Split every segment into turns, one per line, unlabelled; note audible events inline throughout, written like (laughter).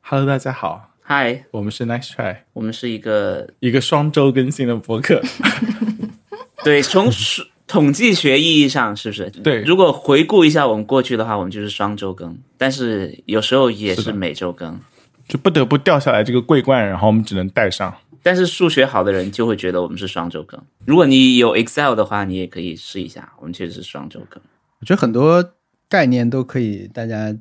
Hello，大家好，
嗨，
我们是 Nice Try，
我们是一个
一个双周更新的博客。
对从数统计学意义上是不是？
(laughs) 对
如果回顾一下我们过去的话，我们就是双周更，但是有时候也
是
是
的
每周更。
就不得不掉下来这个桂冠，然后我们只能戴上。 (laughs)
但是数学好的人就会觉得我们是双周更。如果你有 Excel 的话，你也可以试一下，我们确实是双周更。
我觉得很多概念都可以大家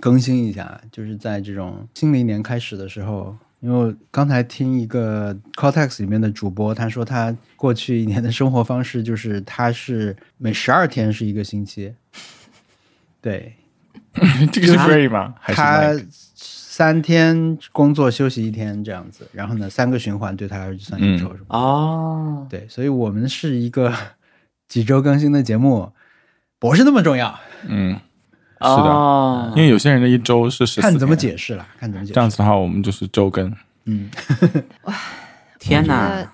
更新一下，就是在这种新的一年开始的时候，因为我刚才听一个 Cortex 里面的主播，他说他过去一年的生活方式就是他是每十二天是一个星期，对
这个是 Gray 吗？还是
他
Mike？
三天工作休息一天这样子，然后呢三个循环对他来说就算一周
嗯
是吧？
哦，
对，所以我们是一个几周更新的节目，不是那么重要。
嗯，
是
的
哦
因为有些人的一周是十，
看怎么解释了，看怎么解释。
这样子的话，我们就是周更。
嗯，
天
呃
哪！，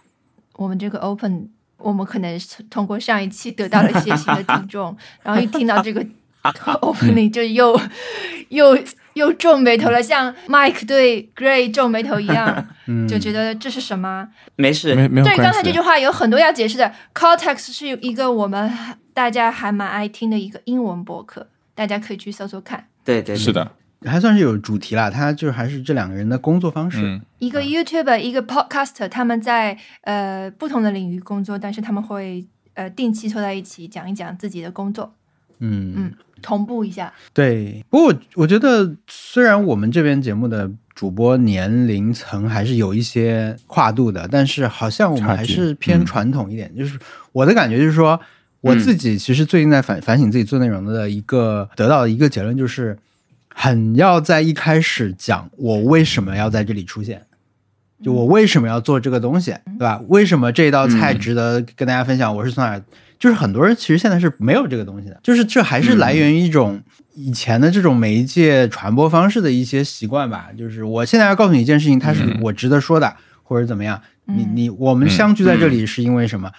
我们这个 open，我们可能是通过上一期得到了一些新的
(laughs)
听众，然后一听到这个 (laughs) opening 就又又又皱眉
嗯
头了，像 Mike 对 Gray 皱眉头一
(laughs)
样，就觉得这是什么？
没事，
嗯没没有
对，刚
关
才这句
系，
话有很多要解释的。Cortex 是一个我们大家还蛮爱听的一个英文博客，大家可以去搜搜看。
对对，对
是，
(laughs)
的，
还算是有主题啦。他就是还是这两个人的工作方式。
嗯，
一个 YouTuber，一个 Podcaster，他们在呃不同的领域工作，但是他们会呃定期凑在一起讲一讲自己的工作，
嗯
嗯，同步一下。
对。不过我我觉得，虽然我们这边节目的主播年龄层还是有一些跨度的，但是好像我们
差距
还是偏
嗯
传统一点。就是我的感觉就是说，我自己其实最近在反、反省自己做内容的一个得到的一个结论就是。很要在一开始讲我为什么要在这里出现，就我为什么要做这个东西，对吧？为什么这道菜
嗯
值得跟大家分享？我是从哪儿？就是很多人其实现在是没有这个东西的，就是这还
嗯
是来源于一种以前的这种媒介传播方式的一些习惯吧。就是我现在要告诉你一件事情，它是
嗯
我值得说的，或者怎么样。你你我们相聚在这
嗯
里是因为什么？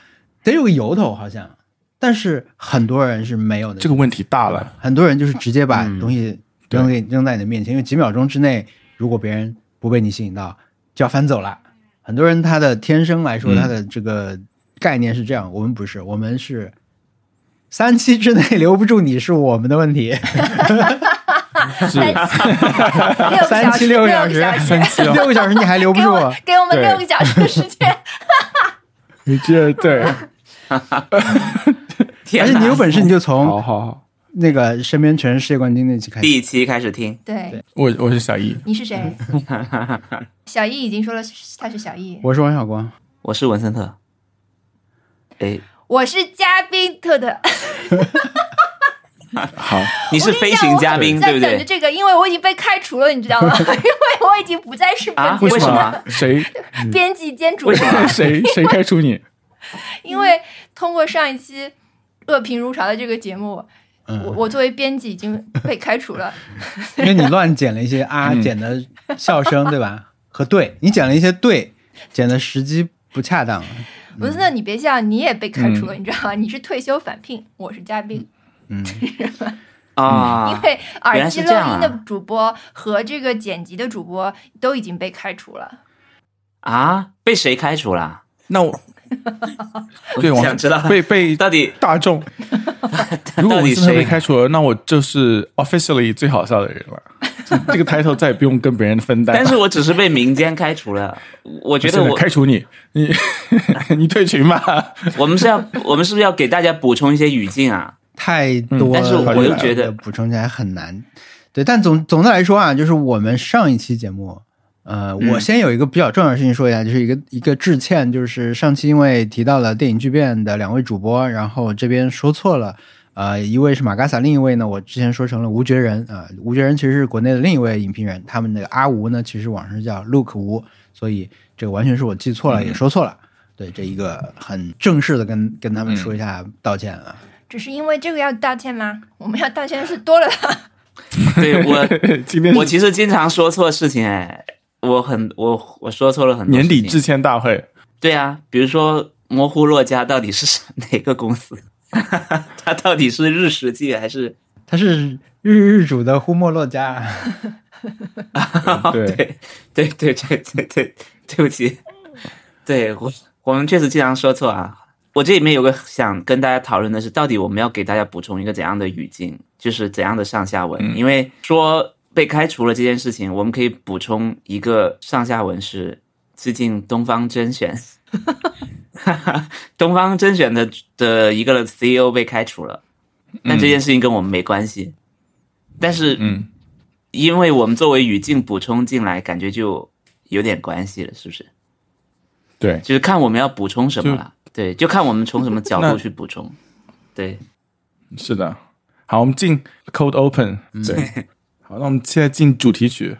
得有个由头，好像。但是很多人是没有的，
这个问题大了。
很多人就是直接把
嗯
东西扔给扔在你的面前，因为几秒钟之内，如果别人不被你吸引到，就要翻走了。很多人他的天生来说，
嗯
他的这个概念是这样，我们不是，我们是三期之内留不住你是我们的问题，
是
六个
三
小
(laughs) 期
时，
六个
六
小时
小时，
三期哦，
六个小时你还留不啊
给
住， (laughs)
我给我们
对
六个小时的时间。
(laughs) 你这对，
天
而且
哪！
你有本事你就
(laughs) 好
从
好好，
那个身边全是世界冠军那期开始。
第一期开始听，
对，
我我是小易，
你
(laughs)
是谁？小易已经说了，他是小易。
我是王小光，
我是文森特。哎，
我是嘉宾特特，
好，
你是飞行嘉宾对
在
不
等着
对？
这个，因为我已经被开除了，你知
(laughs)
道吗？因为我已经不再是
啊
本节
为什
目
么
的
啊
谁 (coughs)
编辑兼主播
为什么啊？
谁谁开除
(coughs)
你？
因为通过上一期恶评如潮的这个节目，我
嗯，
我作为编辑已经被开除
(laughs)
了。
因为你乱剪了一些啊，
嗯
剪的笑声对吧？和对你剪了一些对，剪的时机不恰当，
文森特，你别笑，你也被开除了，
嗯
你知道吗？你是退休返聘，我是嘉宾，
嗯。
啊
因，为
原
耳
来是这
机录
样啊
音的主播和这个剪辑的主播都已经被开除了。
啊，被谁开除了？
那我 (laughs) 对
我
王
想知道
被被 (laughs)
到底
大
(laughs)
众，如果
到
我
底
真的被
谁
开除了，那我就是 officially 最好笑的人了。 (laughs) 这个 title 再也不用跟别人分担了。
但
(laughs)
是我只是被民间开除了。我觉得
现在
我
开除你，你 (laughs) 你退群吧。
(laughs) 我们是要我们是不是要给大家补充一些语
(laughs)
境啊？
太多、了，
但是我又觉得
补充起来很难。对，但总总的来说啊，就是我们上一期节目，呃，
嗯
我先有一个比较重要的事情说一下，就是一个一个致歉，就是上期因为提到了电影巨变的两位主播，然后这边说错了。呃，一位是马嘎萨，另一位呢，我之前说成了吴觉人啊、吴觉人其实是国内的另一位影评人，他们那个阿吴呢，其实网上叫 Look 吴，所以这个完全是我记错
嗯
了，也说错了。对，这一个很正式的跟跟他
嗯
们说一下道歉啊。
只是因为这个要道歉吗？我们要道歉的是多了 (laughs) 吧，
(laughs)
对我，
(laughs) 今天
我
是
其实经常说错事情哎，我很我我说错了很多
年底
事情
致歉大会，
对啊，比如说模糊若家到底是 (laughs) 什哪个公司？它到底是日食记还是
他是日日主的呼莫洛加，
对
对啊对对对对对，对不起，对我我们确实经常说错啊。我这里面有个想跟大家讨论的是，到底我们要给大家补充一个怎样的语境，就是怎样的上下文？因为说被开除了这件事情，我们可以补充一个上下文是最近东方甄选，东方甄选的的一个 CEO 被开除了，但这件事情跟我们没关系。但是，
嗯，
因为我们作为语境补充进来，感觉就有点关系了，是不是？
对，
就是看我们要补充什么了。对，就看我们从什么角度去补充。对，
是的。好，我们进 Cold Open，对。
嗯
好，那我们现在进主题曲，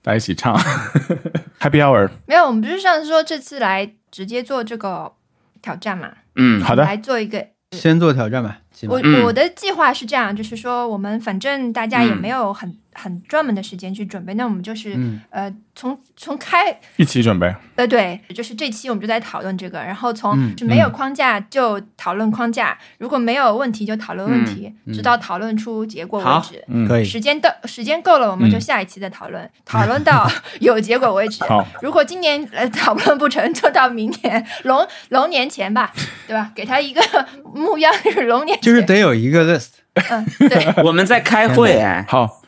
大家一起唱 (laughs) Happy Hour。
没有，我们不是上次说这次来直接做这个挑战嘛？
嗯，
好的，
来做一个。
先做挑战吧，行吧
嗯我
嗯
我的计划是这样，就是说我们反正大家也
嗯
没有很、很专门的时间去准备，那我们就是、
嗯
呃从从开
一起准备。
呃，对，就是这期我们就在讨论这个，然后从
嗯
就没有框架就讨论框架，如果没有问题就讨论问题，直到讨论出结果为
好
止。
嗯，
嗯可以，嗯
时间到，时间够了，我们就下一期再讨论，
(laughs)
讨论到有结果为止。
好，
(laughs) 如果今年呃讨论不成，就到明年龙龙年前吧，对吧？给他一个 (laughs) 目标，就是龙年前，
就是得有一个 list。
嗯，
(laughs)
对
我们在开会哎，
好，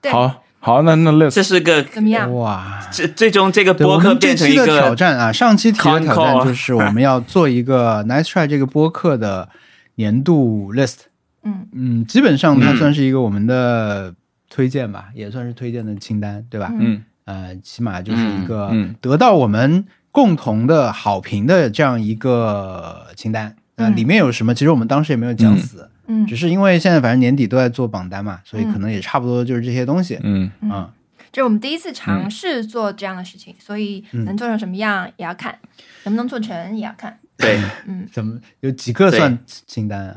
对，
好，好，那那 let's
这是个
怎么样？
哇，
最最终这个
对，我
播客
们这
变成
期
一
的挑
个
战啊，上期提的
con
挑
call
战
啊
就是我们要做一个 (laughs) Nice Try 这个播客的年度 list。
嗯
嗯，基本上它算是一个我们的推荐吧，也算是推荐的清单，对吧？
嗯
呃，起码就是一个
嗯嗯
得到我们共同的好评的这样一个清单。呃，
嗯
里面有什么？其实我们当时也没有讲
嗯
死，
嗯
只，是因为现在反正年底都在做榜单嘛，所以
嗯
可能也差不多就是这些东西。
嗯，
嗯
啊
这是我们第一次尝试做这样的事情，所以
嗯
能做成什么样也要看，能不能做成也要看。
对，
嗯
怎么有几个
对
算清单啊？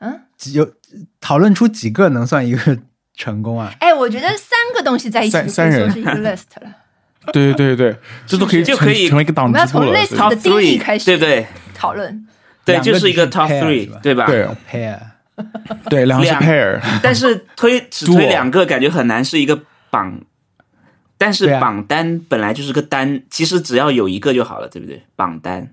嗯，
几有讨论出几个能算一个 (laughs) 成功啊？
哎，我觉得三个东西在一起
三
就可
三
以
人
说是一个
(laughs)
list 了。
对对对，这都可以
就可以
成成为一个
我
档
们要
支部
从
了。
类似
所以
的
top
定义开
three，
始
对不对？
讨论。
对，
两个
就是一个
就是
top
pair，
three，
是吧
对吧？
对
pair
对，然后是
两
pair，
但是推
(laughs)
只
Duo
推两个感觉很难，是一个榜。但是
对啊
榜单本来就是个单，其实只要有一个就好了，对不对？榜单，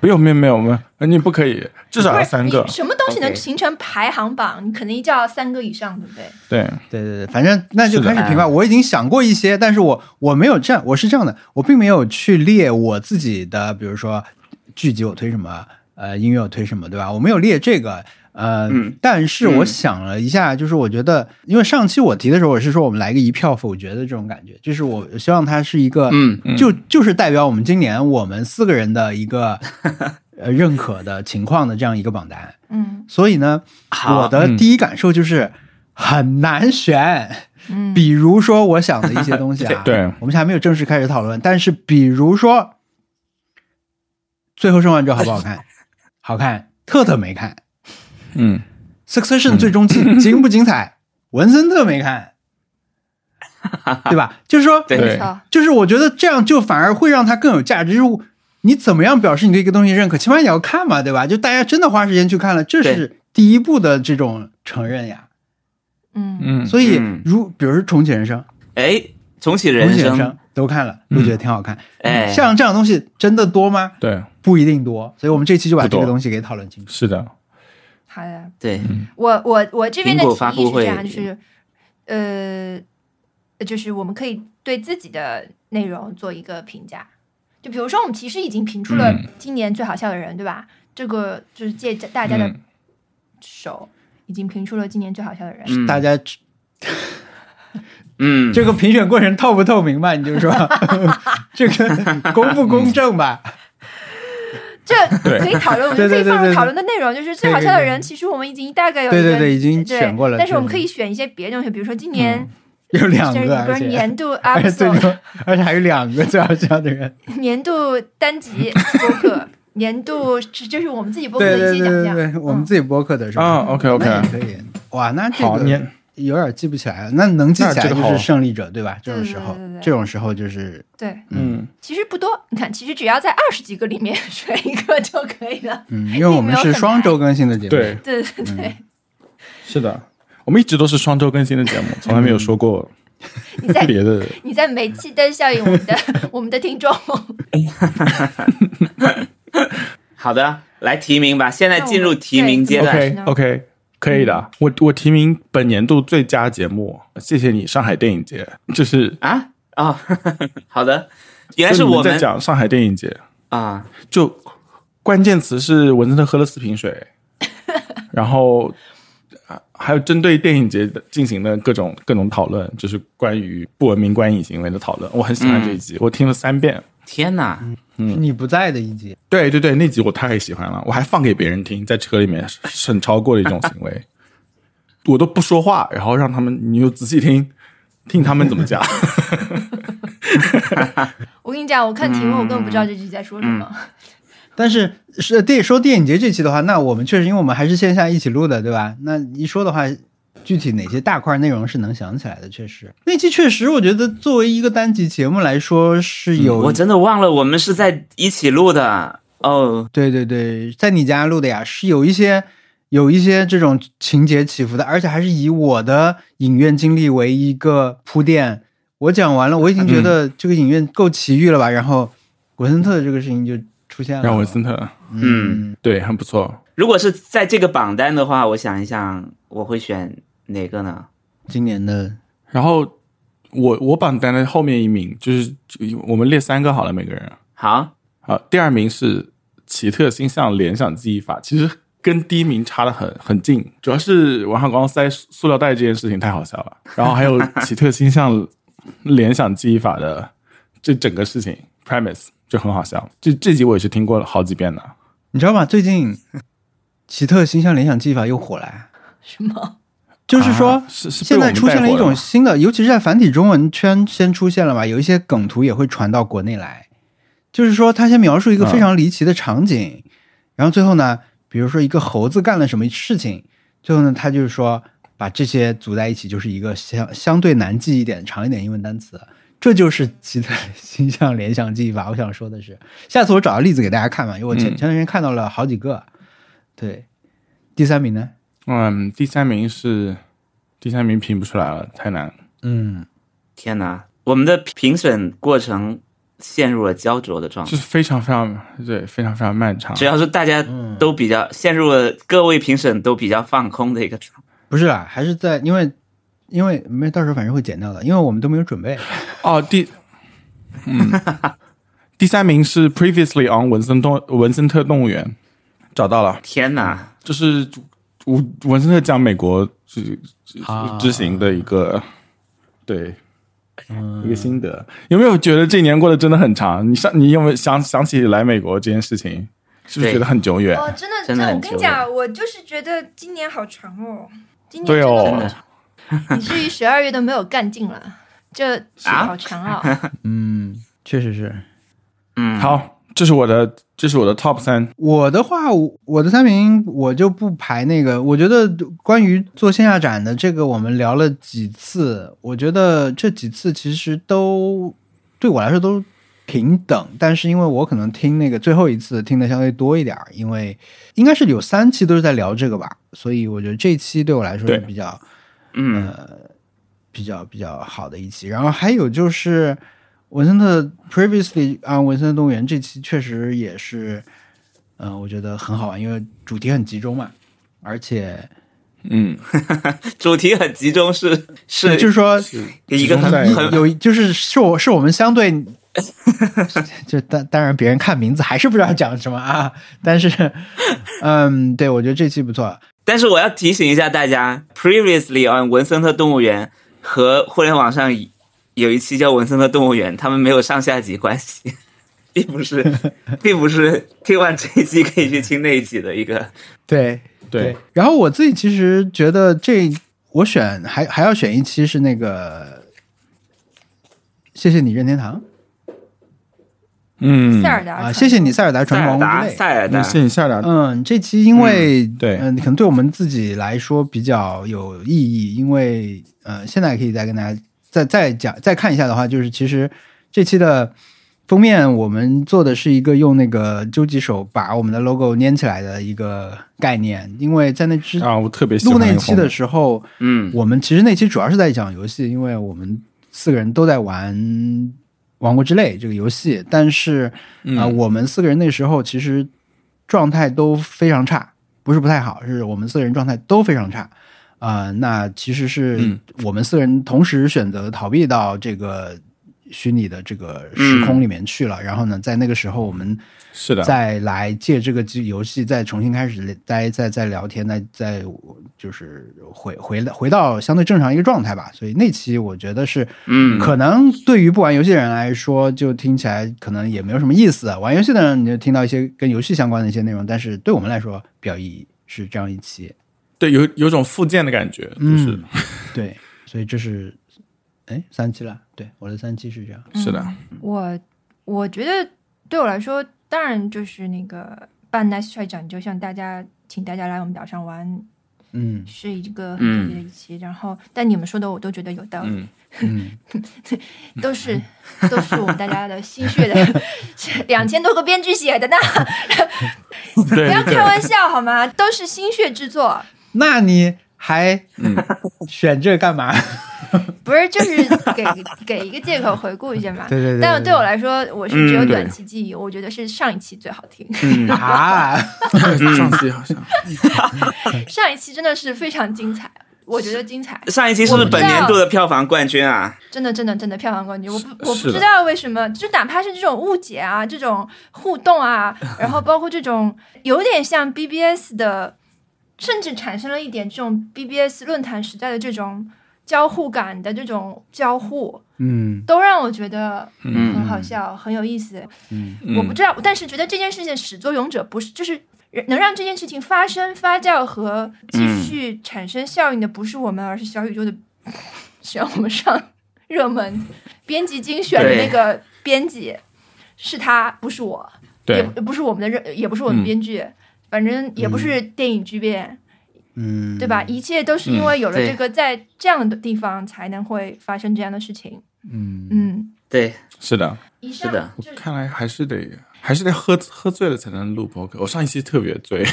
没有没有没有，我们你不可以，至少
不
要
是
三
你
个。
什么东西能
OK
形成排行榜？你肯定就要三个以上，对不对？
对，
对对对，反正那就是
的
开始评吧。
哎
我已经想过一些，但是我我没有这样，我是这样的，我并没有去列我自己的，比如说剧集我推什么，呃，音乐我推什么，对吧？我没有列这个，呃，
嗯
但是
嗯
我想了一下，就是我觉得，因为上期我提的时候，我是说我们来个一票否决的这种感觉，就是我希望它是一个，
嗯
就就是代表我们今年我们四个人的一个呃认可的情况的这样一个榜单。
嗯
所以呢，
好
我的第一感受就是很难选。
嗯
(laughs) 比如说我想的一些东西
(laughs)
啊，
对对
我们还没有正式开始讨论，但是比如说《最后生还者》好不好看？好看，特特没看。
嗯，
Succession 最终季、精不精彩？文森特没看，对吧？就是说，
对
没
对
错，
就是我觉得这样就反而会让它更有价值。就是你怎么样表示你对一个东西认可，起码你要看嘛，对吧？就大家真的花时间去看了，这是第一步的这种承认呀。
嗯
嗯，
所以
嗯，
如比如说《重启人生》，
哎，重启
《重
人
启人
生，
生》都看了，都觉得挺好看。
嗯
哎，
像这样的东西真的多吗？
对，
不一定多。所以我们这期就把
不
这
多
个东西给讨论清楚。
是的，
好的。
对，
我我我这边的
苹果发
提议
布
是
会
这样，就是呃，就是我们可以对自己的内容做一个评价。就比如说，我们其实已经评出了
嗯
今年最好笑的人，对吧？这个就是借着大家的
嗯
手，已经评出了今年最好笑的人。
嗯
大家
嗯，
这个评选过程透不透明吧？你
(laughs)
就说这个公不公正吧？
嗯这
对
可以讨论，我们
对
可
对
以
对
放入
对
讨论的内容，就是最好笑的人，其实我们已经大概有一
对对
个
对已经
对
选过了
但是
就是
我们可以选一些别的东西，比如说今年
有两
就是
个，
比如
而
说
且
年度
(laughs) 而
up
且最终，而且还有两个最好笑的人。
(laughs) 年度单集播客，年度这这是我们自己播客
对
的一
对
些
对
奖
对
项。
对，我们
嗯
自己播客的是吧？
啊，OK，OK
那也可以。哇，那这
好
个
年
有点记不起来了。那能记起
那
来
这个
就
好
是胜利者，对吧？这种
对对
时候
对对对，
这种时候就是
对，
嗯，
其实不多，你看，其实只要在二十几个里面 (laughs) 选一个就可以了。
嗯，因为我们是双周更新的节目，
对，
对对对，
是的，我们一直都是双周更新的节目，从来没有说过
你在
别的。
你在煤气灯效应，我们的我们的听众， (laughs)
好的，来提名吧，现在进入提名阶
对
段。
OK OK，可以的。我我提名本年度最佳节目，谢谢你，上海电影节。就是
啊哦， (laughs) 好的，原来是
就你
我
在
们
讲上海电影节，
啊，
就关键词是文森特喝了四瓶 (laughs) 水，然后啊还有针对电影节的进行的各种各种讨论，就是关于不文明观影行为的讨论。我很喜欢这一集，我听了三遍。
天哪，
是你不在的一集，
对对对，那集我太喜欢了，我还放给别人听，在车里面是是很超过的一种行为， (laughs) 我都不说话，然后让他们你就仔细听， (laughs) 听他们怎么 (laughs) 讲。
我跟你讲，我看题目我根本不知道这句在说什么。
但是是电说电影节这期的话，那我们确实，因为我们还是线下一起录的，对吧？那一说的话，具体哪些大块内容是能想起来的？确实，那期确实，我觉得作为一个单集节目来说是有，
我真的忘了我们是在一起录的哦。
对对对，在你家录的呀，是有一些有一些这种情节起伏的，而且还是以我的影院经历为一个铺垫。我讲完了，我已经
嗯
觉得这个影院够奇遇了吧？然后文森特的这个事情就出现了，
让文森特
嗯
对很不错，
如果是在这个榜单的话，我想一想，我会选哪个呢？
今年的
然后我我榜单的后面一名就是我们列三个好了，每个人。
好，
好，第二名是奇特星象联想记忆法，其实跟第一名差的很 (laughs) 很近，主要是王小光塞塑料袋这件事情太好笑了，然后还有奇特星象联想记忆法的这整个事情 premise 就很好笑，这这集我也是听过了好几遍的。
你知道吗？最近 (laughs) 奇特形象联想技法又火了，
什么？
就是说、
啊是是被
现
我
在
们
出现
带
了
火
一
了
种
吗
新的，尤其是在繁体中文圈先出现了嘛，有一些梗图也会传到国内来。就是说，他先描述一个非常离奇的场景，然后最后呢，比如说一个猴子干了什么事情，最后呢，他就是说把这些组在一起，就是一个相相对难记一点、长一点英文单词。这就是奇特形象联想记忆法。我想说的是，下次我找个例子给大家看嘛，因为我前
嗯
前段时间看到了好几个。对，第三名呢？
嗯，第三名是第三名评不出来了，太难。
嗯，
天哪，我们的评审过程陷入了焦灼的状
就
态。
是非常非常对，非常非常漫长
只。要是大家都比较陷入了，各位评审都比较放空的一个状态。
不是啊，还是在因为因为没到时候反正会剪掉的，因为我们都没有准备。
哦，第，嗯， (laughs) 第三名是 Previously on 文森动文森特动物园，找到了，
天哪，
就是我文森特讲美国之之之行的一个，对。一个心得，有没有觉得这一年过得真的很长？你上，你有没有想想起来美国这件事情，是不是
对
觉得很久远？
哦，真的，
真的很
我跟你讲，我就是觉得今年好长哦，今年
对
真的
哦
好长，以至于十二月都没有干劲了，这
啊
好长哦。
嗯，确实是
嗯，，
好，这是我的，这是我的 top 三。
我的话，我我的三名我就不排那个。我觉得关于做线下展的这个，我们聊了几次，我觉得这几次其实都对我来说都平等，但是因为我可能听那个最后一次听的相对多一点儿，因为应该是有三期都是在聊这个吧，所以我觉得这一期对我来说
对
是比较。
嗯，
比较比较好的一期。然后还有就是文森特 previously 啊，文森特动物园这期确实也是，嗯、我觉得很好玩，因为主题很集中嘛，而且
嗯，
主题很集中是，是
对就是说
一个
集中在
很很
有有就是是我是我们相对。就当当然，别人看名字还是不知道讲什么啊。但是，嗯，对我觉得这期不错。
但是我要提醒一下大家，previously on 文森特动物园和互联网上有一期叫文森特动物园，他们没有上下级关系， (laughs) 并不是， (laughs) 并不是听完这一集可以去听那一集的一个。
对，
对，
然后我自己其实觉得这，我选还还要选一期是那个，谢谢你任天堂
嗯
塞，尔达
啊，
传
谢谢你塞尔达
塞
传
尔
王
达，
之
塞
泪。
尔达
那，线下的
嗯，这期因为、
啊对
嗯、可能对我们自己来说比较有意义，因为呃，现在可以再跟大家再再讲再看一下的话，就是其实这期的封面我们做的是一个用那个究极手把我们的 logo 粘起来的一个概念，因为在那之
啊，我特别喜欢
录那
个
期的
封
时候，
嗯，
我们其实那期主要是在讲游戏，因为我们四个人都在玩《王国之泪》这个游戏，但是
面嗯
啊、我们四个人那时候其实状态都非常差，不是不太好，是我们四个人状态都非常差。啊、那其实是
嗯
我们四个人同时选择逃避到这个虚拟的这个时空里面去了。然后呢，在那个时候，我们
是的，
再来借这个机游戏，再重新开始再再再聊天，再再就是回回回到相对正常一个状态吧。所以那期我觉得是，
嗯
可能对于不玩游戏的人来说，就听起来可能也没有什么意思。啊玩游戏的人你就听到一些跟游戏相关的一些内容，但是对我们来说比较有意义是这样一期，
对，有有种复健的感觉，就是、
嗯对，所以这是哎三期了，对，我的三期是这样，
是的，
嗯
(laughs)
我我觉得对我来说，当然就是那个办 Nice Try 讲究，像大家请大家来我们岛上玩，
嗯
是一个很特别的一期。然后，但你们说的我都觉得有道理，
嗯，
嗯，
(laughs) 都是都是我们大家的心血的， (laughs) 两千多个编剧写
(laughs)
的呢，不
对
要
对
开玩笑好吗？都是心血之作，
那你还
嗯
选这干嘛？
不是就是给 (laughs) 给一个借口回顾一下嘛。
对对对对
但对我来说，我是只有
嗯
对
短期记忆，我觉得是上一期最好听。
嗯
(laughs) 啊，
对，
(laughs)
上期好像
上一期真的是非常精彩，我觉得精彩，
上一期是不是本年度的票房冠军啊？
真的真的真的票房冠军。我不我不
是的
知道为什么，就哪怕是这种误解啊，这种互动啊，然后包括这种有点像 BBS 的，甚至产生了一点这种 BBS 论坛时代的这种交互感的这种交互，
嗯
都让我觉得很
嗯
好笑，很有意思。
嗯
我不知道，但是觉得这件事情始作俑者不是，就是人能让这件事情发生、发酵和继续产生效应的不是我们，而是小宇宙的 (laughs) 选我们上热门编辑精选的
对
那个编辑是他，不是我，
对，
也不也不是我们的热，也不是我
嗯
们编剧，反正也不是电影巨变。
嗯，
对吧？？一切都是因为有了
对
这个，在这样的地方才能会发生这样的事情。
嗯
嗯，
对，
是的，
以
是
上
的
就是
看来还是得还是得喝喝醉了才能录播客。我上一期特别醉，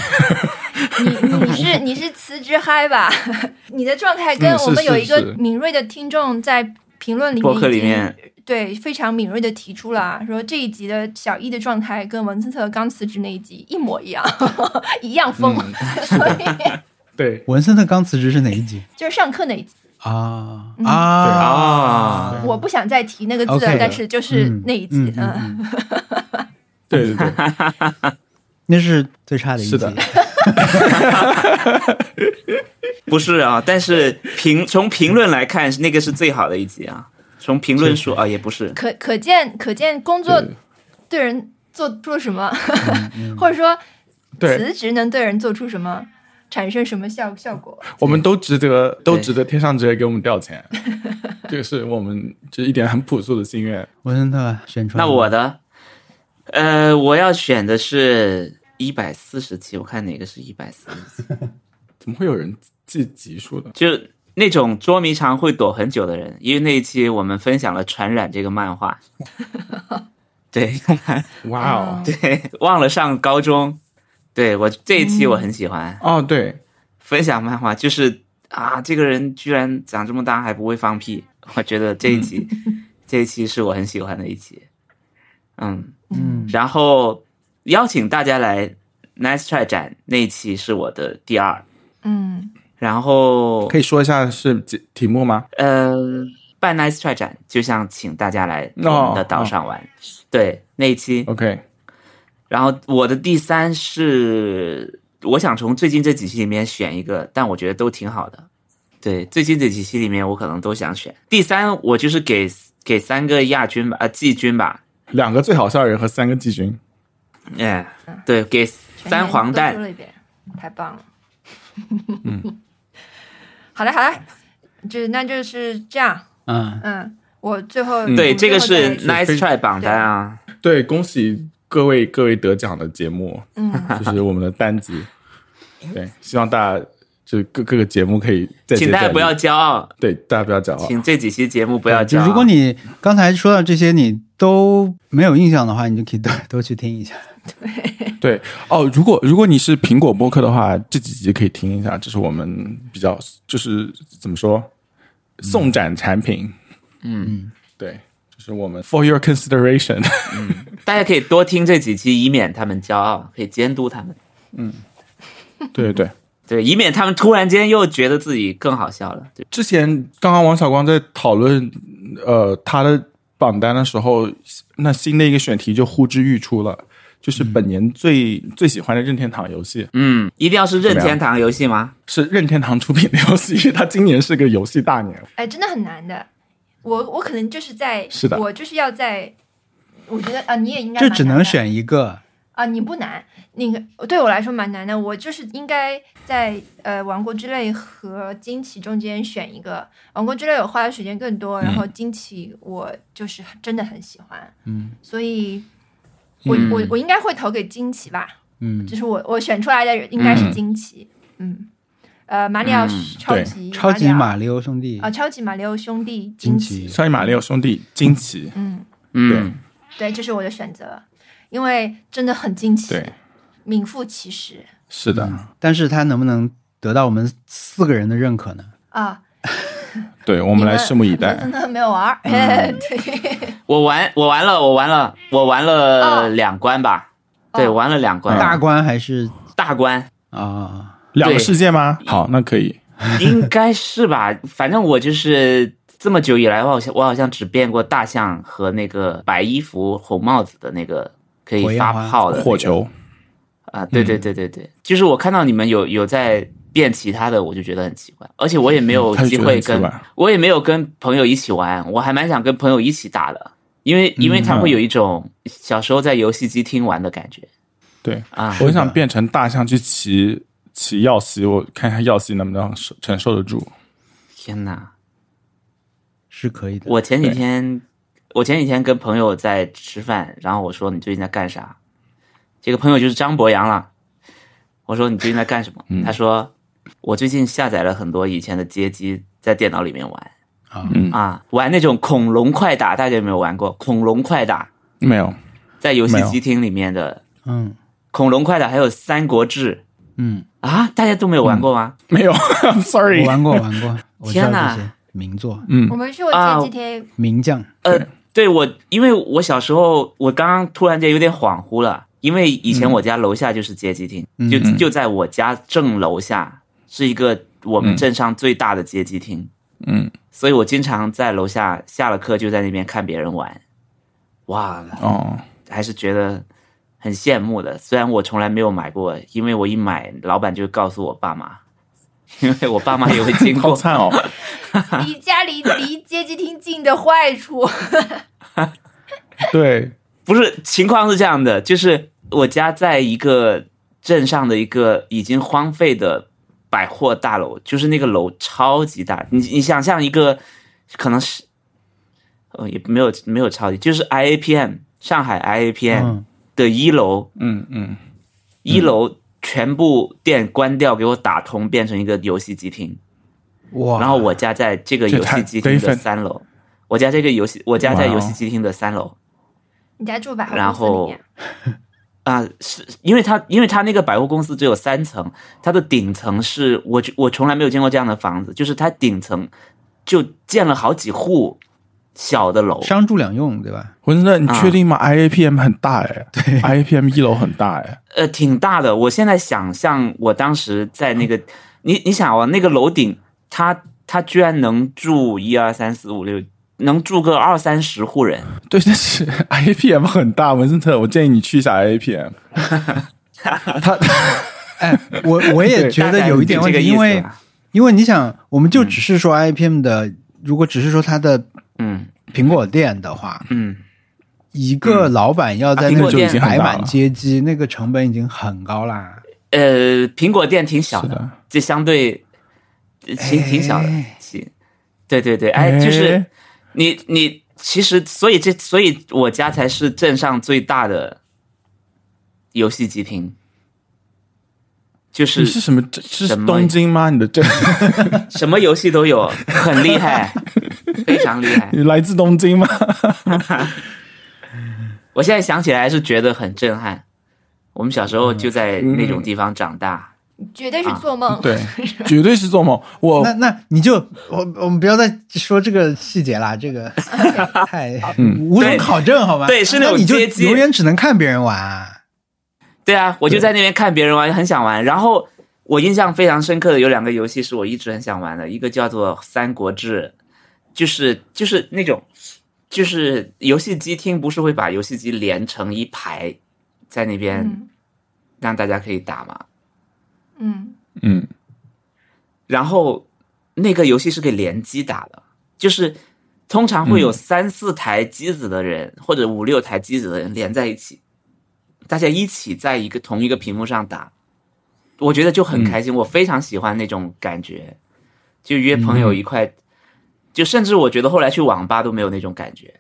(laughs)
你你是你是辞职嗨吧？ (laughs) 你的状态跟
嗯是
我们有
是
一个
是
敏锐的听众在评论里面
博
已
客
经
里面，
对非常敏锐的提出了，啊说这一集的小易的状态跟文森特刚辞职那一集一模一样， (laughs) 一样疯，
嗯，
(laughs) 所以
对，
文森特刚辞职是哪一集
就是上课那一集，
啊
嗯
啊
我不想再提那个字了
OK
但是就是那一集，
嗯嗯嗯
对对
(laughs)
对，
那是最差的一集
是的，
不是啊，但是评从评论来看，那个是最好的一集啊。从评论数啊，也不是，
可可见可见工作对人做出了什么， (laughs) 或者说
对对，
辞职能对人做出什么，产生什么效效果。
我们都值得，都值得天上直接给我们掉钱，
(laughs)
这个是我们这一点很朴素的心愿。
文森特宣传。
那我的，呃，我要选的是一百四十期，我看哪个是一百四十期，
怎么会有人记集数的？
就那种捉迷藏会躲很久的人，因为那一期我们分享了《传染》这个漫画，对
哇哦！
嗯
对，忘了上高中，对我这一期我很喜欢、
哦，对，
分享漫画，就是啊，这个人居然长这么大还不会放屁，我觉得这一期、
嗯 (laughs)
这一期是我很喜欢的一期，嗯。
嗯
然后邀请大家来 Nice Try 展那一期是我的第二，
嗯
然后
可以说一下是几题目吗？
呃办 Nice Try 展就像请大家来
哦
我们的岛上玩，对那一期。
OK，
然后我的第三是我想从最近这几期里面选一个，但我觉得都挺好的。对，最近这几期里面我可能都想选第三，我就是给给三个亚军吧，呃季军吧，
两个最好笑的人和三个季军，
哎，对，给三黄
蛋
蛋
说，了一遍，太棒了。
嗯
(laughs) 好了好了，就那就是这样。
嗯，
嗯，我最后
对，
我最
这个
后再
是 Nice
非
Try 榜单啊。
对，恭喜各位各位得奖的节目， (laughs)
嗯，
就是我们的单集。对，希望大家就是各各个节目可以再接
请大
再
家
厉
不要骄傲，
对大家不要骄傲，
请这几期节目不要
就
骄傲。
如果你刚才说到这些你都没有印象的话，你就可以都都去听一下。
对哦，如果如果你是苹果播客的话，这几集可以听一下，这是我们比较就是怎么说送展产品，
嗯，
对，就是我们 for your consideration， (laughs)
大家可以多听这几期，以免他们骄傲，可以监督他们，
对对对。
对，以免他们突然间又觉得自己更好笑了。对，
之前刚刚王小光在讨论呃他的榜单的时候，那新的一个选题就呼之欲出了，就是本年最、最喜欢的任天堂游戏
嗯，一定要是任天堂游戏吗？
是任天堂出品的游戏，因为 (laughs) 它今年是个游戏大年。
哎，真的很难的。我我可能就是在，
是的
我就是要在，我觉得啊，你也应该
就
蛮
只
难
能
的
选一个，
啊，你不难，那个对我来说蛮难的。我就是应该在呃《王国之泪》和《惊奇》中间选一个，《王国之泪》我花的时间更多，然后《惊奇》我就是真的很喜欢，
嗯，
所以我、我我应该会投给《惊奇》吧，
嗯，
就是我我选出来的应该是《惊奇》，嗯，呃，马里奥
嗯
超
对
级
超级
马
马里奥兄弟
啊，超级马里奥兄弟
惊
惊
奇，
上一马里奥兄弟惊奇，
嗯，
嗯，
对，这是我的选择，因为真的很惊奇，
对，
名副其实。
是的，
但是他能不能得到我们四个人的认可呢？
啊，
对，我
我
们来拭目以
真
待。
的没有玩儿， (laughs) 对，
我玩，我玩了，我玩了，我玩了
哦
两关吧。对，
哦
玩了两关，
大
大
关还是
大
(laughs)
关
啊？
两个
对
世界吗？好，那可以。
应该是吧？反正我就是这么久以来，我好像我好像只变过大象和那个白衣服、红帽子的那个可
火
以
焰
发
花
炮的那
火
个
球，
啊，对对对对对，就是我看到你们有有在变其他的，我就觉得很奇怪，而且我也没有
他就
机
觉得很
会
奇
跟，
怪。
我也没有跟朋友一起玩，我还蛮想跟朋友一起打的，因为因为
嗯
它会有一种小时候在游戏机厅玩的感觉
对，
啊
我，很想变成大象去骑骑耀西，我看一下耀西能不能受承受得住。
天哪！
是可以的。
我前几
对
天我前几天跟朋友在吃饭，然后我说你最近在干啥？这个朋友就是张博洋了。我说你最近在干什么？
嗯
他说我最近下载了很多以前的街机，在电脑里面玩。
啊
嗯，
啊，玩那种恐龙快打，大家有没有玩过？恐龙快打
没有，
在游
没
戏
有
机厅里面的
嗯
恐龙快打，还有《三国志
嗯，》
啊，大家都没有玩过吗？
没有，I'm (laughs)
我
sorry。
玩过玩过，我知
天
道这
哪
些名作
嗯
我，们是我
啊
前几天
名将。
呃，对我，因为我小时候，我刚刚突然间有点恍惚了，因为以前我家楼下就是街机厅，
嗯
就
嗯
就在我家正楼下是一个我们镇上最大的街机厅，
嗯，
所以我经常在楼下下了课就在那边看别人玩，哇，
哦，
还是觉得很羡慕的。虽然我从来没有买过，因为我一买，老板就告诉我爸妈，因为我爸妈也会经
好
过。
惨 (laughs) 哦。
(laughs) 离家离离街机厅近的坏处，
对，
不是，情况是这样的，就是我家在一个镇上的一个已经荒废的百货大楼，就是那个楼超级大，你你想象一个可能是，哦，也没有没有超级，就是 IAPM 上海 IAPM
嗯，
的一楼。
嗯嗯，
一楼全部店关掉，给我打通，变成一个游戏机厅。
哇！
然后我家在这个游戏机厅的三楼，我家这个游戏，我家在游戏机厅的三楼
(laughs) 你家住百货
然
公司里
后
面，
啊、是因为它，因为它那个百货公司只有三层，它的顶层是我我从来没有见过这样的房子，就是它顶层就建了好几户小的楼，
商住两用，对
(laughs)
吧？
文森特，你
啊
确定吗？IAPM 很大哎，对，IAPM 一楼很大哎，
呃，挺大的。我现在想象我当时在那个，你你想啊，那个楼顶，它它居然能住一二三四五六，能住个二三十户人。
(laughs) 对，但是 IAPM 很大，文森特，我建议你去一下 IAPM。他
(laughs) 哎，我我也觉
大
得
概
有一点
就这
问
个
题，
意
因
思啊嗯
为
吧
因为你想，我们就只是说 IPM 的，如果只是说它的
嗯
苹果店的话，
嗯，
一个老板要在
啊苹
那
果
个
店
摆满街机，那个成本已经很高啦。
呃，苹果店挺小
是
的，
的，
这相对呃挺挺小的
哎，
行。对对对，哎，就是
哎
你你其实，所以这所以我家才是镇上最大的游戏机厅。就是
你是什么？这这是
什么哎
东京吗？你的证，
什么游戏都有，很厉害， (laughs) 非常厉害。
(laughs) 你来自东京
(laughs)
吗？
我现在想起来是觉得很震撼。我们小时候就在
嗯
那种地方长大，
绝对是做
哦
梦。
对，
啊
绝对是做梦。我
那那你就我我们不要再说这个细节啦，
(laughs)
这个太无从考证好吗？
嗯对是那
那
种
你就
街机
永远只能看别人玩啊。
对啊，我就在那边看别人玩，很想玩。然后我印象非常深刻的有两个游戏是我一直很想玩的，一个叫做《三国志》，就是就是那种就是游戏机厅不是会把游戏机连成一排，在那边
嗯
让大家可以打嘛。
嗯，
嗯，
然后那个游戏是给联机打的，就是通常会有三四台机子的人、或者五六台机子的人连在一起，大家一起在一个同一个屏幕上打，我觉得就很开心，我非常喜欢那种感觉，就约朋友一块，就甚至我觉得后来去网吧都没有那种感觉，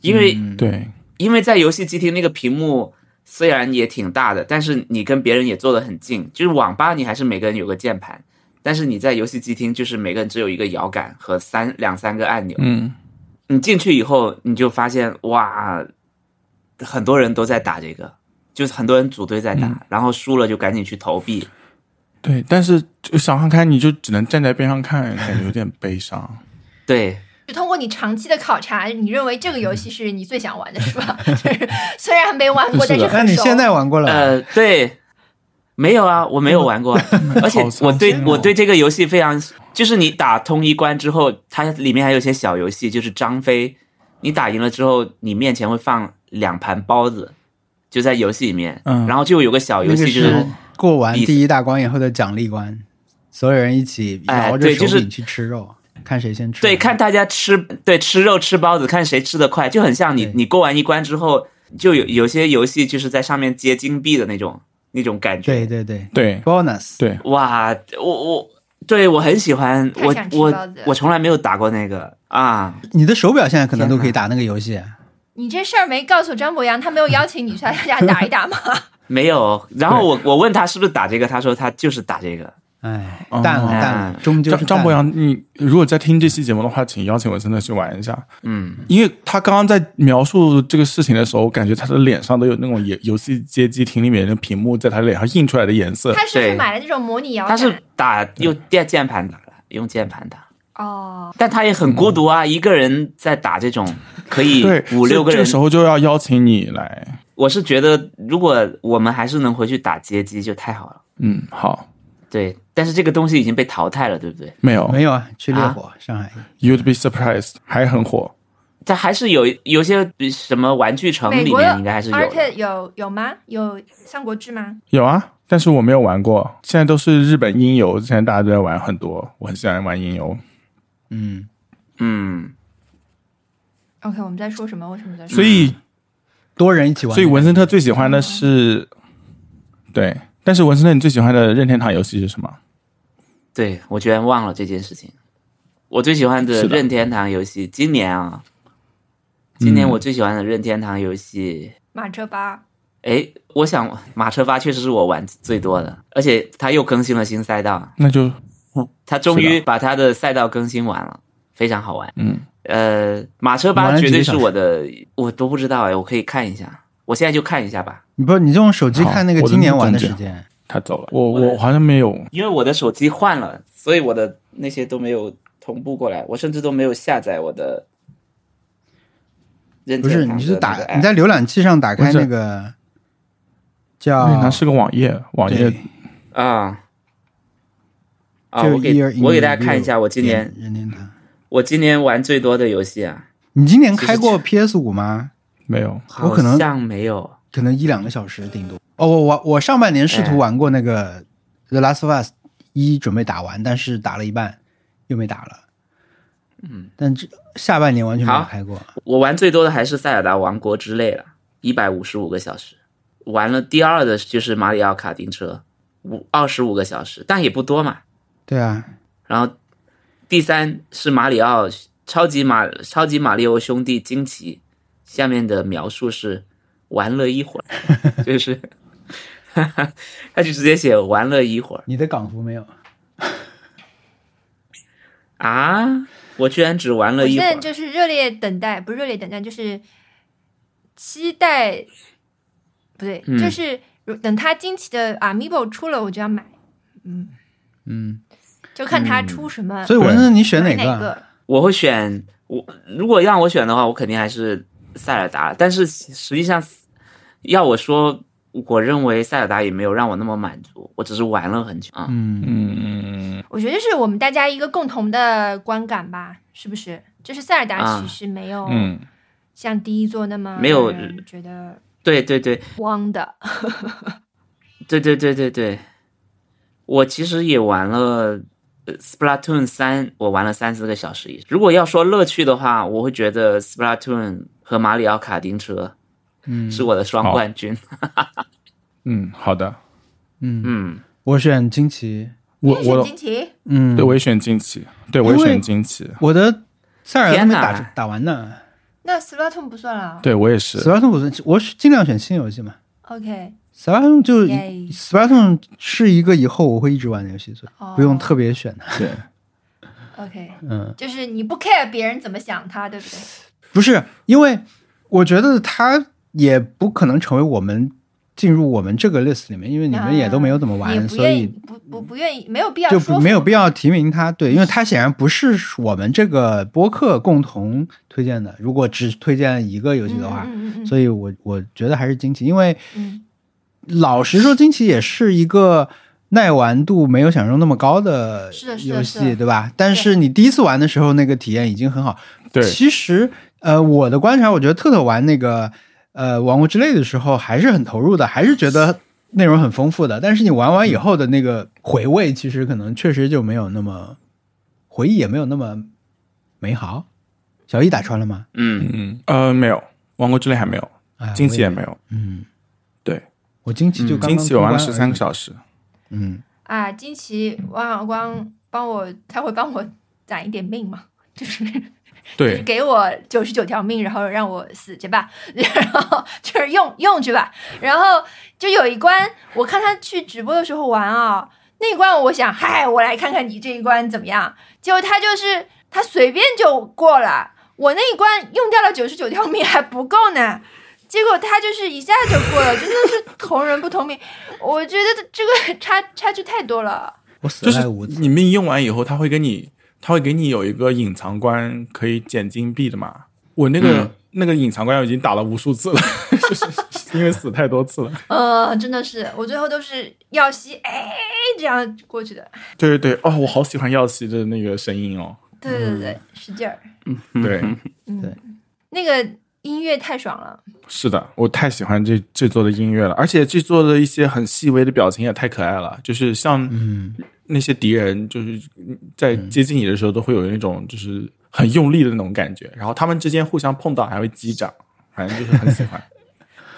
因为、
嗯
对，
因为在游戏机厅那个屏幕虽然也挺大的，但是你跟别人也坐得很近。就是网吧你还是每个人有个键盘，但是你在游戏机厅就是每个人只有一个摇杆和三两三个按钮。
嗯
你进去以后，你就发现哇，很多人都在打这个，就是很多人组队在打，然后输了就赶紧去投币。
对，但是就想看看，你就只能站在边上看，感觉有点悲伤。
对，
就通过你长期的考察，你认为这个游戏是你最想玩的，是 (laughs) 吧？就是虽然没玩过，
是
但
的
是
那
很
你
熟。
现在玩过了吧？
呃，对，没有啊，我没有玩过，而且
嗯好伤
我对
心哦
我对这个游戏非常，就是你打通一关之后，它里面还有一些小游戏，就是张飞，你打赢了之后，你面前会放两盘包子，就在游戏里面，
嗯
然后就有个小游
那
戏
个
就是是。
过完第一大关以后的奖励关，所有人一起摇
哎
着
对
手
就是
柄去吃肉，看谁先吃。
对，看大家吃，对，吃肉吃包子，看谁吃的快，就很像你
对
你过完一关之后，就有有些游戏就是在上面接金币的那种那种感觉。
对对对
(laughs) 对
，bonus。
对，
哇，我我对我很喜欢，
太
我
想吃包
我
子了
我从来没有打过那个啊，
你的手表现在可能都可以打那个游戏。
你这事儿没告诉张博洋，他没有邀请你去他家打
(laughs)
一打吗？
没有。然后我我问他是不是打这个，他说他就是打这个。
哎，
哦
淡了淡了，终究
张
是
张博
淡了
洋，你如果在听这期节目的话，请邀请我真的去玩一下，
嗯，
因为他刚刚在描述这个事情的时候，我感觉他的脸上都有那种游游戏街机厅里面的屏幕在他脸上映出来的颜色。
他是不是
对
买了那种模拟摇
他
杆？
是打用电键盘打的，用键盘打。
哦，
但他也很孤独啊，一个人在打这种可以，
对
五六
所
个
以这个
人
时候就要邀请你来。
我是觉得，如果我们还是能回去打街机，就太好了。
嗯，好，
对，但是这个东西已经被淘汰了，对不对？
没有
没有啊？去烈火上海，
，You'd be surprised，还很火。
它还是有有些什么玩具城
美
里
国
面应该还是有
Arcade
的。
有有吗？有三国志吗？
有啊，但是我没有玩过。现在都是日本音游，现在大家都在玩很多，我很喜欢玩音游。
嗯，
嗯，
OK，我们在说什么？为什么在说？
所以
多人一嗯起玩。
所以文森特最喜欢的是，对，但是文森特你最喜欢的任天堂游戏是什么？
对，我居然忘了这件事情。我最喜欢的
是的
任天堂游戏，今年啊，今年我最喜欢的任天堂游戏，
马车吧，
哎、我想马车吧确实是我玩最多的，而且它又更新了新赛道，
那就
它终
是
于把它的赛道更新完了，非常好玩。
嗯，
呃，马车
玩
吧
了
绝
几
对
个
是
小时
我的，我都不知道哎，我可以看一下，我现在就看一下吧，
你不，你就用手机看那个
好我
今年玩的
的
时
中
间。
他走了。我我好像没有，
因为我的手机换了，所以我的那些都没有同步过来，我甚至都没有下载我的任
不
天
是，
堂的那个 app。
你是打你在浏览器上打开
不是
那个
任天
叫
堂是个网页，网页
啊对
啊啊！
就
我给
Year in
我给大家看一下，我今
Review
年
任天堂。
我今年玩最多的游戏啊，
你今年开过 PS 五吗？
没有。
我可能
好像没有
可能一两个小时顶多。哦，我我我上半年试图玩过那个《The Last of Us》一，准备打完，但是打了一半又没打了。嗯，但这下半年完全没有
好
开过。
我玩最多的还是《塞尔达王国之泪》了，一百五十五个小时。玩了第二的就是《马里奥卡丁车》，五二十五个小时，但也不多嘛。
对啊，
然后第三是马里奥超级马超级马里奥兄弟惊 (laughs) 奇，下面的描述是玩了一会儿，就是他就直接写玩了一会儿
你的港服没有？
啊，我居然只玩
我
呃了一
现
会
在
儿。
就是热烈等待，不是热烈等待，就是期待，不对，
嗯
就是如等它惊奇的 Amiibo 出了，我就要买，
嗯，
就看它出什么，
所以
对
文森，你选
买
哪啊
哪
个？
我会选我，如果让我选的话，我肯定还是塞尔达。但是实际上，要我说，我认为塞尔达也没有让我那么满足，我只是玩了很久啊。
嗯，
嗯，
我觉得是我们大家一个共同的观感吧，是不是？就是塞尔达
啊
其实没有
嗯，
像第一座那么
没有
让人觉得
对对对
汪的，
对对对对对，我其实也玩了。呃 Splatoon 三，我玩了三四个小时以上。如果要说乐趣的话，我会觉得 Splatoon 和马里奥卡丁车
嗯
是我的双
好
冠军。
嗯，好的，
嗯，
嗯，
我选惊奇。
我
(laughs) 你也选
我
惊奇，
嗯，
对我也选惊奇，对我也
因为
选惊奇，
我的塞尔达都没打
天哪
打完呢。
那 Splatoon 不算了。啊
对我也是
斯，巴通我是我是尽量选新游戏嘛。
OK，
斯巴通就
Yay
斯巴通是一个以后我会一直玩的游戏，所以
哦
不用特别选它。
对，
OK，
嗯，
就是你不 care 别人怎么想他，对不对？
不是，因为我觉得它也不可能成为我们进入我们这个 list 里面，因为你们也都没有怎么玩，
你啊不
所
愿意
以
不不不愿意，没有必要
就
说
不没有必要提名它。对，因为它显然不是我们这个播客共同推荐的。如果只推荐一个游戏的话，
嗯嗯嗯嗯
所以我我觉得还是惊奇，因为
嗯
老实说，惊奇也是一个耐玩度没有想象中那么高的
是的是的
游
是的
戏，对吧？但是你第一次玩的时候，那个体验已经很好。
(laughs) 对，
其实，呃，我的观察，我觉得特特玩那个呃《王国之泪》的时候，还是很投入的，还是觉得内容很丰富的。但是你玩完以后的那个回味，其实可能确实就没有那么回忆，也没有那么美好。小易打穿了吗？
嗯，
嗯，呃，没有，王国之泪还没有，
哎
惊奇也
我
没有，
嗯，
对，嗯
我惊奇就刚刚
惊奇我玩了
通
十
关
三个
而已
小时，
嗯，
啊，惊奇王小光帮我，他会帮我攒一点命嘛，就是就是
对，
给我九十九条命，然后让我死去吧， (laughs) 然后就是用用去吧。然后就有一关，我看他去直播的时候玩啊、那一关我想，嗨，我来看看你这一关怎么样。结果他就是他随便就过了，我那一关用掉了九十九条命还不够呢。结果他就是一下就过了，真的是同人不同命， (laughs) 我觉得这个差差距太多了。
我死
就是
赖无
你命用完以后，他会给你，他会给你有一个隐藏关可以捡金币的嘛。我那个、
嗯
那个隐藏关我已经打了无数次了， (laughs) 就是是因为死太多次了。
呃，真的是，我最后都是耀西哎这样过去的。
(laughs) 对对对，哦，我好喜欢耀西的那个声音哦。
对对对，使劲儿。
对，
那个音乐太爽了，
是的，我太喜欢这这座的音乐了，而且这座的一些很细微的表情也太可爱了，就是像
嗯
那些敌人，就是在接近你的时候都会有那种就是很用力的那种感觉，然后他们之间互相碰到还会击掌，反正就是很喜欢。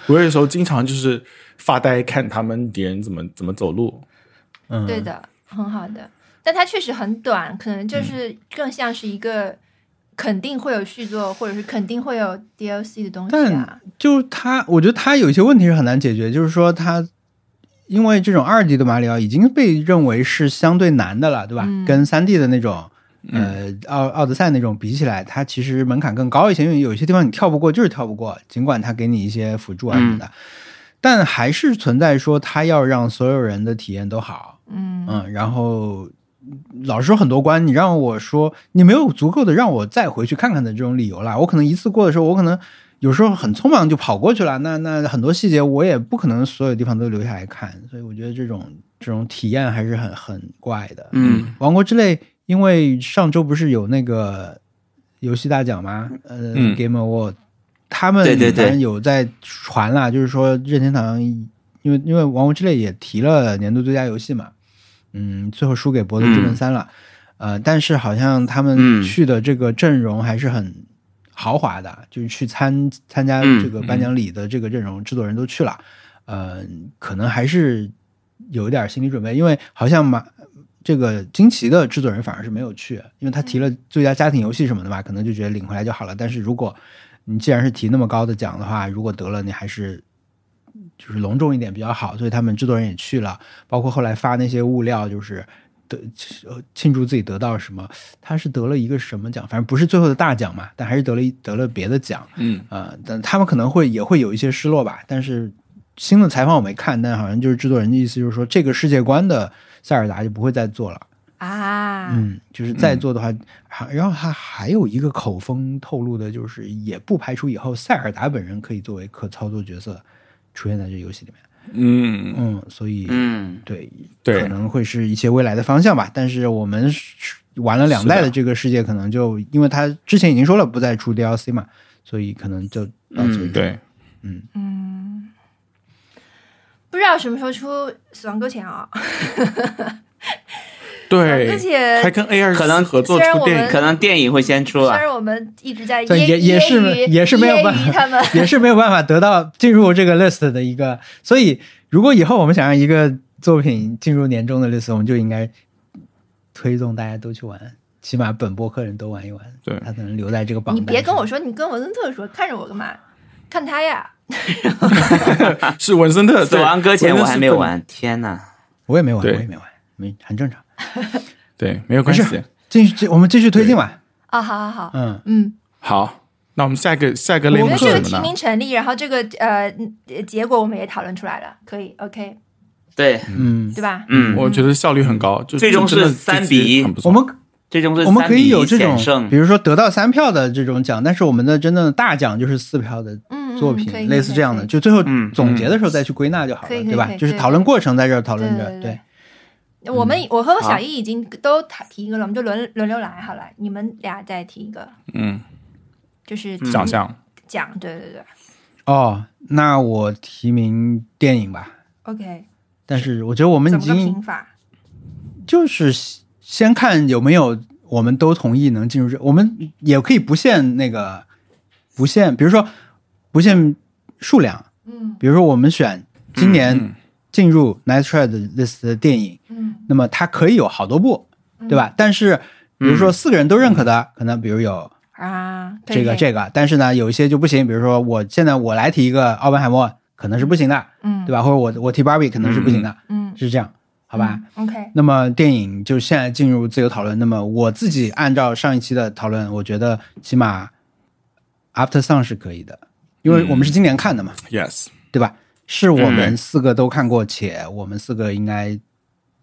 我有时候经常就是发呆看他们敌人怎么怎么走路，
嗯，
对的，很好的。但它确实很短，可能就是更像是一个肯定会有续作，或者是肯定会有 DLC 的东西啊
但。就他，我觉得他有一些问题是很难解决，就是说他因为这种二 D 的马里奥已经被认为是相对难的了，对吧？
嗯
跟三 D 的那种。呃，奥奥德赛那种比起来，它其实门槛更高一些，因为有一些地方你跳不过就是跳不过，尽管它给你一些辅助啊什么的，但还是存在说它要让所有人的体验都好，
嗯，
嗯，然后嗯老实说，很多关你让我说你没有足够的让我再回去看看的这种理由啦。我可能一次过的时候，我可能有时候很匆忙就跑过去了。那那很多细节我也不可能所有地方都留下来看，所以我觉得这种这种体验还是很很怪的。
嗯，
王国之泪，因为上周不是有那个游戏大奖吗？呃、
嗯
g a m e Award，他们
对对对
反正有在传啦，就是说任天堂，因为因为王国之泪也提了年度最佳游戏嘛，嗯，最后输给《博德之门三》了，呃，但是好像他们
嗯
去的这个阵容还是很豪华的，就是去参参加
嗯
这个颁奖礼的这个阵容，制作人都去了，呃，可能还是有一点心理准备，因为好像马这个惊奇的制作人反而是没有去，因为他提了最佳家庭游戏什么的吧，可能就觉得领回来就好了。但是如果你既然是提那么高的奖的话，如果得了，你还是就是隆重一点比较好，所以他们制作人也去了，包括后来发那些物料，就是得呃庆祝自己得到什么，他是得了一个什么奖，反正不是最后的大奖嘛，但还是得了一得了别的奖，
嗯
啊、但他们可能会也会有一些失落吧，但是。新的采访我没看，但好像就是制作人的意思，就是说这个世界观的塞尔达就不会再做了。
啊，
嗯，就是再做的话，还、然后他还有一个口风透露的，就是也不排除以后塞尔达本人可以作为可操作角色出现在这游戏里面。
嗯，
嗯，所以、
嗯，
对
对
可能会是一些未来的方向吧。但是我们是玩了两代
是
的这个世界，可能就因为他之前已经说了不再出 DLC 嘛，所以可能就到此
嗯
为止。
对，
嗯，不知道什么时候出《死亡搁浅》啊，
对，
而且
还跟 A 二
可能
合作
虽然
出
我
电影
们，
可能电影会先出
虽
啊。
然我们一直在揶
但也也是
揶揄
也是没有办
揶揄他们
法，， (laughs) 也是没有办法得到进入这个 list 的一个。所以，如果以后我们想让一个作品进入年终的 list，我们就应该推动大家都去玩，起码本播客人都玩一玩，
对
他才能留在这个榜
你
单。
别跟我，说，你跟文森特说，看着我干嘛？看他呀，
是文森特。
死
对
亡搁浅
文
我
森
还
特
没有玩，天呐，
我也没玩，我
对
也没玩，没很正常。
对，没有关系
没。事继续，继我们继续推进吧。
啊，好好好，
嗯，
嗯，
好，那我们下一个下一个类
我
目
觉得
是
这个
什么呢
提名？成立，然后这个呃呃结果我们也讨论出来了，可以，OK，
对，
嗯，
对吧？
嗯，
我觉得效率很高，就
最终
就真的
是三
这期
比一
很不错
我们
最终是
我们可以有这
3比1
种
险，胜嗯
比。如说得到三票的这种奖，但是我们的真正的大奖就是四票的
嗯，嗯
作
可以
品，类似这样
可
的，
以
就最后
嗯
总结的时候再去归纳就好了，
可以可以
对吧
可以？
就是
对
讨论过程在这儿讨论
对
着
对，
对，嗯
我们我和
好
小易已经都提一个了，我们就轮轮流来好了，你们俩再提一个，
嗯，
就是
嗯
奖项
讲，对对对
哦，那我提名电影吧，
，OK，
但是我觉得我们已
怎么个评
经
法？
就是先看有没有我们都同意能进入这，我们也可以不限那个不限，比如说不限数量，
嗯
比如说我们选今
嗯
年
嗯
进入 Night Trade List 的电影，
嗯，
那么它可以有好多部，
嗯
对吧？但是比
嗯
如说四个人都认可的，可能比如有
啊，可以
这个
可以
这个，但是呢，有一些就不行。比如说我现在我来提一个奥本海默，可能是不行的，
嗯
对吧？或者我我提芭比可能是不行的，
嗯，
是这样，好吧？
嗯，OK，
那么电影就现在进入自由讨论。那么我自己按照上一期的讨论，我觉得起码 After Sun 是可以的，因为我
嗯
们是今年看的嘛，
，yes，
对吧？是我
嗯
们四个都看过，且我们四个应该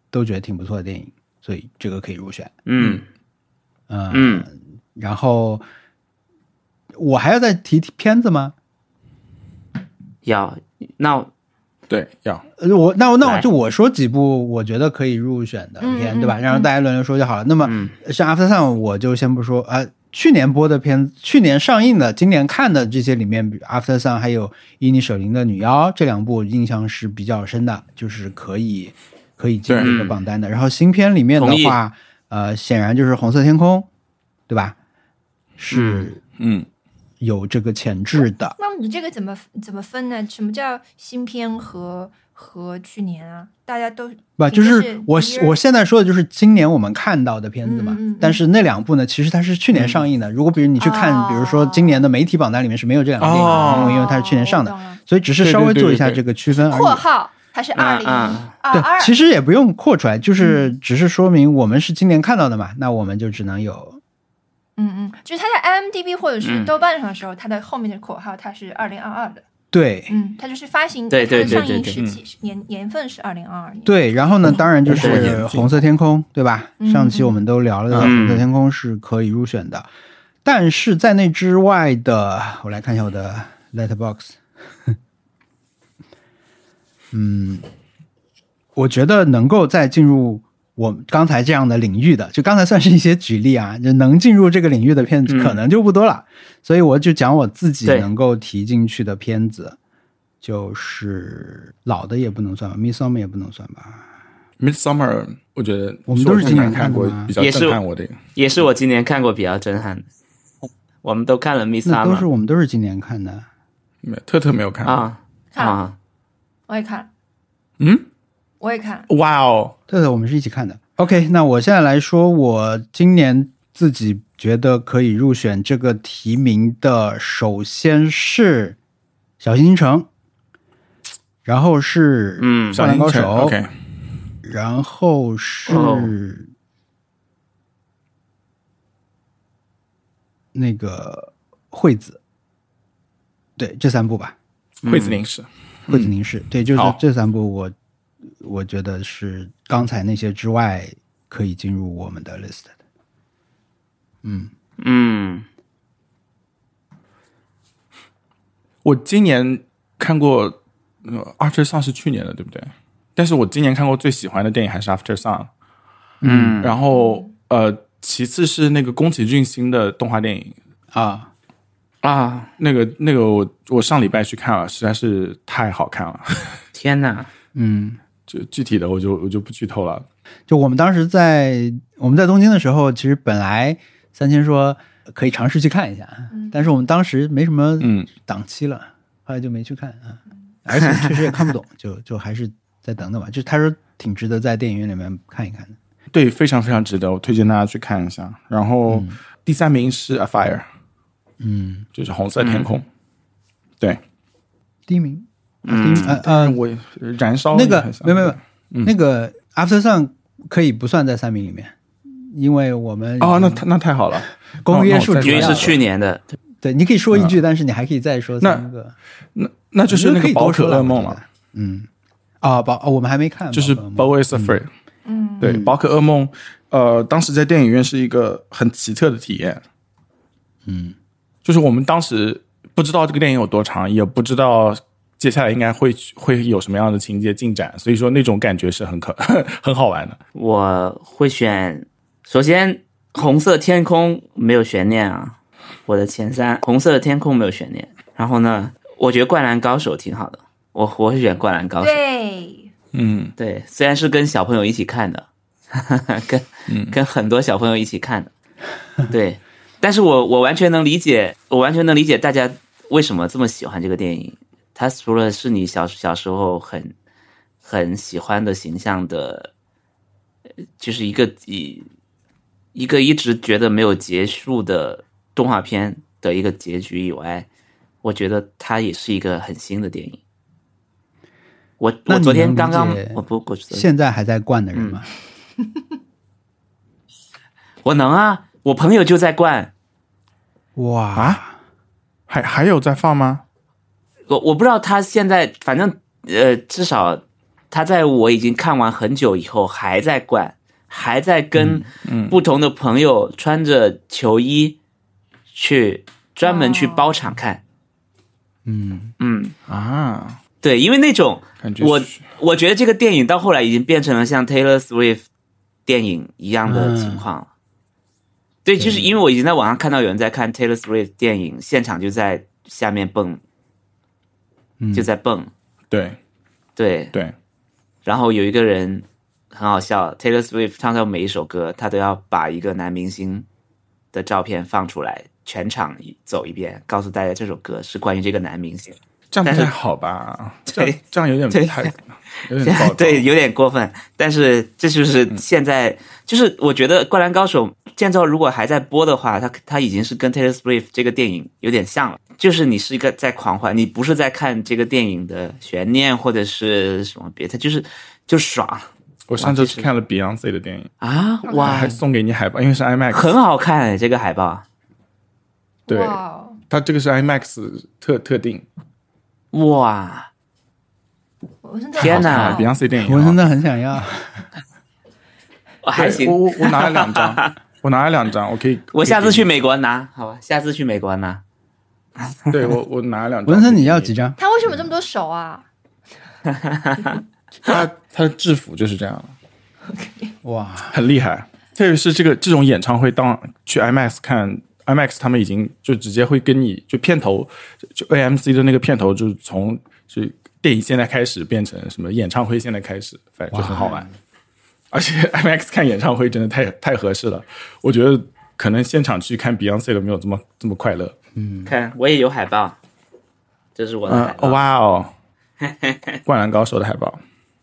都觉得挺不错的电影，所以这个可以入选。
嗯
嗯
嗯，
然后我还要再提提片子吗？
要那我
对，要
呃我那我那我
来
就我说几部我觉得可以入选的
嗯
片，
嗯
对吧？
嗯
然后大家轮流说就好了。那么
嗯
像 After Sun，我就先不说啊、呃去年播的片子，去年上映的，今年看的这些里面比如，After Sun 还有伊尼舍林的女妖这两部印象是比较深的，就是可以可以进入
对
这个榜单的。然后新片里面
同意
的话，呃，显然就是红色天空，对吧？是
嗯，
有这个潜质的。
那你这个怎么怎么分呢？什么叫新片和和去年啊？大家都
不，
就
就是是我
一人
我现在说的就是今年我们看到的片子嘛，
嗯嗯嗯
但是那两部呢，其实它是去年上映的。如果比如你去看，
哦
比如说今年的媒体榜单里面是没有这两部电影的，
哦
因为它是去年上的
哦我懂了，
所以只是稍微
对对对
做一下
对
这个区分而已。
括号它是二零
啊
二
嗯对
二，，嗯
其实也不用扩出来，就是只是说明我们是今年看到的嘛，那我们就只能有
嗯嗯，就是它在 IMDB 或者是
嗯
豆瓣上的时候，它的后面的括号它是二零二二的，
对
嗯，它就是发行
对对
它的上
对嗯
映
对
时期是年年份是二零二二年，
对。然后呢，当然就
我眼
是
睛
红色天空，对吧？
嗯
上期我们都聊了，
嗯
红色天空是可以入选的，但是在那之外的，我来看一下我的 Letterbox。我觉得能够在进入我刚才这样的领域的，就刚才算是一些举例啊，就能进入这个领域的片子
嗯
可能就不多了，所以我就讲我自己
对
能够提进去的片子，就是老的也不能算吧，Midsummer 也不能算吧，
Midsummer，我觉得
我们都是
我
今年
看
看的
过
吗
比较
也是
震撼我的，
也是我今年看过比较震撼的，我们都看了《Miss
那都是
Summer
我们都是今年看的，
没特特没有》看，
啊
看了
啊，
我也看了，
嗯，
我也看了，
哇哦，
对的，我们是一起看的。OK，那我现在来说，我今年自己觉得可以入选这个提名的，首先是《小行星城》。然后是
嗯
灌篮高手
小樱》，OK，
然后是、
哦
那个惠子，对，这三部吧，
嗯
惠子林是
惠子凝视，对，就是
好
这三部我，我觉得是刚才那些之外可以进入我们的 list 的。嗯，
嗯，
我今年看过，呃，After Sun 是去年的，对不对？但是我今年看过最喜欢的电影还是 After Sun，
嗯
然后呃，其次是那个宫崎骏新的动画电影，
啊，
啊，
那个那个我我上礼拜去看了，实在是太好看了。 (laughs)
天哪，
嗯，
就具体的我就我就不剧透了。
就我们当时在我们在东京的时候，其实本来三千说可以尝试去看一下，啊但是我们当时没什么
嗯
档期了，后来就没去看啊，而且确实也看不懂，就就还是再等等吧。就是他说挺值得在电影院里面看一看的。
对，非常非常值得，我推荐大家去看一下。然后、第三名是《A Fire》，
嗯，
就是《红色天空》对，
第一名，第一
嗯
名，呃呃，
我燃烧
那个
也很像
没有没有，
嗯
那个 After Sun 可以不算在三名里面，因为我们
哦，那太那太好了，
公约数
那我再说
因
主
为
一
要
下嗯
是去年的，
对，你可以说一句，但是你还可以再说
那
三个，
那那就是那
我觉得可
个
以
宝
多
可
说
噩梦
我觉
了
得，嗯，啊，宝，哦我们还没看，
就是
宝可噩梦
Boys Afraid。
嗯，
对，宝可噩梦，呃，当时在电影院是一个很奇特的体验。
嗯，
就是我们当时不知道这个电影有多长，也不知道接下来应该会会有什么样的情节进展，所以说那种感觉是很可 (laughs) 很好玩的。
我会选，首先红色天空没有悬念啊，我的前三红色的天空没有悬念。然后呢，我觉得灌篮高手挺好的，我我会选灌篮高手。
对，
嗯，
对，虽然是跟小朋友一起看的， (laughs) 跟、
嗯
跟很多小朋友一起看的，对，但是我我完全能理解，我完全能理解大家为什么这么喜欢这个电影。它除了是你小小时候很很喜欢的形象的，呃就是一个一一个一直觉得没有结束的动画片的一个结局以外，我觉得它也是一个很新的电影。我
那
我
你
昨天
能理
刚刚
解
我哦不我昨天
现在还在灌的人嘛，
我能啊，我朋友就在灌，
哇
啊，还还有在放吗？
我我不知道他现在，反正呃，至少他在我已经看完很久以后还在灌，还在跟不同的朋友穿着球衣去专门去包场看，
嗯，
嗯，
啊，
对，因为那种
感觉
我
是
我觉得这个电影到后来已经变成了像 Taylor Swift 电影一样的情况了。对，就是因为我已经在网上看到有人在看 Taylor Swift 电影，现场就在下面蹦，
嗯
就在蹦。
对
对，
对，
然后有一个人很好笑，Taylor Swift 唱到每一首歌，他都要把一个男明星的照片放出来，全场走一遍，告诉大家这首歌是关于这个男明星。
这样
但
不太
是
好吧？这
对
样这样有
对
点太有点
(laughs)
暴躁
对，有点过分。但是这就是现在，就是我觉得《灌篮高手》建造如果还在播的话，它它已经是跟 Taylor Swift 这个电影有点像了。就是你是一个在狂欢，你不是在看这个电影的悬念或者是什么别的，就是就爽
我上周
哇这
去
是
看了 Beyonce 的电影，
啊！哇
还，送给你海报，因为是 IMAX，
很好看哎，这个海报，
对，
哇哦
它这个是 IMAX 特特定。
哇，
我真的
天
好
哪
想
啊，Beyonce 电影好，
我真的很想要，
嗯
我还
对
行
我。我我拿了两张，我拿了两张，我可以。
(laughs) 我下
可以
次去
给
美国拿，好吧，下次去美国拿。
你，对我我拿了两张。
文森
可以
你要
给
几？张？
他为什么这么多手啊？
他他的制服就是这样的，嗯
哇，
很厉害。特别是这个这种演唱会，当去 IMAX 看 IMAX，他们已经就直接会跟你就片头，就 AMC 的那个片头，就是从是电影现在开始变成什么演唱会现在开始，反正就很好玩。而且 IMAX 看演唱会真的太太合适了，我觉得可能现场去看 Beyonce 都没有这么这么快乐。
看，我也有海报，这是我的
嗯
海，报。
哦哇
(laughs)
哦，灌篮高手的海报，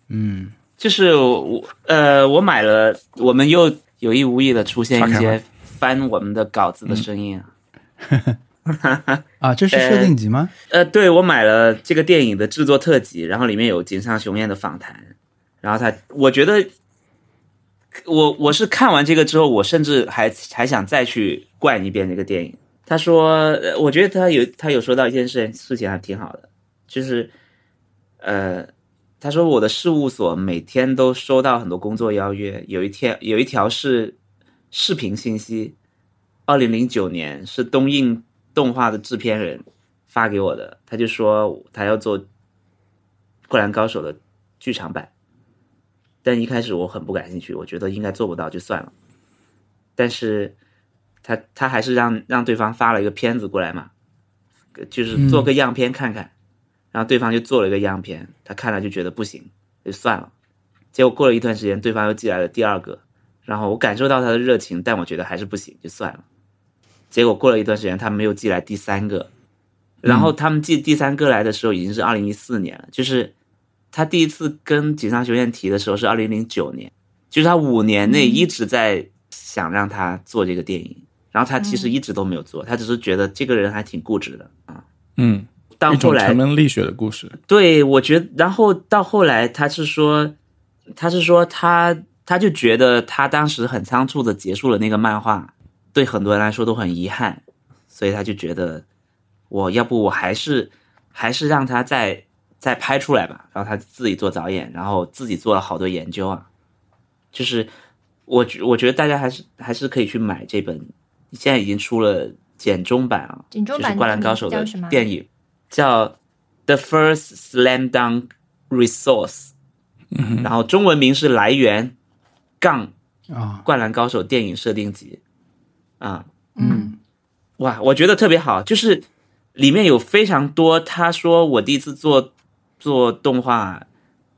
嗯
就是我呃，我买了，我们又有意无意的出现一
岔开
些
了
嗯翻我们的稿子的声音啊。
啊，这是设定集吗？
呃，对我买了这个电影的制作特辑，然后里面有井上雄彦的访谈，然后他，我觉得，我我是看完这个之后，我甚至还还想再去灌一遍这个电影。他说，呃我觉得他有他有说到一件事事情还挺好的，就是，呃，他说我的事务所每天都收到很多工作邀约，有一天有一条是视频信息，二零零九年是东映动画的制片人发给我的，他就说他要做《灌篮高手》的剧场版，但一开始我很不感兴趣，我觉得应该做不到就算了，但是他他还是让让对方发了一个片子过来嘛，就是做个样片看看。然后对方就做了一个样片，他看了就觉得不行，就算了。结果过了一段时间，对方又寄来了第二个，然后我感受到他的热情，但我觉得还是不行，就算了。结果过了一段时间，他们又寄来第三个，然后他们寄第三个来的时候已经是二零一四年了，就是他第一次跟井上学院提的时候是二零零九年，就是他五年内一直在想让他做这个电影，然后他其实一直都没有做，他只是觉得这个人还挺固执的啊。
嗯，
到
一
后
种
来
城门立雪的故事，
对，我觉得，然后到后来，他是说，他是说他他就觉得他当时很仓促的结束了那个漫画，对很多人来说都很遗憾，所以他就觉得，我要不我还是还是让他再再拍出来吧，然后他自己做导演，然后自己做了好多研究啊，就是我觉我觉得大家还是还是可以去买这本，现在已经出了简中版啊，
简中版
就是《灌篮高手》
叫什么
的电影，叫《The First Slam Dunk Resource》，然后中文名是《来源杠
啊，
灌篮高手》电影设定集啊、
嗯
哇，我觉得特别好，就是里面有非常多。他说我第一次做做动画，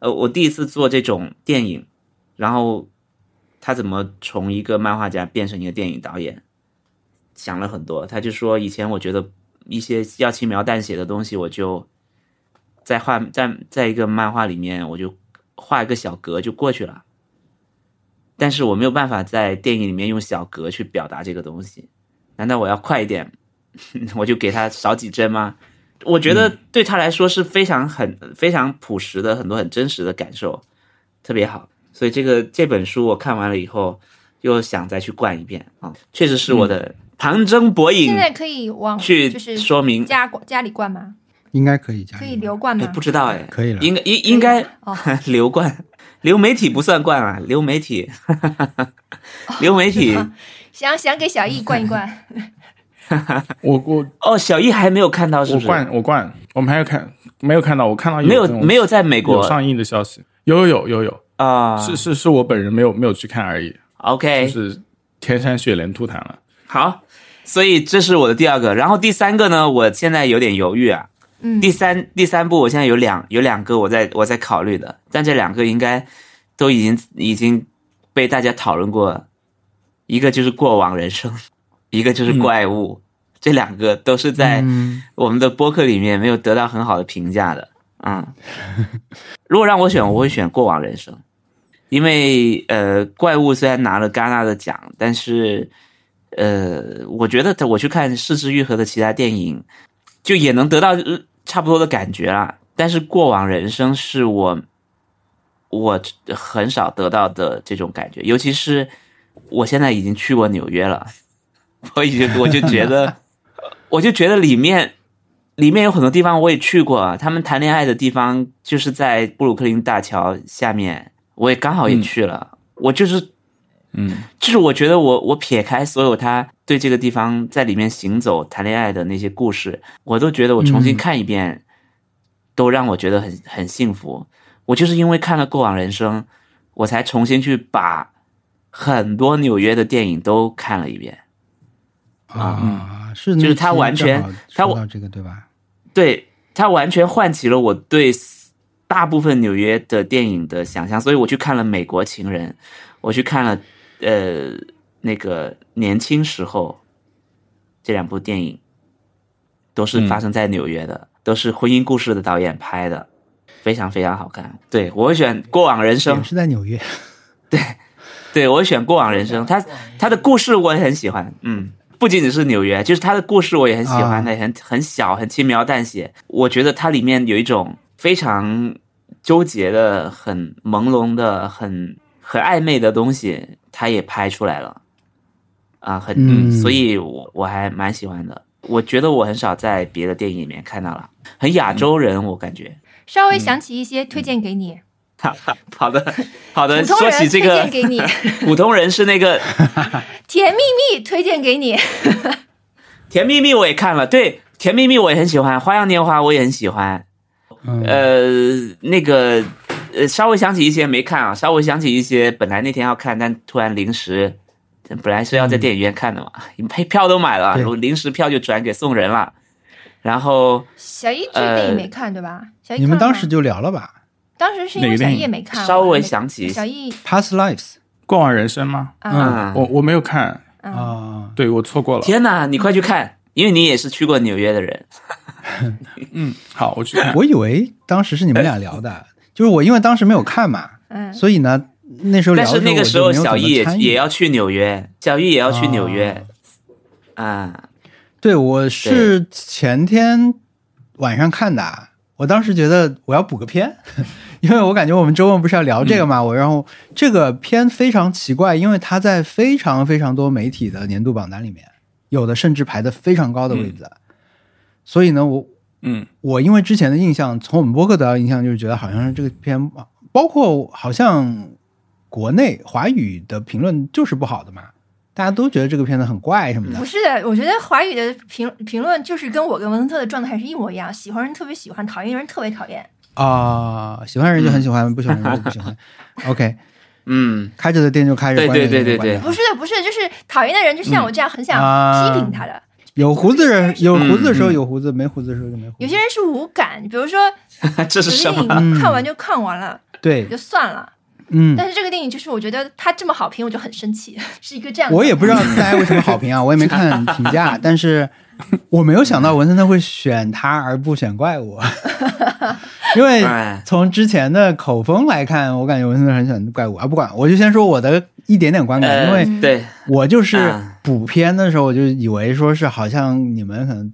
呃，我第一次做这种电影，然后他怎么从一个漫画家变成一个电影导演，想了很多。他就说以前我觉得一些要轻描淡写的东西，我就在画在在一个漫画里面，我就画一个小格就过去了。但是我没有办法在电影里面用小格去表达这个东西，难道我要快一点， (laughs) 我就给他少几帧吗？我觉得对他来说是非常很非常朴实的，很多很真实的感受，特别好。所以这个这本书我看完了以后，又想再去灌一遍啊、确实是我的旁征博引
现。在可以往
去
哦就是
说明，
家家里灌吗？
应该可以加。
可以留灌
哎
吗？
不知道哎，
可以了
应该应应
(laughs)
该
哦
流冠，流媒体不算冠啊，流媒
(laughs)
体，流媒
哦
体
想想给小易灌一灌，
我我
哦，小易还没有看到是
我
不是？
灌我灌，我们还有看没有看到？我看到
没有
这种
没有在美
有
国
上映的消息，有有有有有，
啊？哎
是是是我本人没有没有去看而已，就
OK
是天山雪莲吐痰了。
好，所以这是我的第二个，然后第三个呢，我现在有点犹豫啊。
嗯
第三第三部我现在有两有两个我在我在考虑的，但这两个应该都已经已经被大家讨论过了，一个就是《过往人生》， (laughs) 一个就是《怪物》这两个都是在
嗯
我们的播客里面没有得到很好的评价的。嗯， (laughs) 如果让我选，我会选《过往人生》，因为呃，怪物虽然拿了戛纳的奖，但是呃，我觉得他我去看四之愈合的其他电影，就也能得到呃差不多的感觉啦。但是《过往人生》是我我很少得到的这种感觉，尤其是我现在已经去过纽约了， (laughs) 我已经我就觉得。 (laughs) 我就觉得里面里面有很多地方我也去过啊，他们谈恋爱的地方就是在布鲁克林大桥下面，我也刚好也去了。我就是
嗯
就是我觉得我我撇开所有他对这个地方在里面行走谈恋爱的那些故事，我都觉得我重新看一遍，都让我觉得很很幸福。我就是因为看了《过往人生》，我才重新去把很多纽约的电影都看了一遍。
嗯
啊，是那
就是他
期
完全
正好
他
说到这个对吧？
对它完全唤起了我对大部分纽约的电影的想象，所以我去看了《美国情人》，我去看了呃那个年轻时候这两部电影，都是发生在纽约的，都是婚姻故事的导演拍的，非常非常好看。对我会选《过往人生
也》，是在纽约。
对我会选《过往人生》，它它的故事我也很喜欢，嗯，不仅仅是纽约，就是它的故事我也很喜欢，它也很很小，很轻描淡写。我觉得它里面有一种非常纠结的、很朦胧的、很很暧昧的东西，它也拍出来了。啊，很，
嗯
所以我我还蛮喜欢的。我觉得我很少在别的电影里面看到了，很亚洲人，我感觉。
稍微
嗯
想起一些推荐给你，
好的，好的。
(laughs)
嗯呃
普通
说
人
起这
推
个
荐，给
(laughs)
你，
普通人是那个
甜蜜蜜推荐给
呃
你，
《甜蜜蜜》，我也看了，对，《甜蜜蜜》我也很喜欢，《花样年华》我也很喜欢。
嗯
呃，那个，呃，稍微想起一些没看啊，稍微想起一些本来那天要看，但突然临时，本来是要在电影院看的嘛，配票都买了
对，
我临时票就转给送人了。然后
小一这个电影没看对吧？小一
你们
哎看了
当
吗
时就聊了吧
当时是因为小一也没看，
稍
我
微
还没
想起一
小
些，
易
，Past Lives
过往人生吗？
啊
嗯
我我没有看，
啊，
啊，
对我错过了。
天哪，你快去看，因为你也是去过纽约的人。
嗯，好，我去看。
啊我以为当时是你们俩聊的，就是我因为当时没有看嘛，
嗯，
所以呢那时候聊
但
的
是那个时候，
我就没有
小易也
怎么参与
也要去纽约，小易也要去纽约，
哦
啊，
对，我是前天晚上看的啊。我当时觉得我要补个片， (laughs) 因为我感觉我们周末不是要聊这个
嗯
嘛。我然后这个片非常奇怪，因为它在非常非常多媒体的年度榜单里面，有的甚至排的非常高的位
嗯
置。所以呢，我
嗯
我因为之前的印象，从我们播客得到的印象就是觉得好像是这个片，包括好像国内华语的评论就是不好的嘛，大家都觉得这个片子很怪什么的
嗯
不。是的，我觉得华语的评评论就是跟我跟文森特的状态是一模一样，喜欢人特别喜欢，讨厌人特别讨厌。
啊、喜欢人就很喜欢，不喜欢人就不喜欢。OK， (laughs)
嗯， (laughs)
开着的店就开着，
对
关着的店
对对
就关着
对对
不是的，不是的，就是讨厌的人，就
嗯
像我这样，很想
啊
批评他的。
有胡子的人有胡子的时
嗯
候有胡子，没胡子的时候就没胡子。
有些人是无感，比如说
这是
有些
什
电
么？嗯
影看完就看完了，也
对，
就算了。
嗯，
但是这个电影就是我觉得他这么好评，我就很生气， (laughs) 是一个这样的。
我也不知道大家为什么好评啊，我也没看评
(laughs)
价，但是我没有想到文森特会选他而不选怪物， (laughs) 因为
哎
(laughs) 从之前的口风来看，我感觉文森特很喜欢怪物啊。不管，我就先说我的一点点观感，嗯因为
呃，对，
我就是
啊
补片的时候，我就以为说是好像你们可能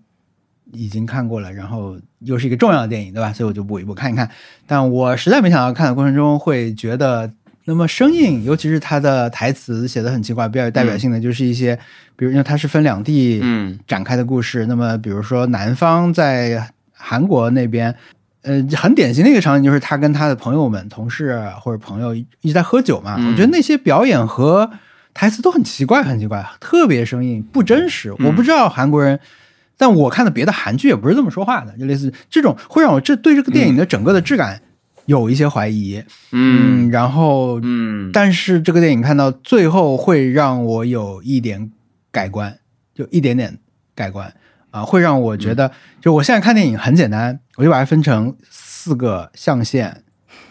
已经看过了，然后又是一个重要的电影，对吧？所以我就补一补看一看。但我实在没想到看的过程中会觉得那么生硬，尤其是他的台词写的很奇怪，比较有代表性的就是一些，比如因为它是分两地
嗯
展开的故事，那么比如说南方在韩国那边。呃，很典型的一个场景就是他跟他的朋友们、同事啊或者朋友一一直在喝酒嘛。
嗯
我觉得那些表演和台词都很奇怪，很奇怪，特别生硬，不真实。
嗯
我不知道韩国人，但我看的别的韩剧也不是这么说话的，就类似这种会让我这对这个电影的整个的质感有一些怀疑。
嗯
然后，
嗯，
但是这个电影看到最后会让我有一点改观，就一点点改观啊，会让我觉得，就我现在看电影很简单，我就把它分成四个象限，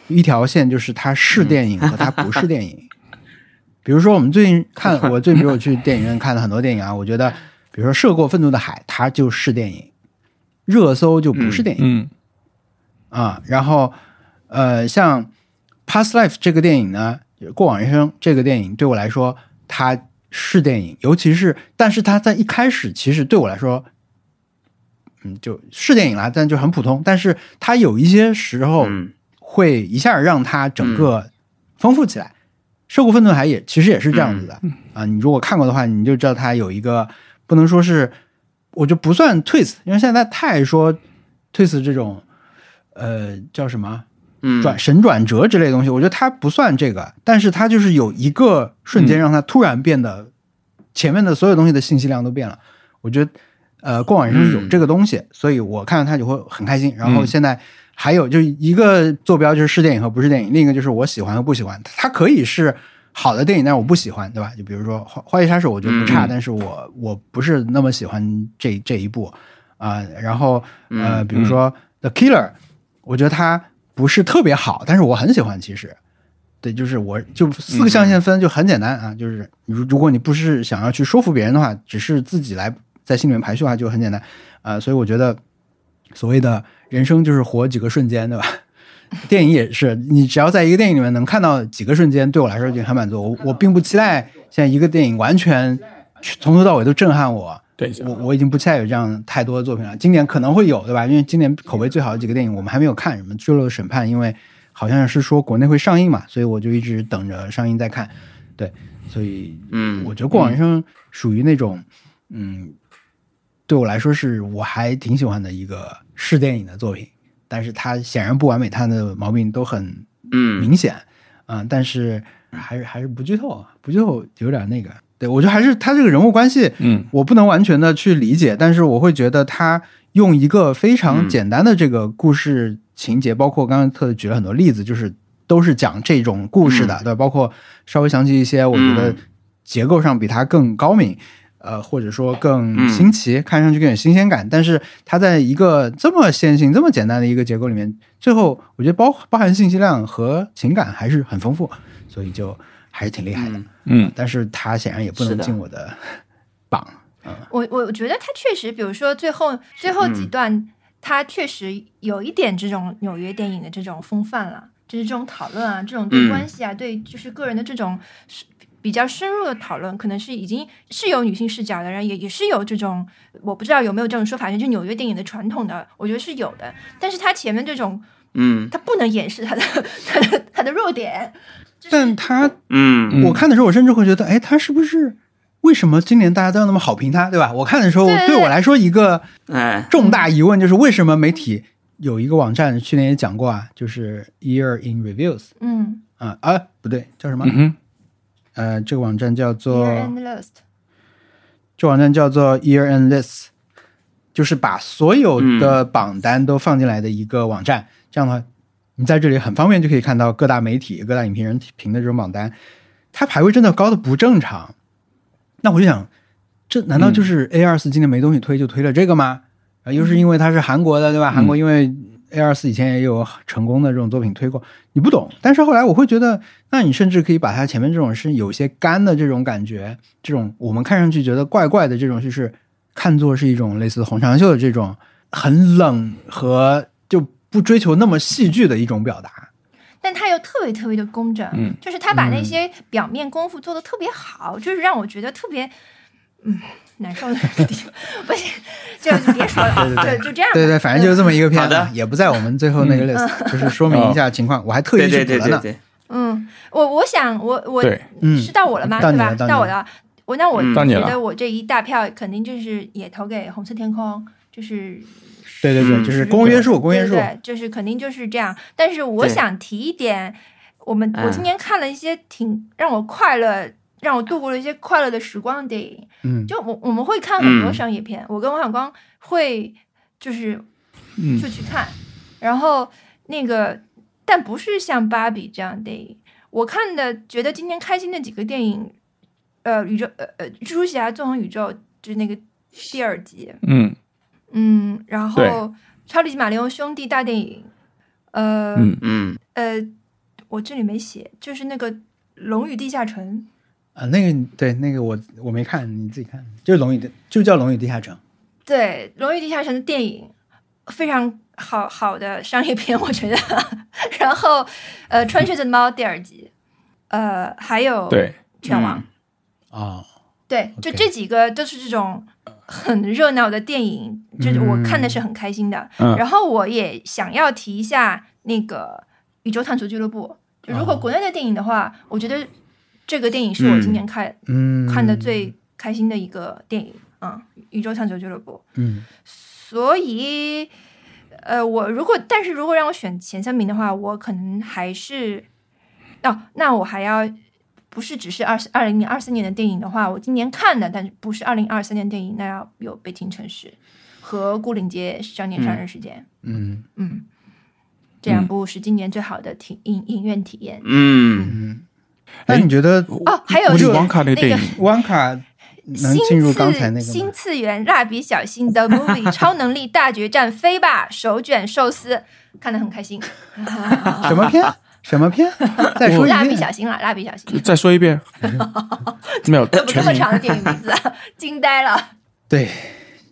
一条线就是它是电影和它不是电影。 (laughs) 比如说，我们最近看，我最近比如我去电影院看了很多电影啊，我觉得，比如说《涉过愤怒的海》，它就是电影，《热搜》就不是电影。
哎
嗯
啊，然后呃，像《Past Life》这个电影呢，《过往人生》这个电影对我来说，它是电影，尤其是，但是它在一开始其实对我来说，嗯，就是电影啦，但就很普通。但是它有一些时候
嗯
会一下让它整个丰富起来。涉过愤怒的海也其实也是这样子的、啊，你如果看过的话，你就知道它有一个不能说是，我就不算 twist，因为现在太说 twist 这种呃叫什么
嗯
转神转折之类的东西，我觉得它不算这个，但是它就是有一个瞬
嗯
间让它突然变得、前面的所有东西的信息量都变了。我觉得呃，过往人生
嗯
有这个东西，所以我看到它就会很开心。然后现在还有就一个坐标就是是电影和不是电影，另一个就是我喜欢和不喜欢，它可以是。好的电影，但是我不喜欢，对吧？就比如说《花花月杀手》，我觉得不差，
嗯
但是我我不是那么喜欢这这一部啊、然后呃，比如说《The Killer》，我觉得它不是特别好，但是我很喜欢。其实，对，就是我就四个象限分就很简单啊，就是如如果你不是想要去说服别人的话，只是自己来在心里面排序的话，就很简单啊、呃所以我觉得所谓的人生就是活几个瞬间，对吧？ (laughs) 电影也是，你只要在一个电影里面能看到几个瞬间，对我来说已经很满足。我我并不期待现在一个电影完全从头到尾都震撼我。
对一下
啊
我我已经不再有这样太多的作品了。今年可能会有，对吧？因为今年口碑最好的几个电影我们还没有看，什么《坠落的审判》，因为好像是说国内会上映嘛，所以我就一直等着上映再看。对，所以
嗯
我觉得《过往人生》属于那种，嗯，对我来说是我还挺喜欢的一个是电影的作品，但是它显然不完美，它的毛病都很
嗯
明显，啊、但是还是还是不剧透啊，不剧透有点那个。对我觉得还是他这个人物关系，
嗯，
我不能完全的去理解，但是我会觉得他用一个非常
嗯
简单的这个故事情节，包括刚刚特地举了很多例子，就是都是讲这种故事的，对吧，包括稍微想起一些，我觉得
嗯
结构上比他更高明。呃，或者说更
嗯
新奇，看上去更有新鲜感。但是它在一个这么线性、这么简单的一个结构里面，最后我觉得包包含信息量和情感还是很丰富，所以就还是挺厉害的。
嗯
嗯
但是它显然也不
是
能
的
进我的榜。
我我觉得他确实，比如说最
嗯
后最后几段，他确实有一点这种纽约电影的这种风范了，就是这种讨论啊，这种对
嗯
关系啊，对就是个人的这种是比较深入的讨论，可能是已经是有女性视角的人，也也是有这种，我不知道有没有这种说法，就是纽约电影的传统的，我觉得是有的，但是他前面这种，
嗯
他不能掩饰他的 (laughs) 他的他的弱点，
但它
嗯
嗯
我看的时候，我甚至会觉得，哎，它是不是为什么今年大家都要那么好评它，对吧？我看的时候，
对对
对我来说一个
哎
重大疑问就是，为什么媒体有一个网站去年也讲过啊，就是 Year in Reviews。
嗯
啊啊，不对，叫什么？
嗯哼，
呃，这个网站叫做
，Year and Lost，
这网站叫做 Year and List，就是把所有的榜单都放进来的一个网站。这样的话，你在这里很方便就可以看到各大媒体、各大影评人评的这种榜单，它排位真的高的不正常。那我就想，这难道就是 A 二四今年没东西推就推了这个吗？啊，又是因为它是韩国的，
嗯
对吧？韩国因为 A 二四以前也有成功的这种作品推过，你不懂。但是后来我会觉得，那你甚至可以把它前面这种是有些干的这种感觉，这种我们看上去觉得怪怪的这种，就是看作是一种类似红长袖的这种很冷和就不追求那么戏剧的一种表达。
但他又特别特别的工整，
嗯
就是他把那些表面功夫做的特别好，就是让我觉得特别嗯难受的地方。不行，就别说了，啊就就这样
(laughs)
吧。
对对，反正就是这么一个片子
好的，
也不在我们最后那个 list，就是说明一下情况。我还特意
对
去
对
补
对
了
对
呢。
对，
嗯，我我想我我
对，
嗯
是到我了吗？
到
对
你
吧？
了
到
到
我
你
了。我那我
嗯
到你
觉
了
得我这一大票肯定就是也投给红色天空，就是
对对对，
嗯
就是公约数，公约数
对。对对，就是肯定就是这样。但是我
对
想提一点，我们
嗯
我今年看了一些挺让我快乐。让我度过了一些快乐的时光的电影，
嗯，
就我我们会看很多
嗯
商业片，我跟王小光会就是
嗯
就去看，然后那个但不是像芭比这样的电影，我看的觉得今天开心的几个电影，呃，宇宙呃呃蜘蛛侠纵横宇宙就是那个第二集，
嗯
嗯，然后
对
《超级马里奥兄弟》大电影，呃、
嗯
嗯
呃，我这里没写，就是那个《龙与地下城
啊，那个对，那个我我没看，你自己看，就是《龙与地》，就叫《龙与地下城》。》，
对，《龙与地下城》的电影非常好好的商业片，我觉得。然后，呃，《穿靴子的猫》第二集，呃，还有《
对，
拳王》
哦，
对，
嗯
就
OK
这几个都是这种很热闹的电影，就是我看的
嗯
是很开心的。
嗯
然后我也想要提一下那个《宇宙探索俱乐部》，就如果
哦
国内的电影的话，我觉得这个电影是我今年看、
嗯，
看的最开心的一个电影啊，嗯宇宙探索俱乐部》。
嗯
所以，呃，我如果但是如果让我选前三名的话，我可能还是哦，那我还要不是只是二二零年二四年的电影的话，我今年看的，但是不是二零二三年电影，那要有《北京城市》和《牯岭街少年杀人事件》
嗯
嗯。这两部是今年最好的体影影院体验
嗯
嗯。那你觉得
哦，还有
乌
是
里旺卡那
那
电影
个，
汪卡能
新
进入
次
刚才那个
新
吗？
次元蜡笔小新的 movie 超能力大决战飞吧手卷寿司，看得很开心。
什么片？什么片？
哎
再说
蜡
一
笔
遍。
小新啦，蜡笔小新，
再说一
(laughs)
遍，没有
怎么这
全
么
名
长的电影名字啊？惊呆了。
对，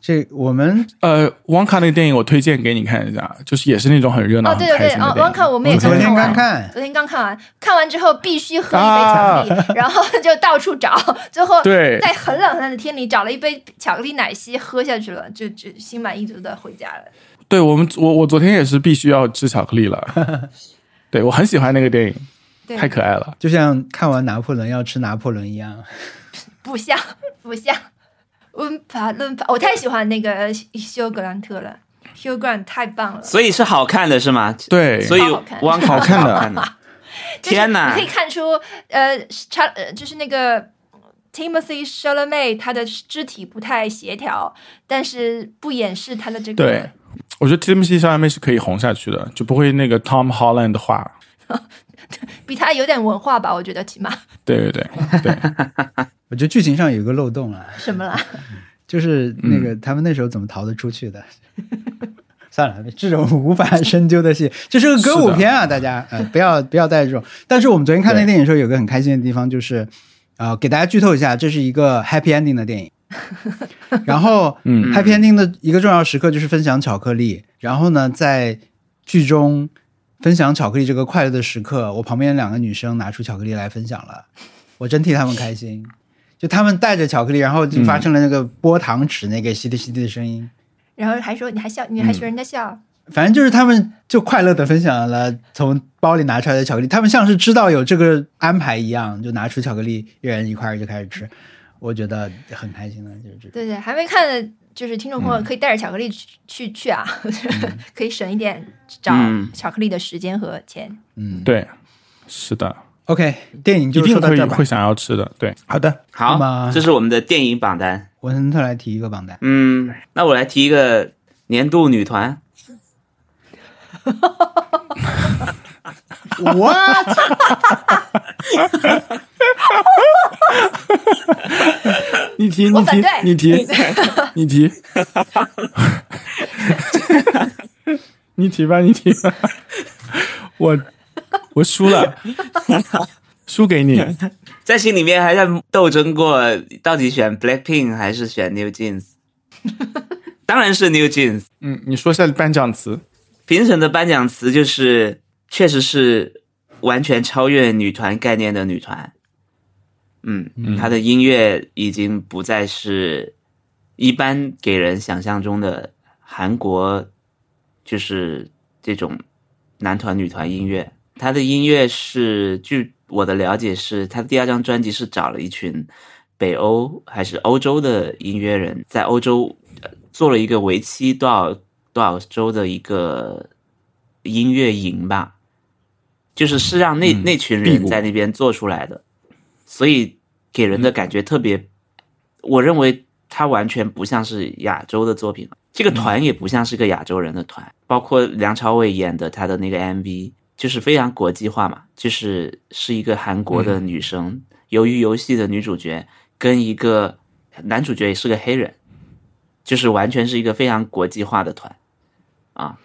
这我们
呃，旺卡那个电影我推荐给你看一下，就是也是那种很热闹、
哦，对对
很开
对，
心的
哦，
电影。
汪看我们也
昨
刚
昨
天
天
看
刚
完。
看，
昨天刚看完，看完之后必须喝一杯巧克力，然后就到处找，最后
啊对
在很冷很冷的天里找了一杯巧克力奶昔喝下去了，就就心满意足的回家了。
对我们，我我昨天也是必须要吃巧克力了。 (laughs) 对我很喜欢那个电影，
对，
太可爱了。
就像看完拿破仑要吃拿破仑一样。
不像不像温帕论帕，我太喜欢那个休格兰特了，Hugh Grant 太棒了。
所以是好看的是吗？
对，
所以
超好看
汪
好看的
的，
就是
天
你
哪
可以！看出，呃，查呃，就是那个 Timothy Chalamet 他的肢体不太协调，但是不掩饰他的这
对
个，
我觉得 Timothy 小妹是可以红下去的，就不会那个 Tom Holland 的话。
比他有点文化吧，我觉得起码
对对对
嗯
对，
我觉得剧情上有一个漏洞啊，
什么啦，
就是那个他们那时候怎么逃得出去的？ (laughs) 算了，这种无法深究的戏，这是个歌舞片啊，大家呃不要不要带这种。但是我们昨天看那个电影的时候，有个很开心的地方就是，呃，给大家剧透一下，这是一个 happy ending 的电影。然后，
嗯
，happy ending 的一个重要时刻就是分享巧克力。然后呢，在剧中分享巧克力这个快乐的时刻，我旁边两个女生拿出巧克力来分享了，我真替她们开心。就她们带着巧克力，然后
嗯
就发生了那个拨糖纸那个淅滴淅滴的声音。
(laughs) 然后还说你还笑，你还
嗯
学人家笑，
反正就是他们就快乐的分享了从包里拿出来的巧克力，他们像是知道有这个安排一样，就拿出巧克力，一人一块儿就开始吃，我觉得很开心的，就是这种。
对对，还没看的就是听众
嗯
朋友可以带着巧克力去、去去啊， (laughs) 可以省一点找
嗯
巧克力的时间和钱。
嗯
对，是的，
，OK，电影
一
就
定
说到
可以
这儿吧
会。想要吃的。对，好的，
那
好
么，
这是我们的电影榜单。
文森特来提一个榜 (laughs) 单，
嗯，那我来提一个年度女团，
我
你提
我
你
反
提
对
你
(laughs)
提你提， (laughs) 你提吧你提吧，我我输
(laughs)
了，输给你。
在心里面还在斗争过，到底选 Blackpink 还是选 New Jeans？当然是 New Jeans。
嗯，你说一下颁奖词。
评审的颁奖词就是，确实是完全超越女团概念的女团。嗯，她的音乐已经不再是一般给人想象中的韩国，就是这种男团女团音乐。她的音乐是，据我的了解是，她第二张专辑是找了一群北欧还是欧洲的音乐人，在欧洲呃做了一个为期多少多少周的一个音乐营吧，就是是让那、
嗯
那群
辟
人
谷
在那边做出来的，所以给
嗯
人的感觉特别，我认为它完全不像是亚洲的作品，这
嗯
个团也不像是个亚洲人的团，包括梁朝伟演的他的那个 MV，就是非常国际化嘛，就是是一个韩国
嗯
的女生，由于游戏的女主角跟一个男主角也是个黑人，就是完全是一个非常国际化的团，啊，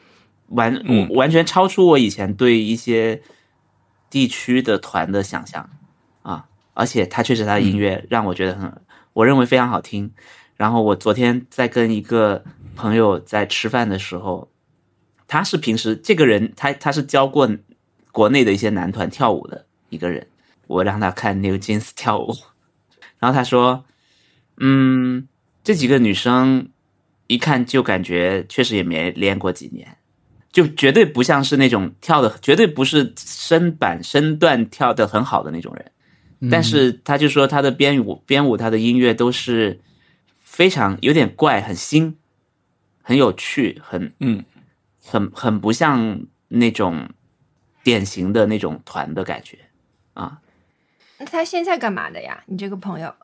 完、
嗯
我完全超出我以前对一些地区的团的想象啊，而且他确实他的音乐让我觉得很，我认为非常好听。然后我昨天在跟一个朋友在吃饭的时候，他是平时这个人他他是教过国内的一些男团跳舞的一个人，我让他看 New Jeans 跳舞， (laughs) 然后他说，嗯，这几个女生一看就感觉确实也没练过几年，就绝对不像是那种跳的，绝对不是身板身段跳的很好的那种人。但是他就说他的编舞、编舞、他的音乐都是非常有点怪，很新，很有趣，很
嗯
很很不像那种典型的那种团的感觉啊。？
那他现在干嘛的呀？你这个朋友，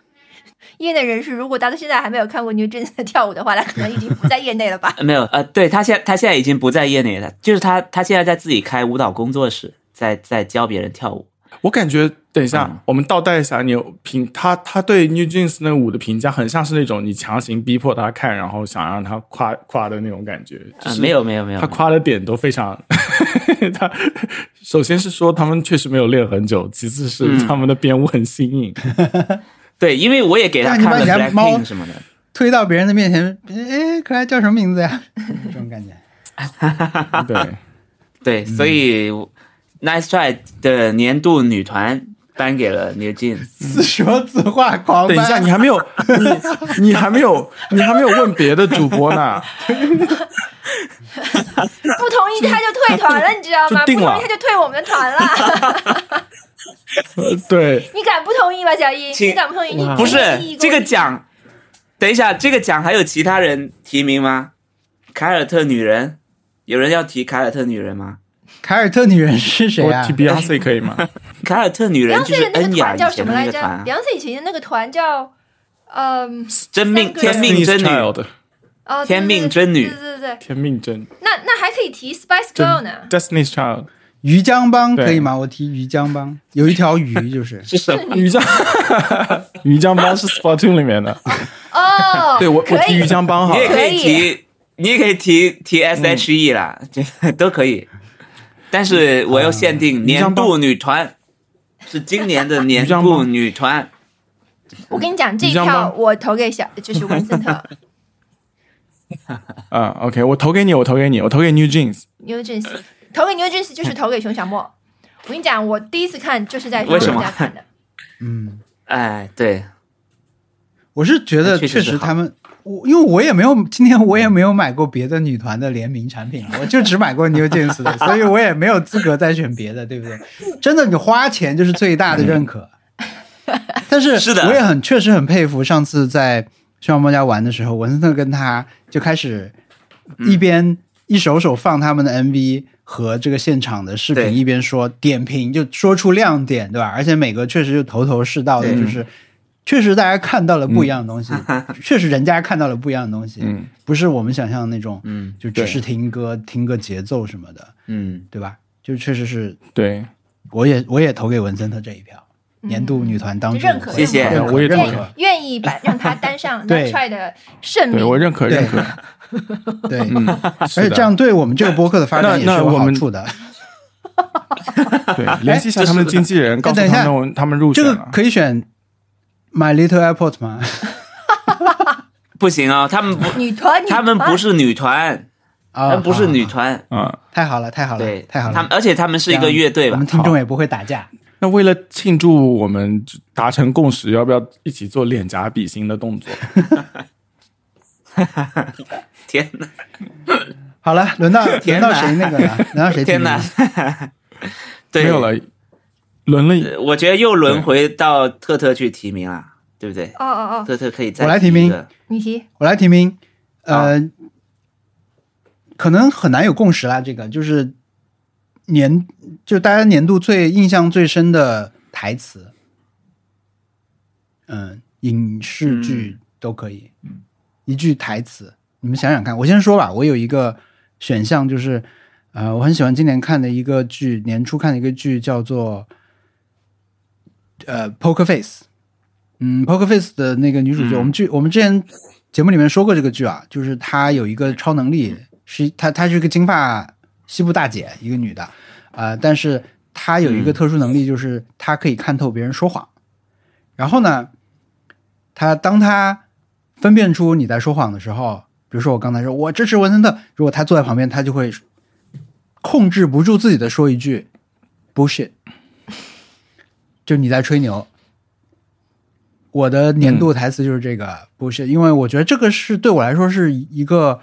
(laughs) 业内人士如果达到现在还没有看过 New Jeans 跳舞的话，他可能已经不在业内了吧
呃没有，呃，对他现他现在已经不在业内了，就是他他现在在自己开舞蹈工作室，在在教别人跳舞。
我感觉，等一下，
嗯
我们倒带一下，你有评他他对 New Jeans 那舞的评价，很像是那种你强行逼迫他看，然后想让他夸夸的那种感觉。就
啊，
是
没有没有没有，
他夸的点都非常， (laughs) 他首先是说他们确实没有练很久，其次是
嗯
他们的编舞很新颖。
(laughs) 对，因为我也给他
但你
看
把
了
你家猫
Blackpink 什么的，
推到别人的面前，哎，可爱叫什么名字呀？这种感觉。
对，
对，
嗯
所以 Nice Try 的年度女团颁给了 New Jeans。
自说自话狂
等一下，
掰
你还没有，你你还没有，你还没有问别的主播
(laughs)
呢，
不同意他就退团了，你知道吗？
就
不
定
同
了
意他就退我们的
(laughs)
团了。
呃对，
你敢不同意吗，小英？
请
你敢不同意？你
(laughs) 不是
你你
这个奖，等一下，这个奖还有其他人提名吗？凯尔特女人，有人要提凯尔特女人吗？
凯尔特女人是谁
我
啊
提？Beyonce 可以吗？
凯尔特女人就
Beyonce
是
的那个
恩雅
团叫
以前
什么
的那
来
个
着
团啊，
？Beyonce 以前的那个团叫，嗯，
真命
三个人
(laughs) 天命
Destiny's
真女，
Child，
哦，对
天命真女
对对对对，
天命真
那那还可以提 Spice
真
Girl 呢？
，Destiny's Child，
鱼江帮
对
可以吗？我提鱼江帮，有一条鱼就是。
是什么？
于 (laughs) 江，于江帮是 Splatoon 里面的，
哦，
对我我
可
提于
以，
江帮好
你也
了，
可以提，你也可以提提 S H E 啦，
嗯
这都可以。但是我要限
嗯
定
于
年
江帮
度女团，是今年的年
于江
度
帮
女团。
我跟你讲，这一
于江
票
帮
我投给小，就是文森特 (laughs)
啊，OK，我投给你，我投给你，我投给 New Jeans，
New Jeans，投给 New Jeans 就是投给熊小莫。我跟你讲，我第一次看就是在他
为什
们
么
家看的，
嗯，
哎，对，
我是觉得
确实
确
是
实
好
他们，我因为我也没有今天我也没有买过别的女团的联名产品，我就只买过 New Jeans 的，所以我也没有资格再选别的，对不对？真的，你花钱就是最大的认可。但是
嗯是的
我也很确实很佩服，上次在熊小莫家玩的时候，文森特跟他就开始
嗯
一边一首首放他们的 MV 和这个现场的视
对
频，一边说点评，就说出亮点，对吧？而且每个确实就头头是道的，
对
就是确实大家看到了
嗯
不一样
(laughs)
的东西，确实人家看到了不一样的东西，
嗯
不是我们想象的那种，
嗯
就只
对
是听歌、听个节奏什么的，
嗯，
对吧？就确实是，
对，
我也我也投给文森特这一票，
嗯
年度女团当之
认可，
无
谢
愧
谢
认可
我也
愿
认
意
可
愿意把让他担上
对
Night Try 的盛
对
名。
我认可
对
认
(laughs)
可，
对，
嗯，而
哎
而且这样对我们这个播客的发展也是
那那
有
我
好
们
处的。
对，
哎
联系一下他们的经纪人，告诉
等一下
他们他们入
这
选啊
个
了。
可以选 My Little
(laughs)
Airport 吗？
不行啊、他们不，
女团，女团
他们不是女团，他
啊，
哎们不是女
好，
团，
嗯，
好太好了，太好了
对，，
太好
他
了
们，，而且他们是一个乐队
我
吧
们？听众也不会打架。
那为了庆祝我们达成共识，要不要一起做脸颊比心的动作？
天哪，
好了，轮到
(laughs)
轮
天
到
哪
谁那个了？轮到
(laughs)
谁？
天哪
哪！！
对，
没有了，轮了一
呃，我觉得又轮回到特特去提名了，对不对？
哦哦哦，
特特可以再
我来提
一
名
个
你提
我来提名，呃，可能很难有共识啦。这个就是年，就大家年度最印象最深的台词，嗯、影视剧都可以，一句台词，你们想想看。我先说吧，我有一个选项就是，呃，我很喜欢今年看的一个剧，年初看的一个剧叫做呃《Poker Face》。嗯，《Poker Face》的那个女主角，
嗯
我们剧我们之前节目里面说过这个剧啊，就是她有一个超能力，是她她是一个金发西部大姐，一个女的，啊、但是她有一个特殊能力，就是她可以看透别人说谎。然后呢，她当她分辨出你在说谎的时候，比如说我刚才说我支持文森特，如果她坐在旁边，她就会控制不住自己的说一句 bullshit，就你在吹牛。我的年度台词就是这个、bullshit，因为我觉得这个是对我来说是一个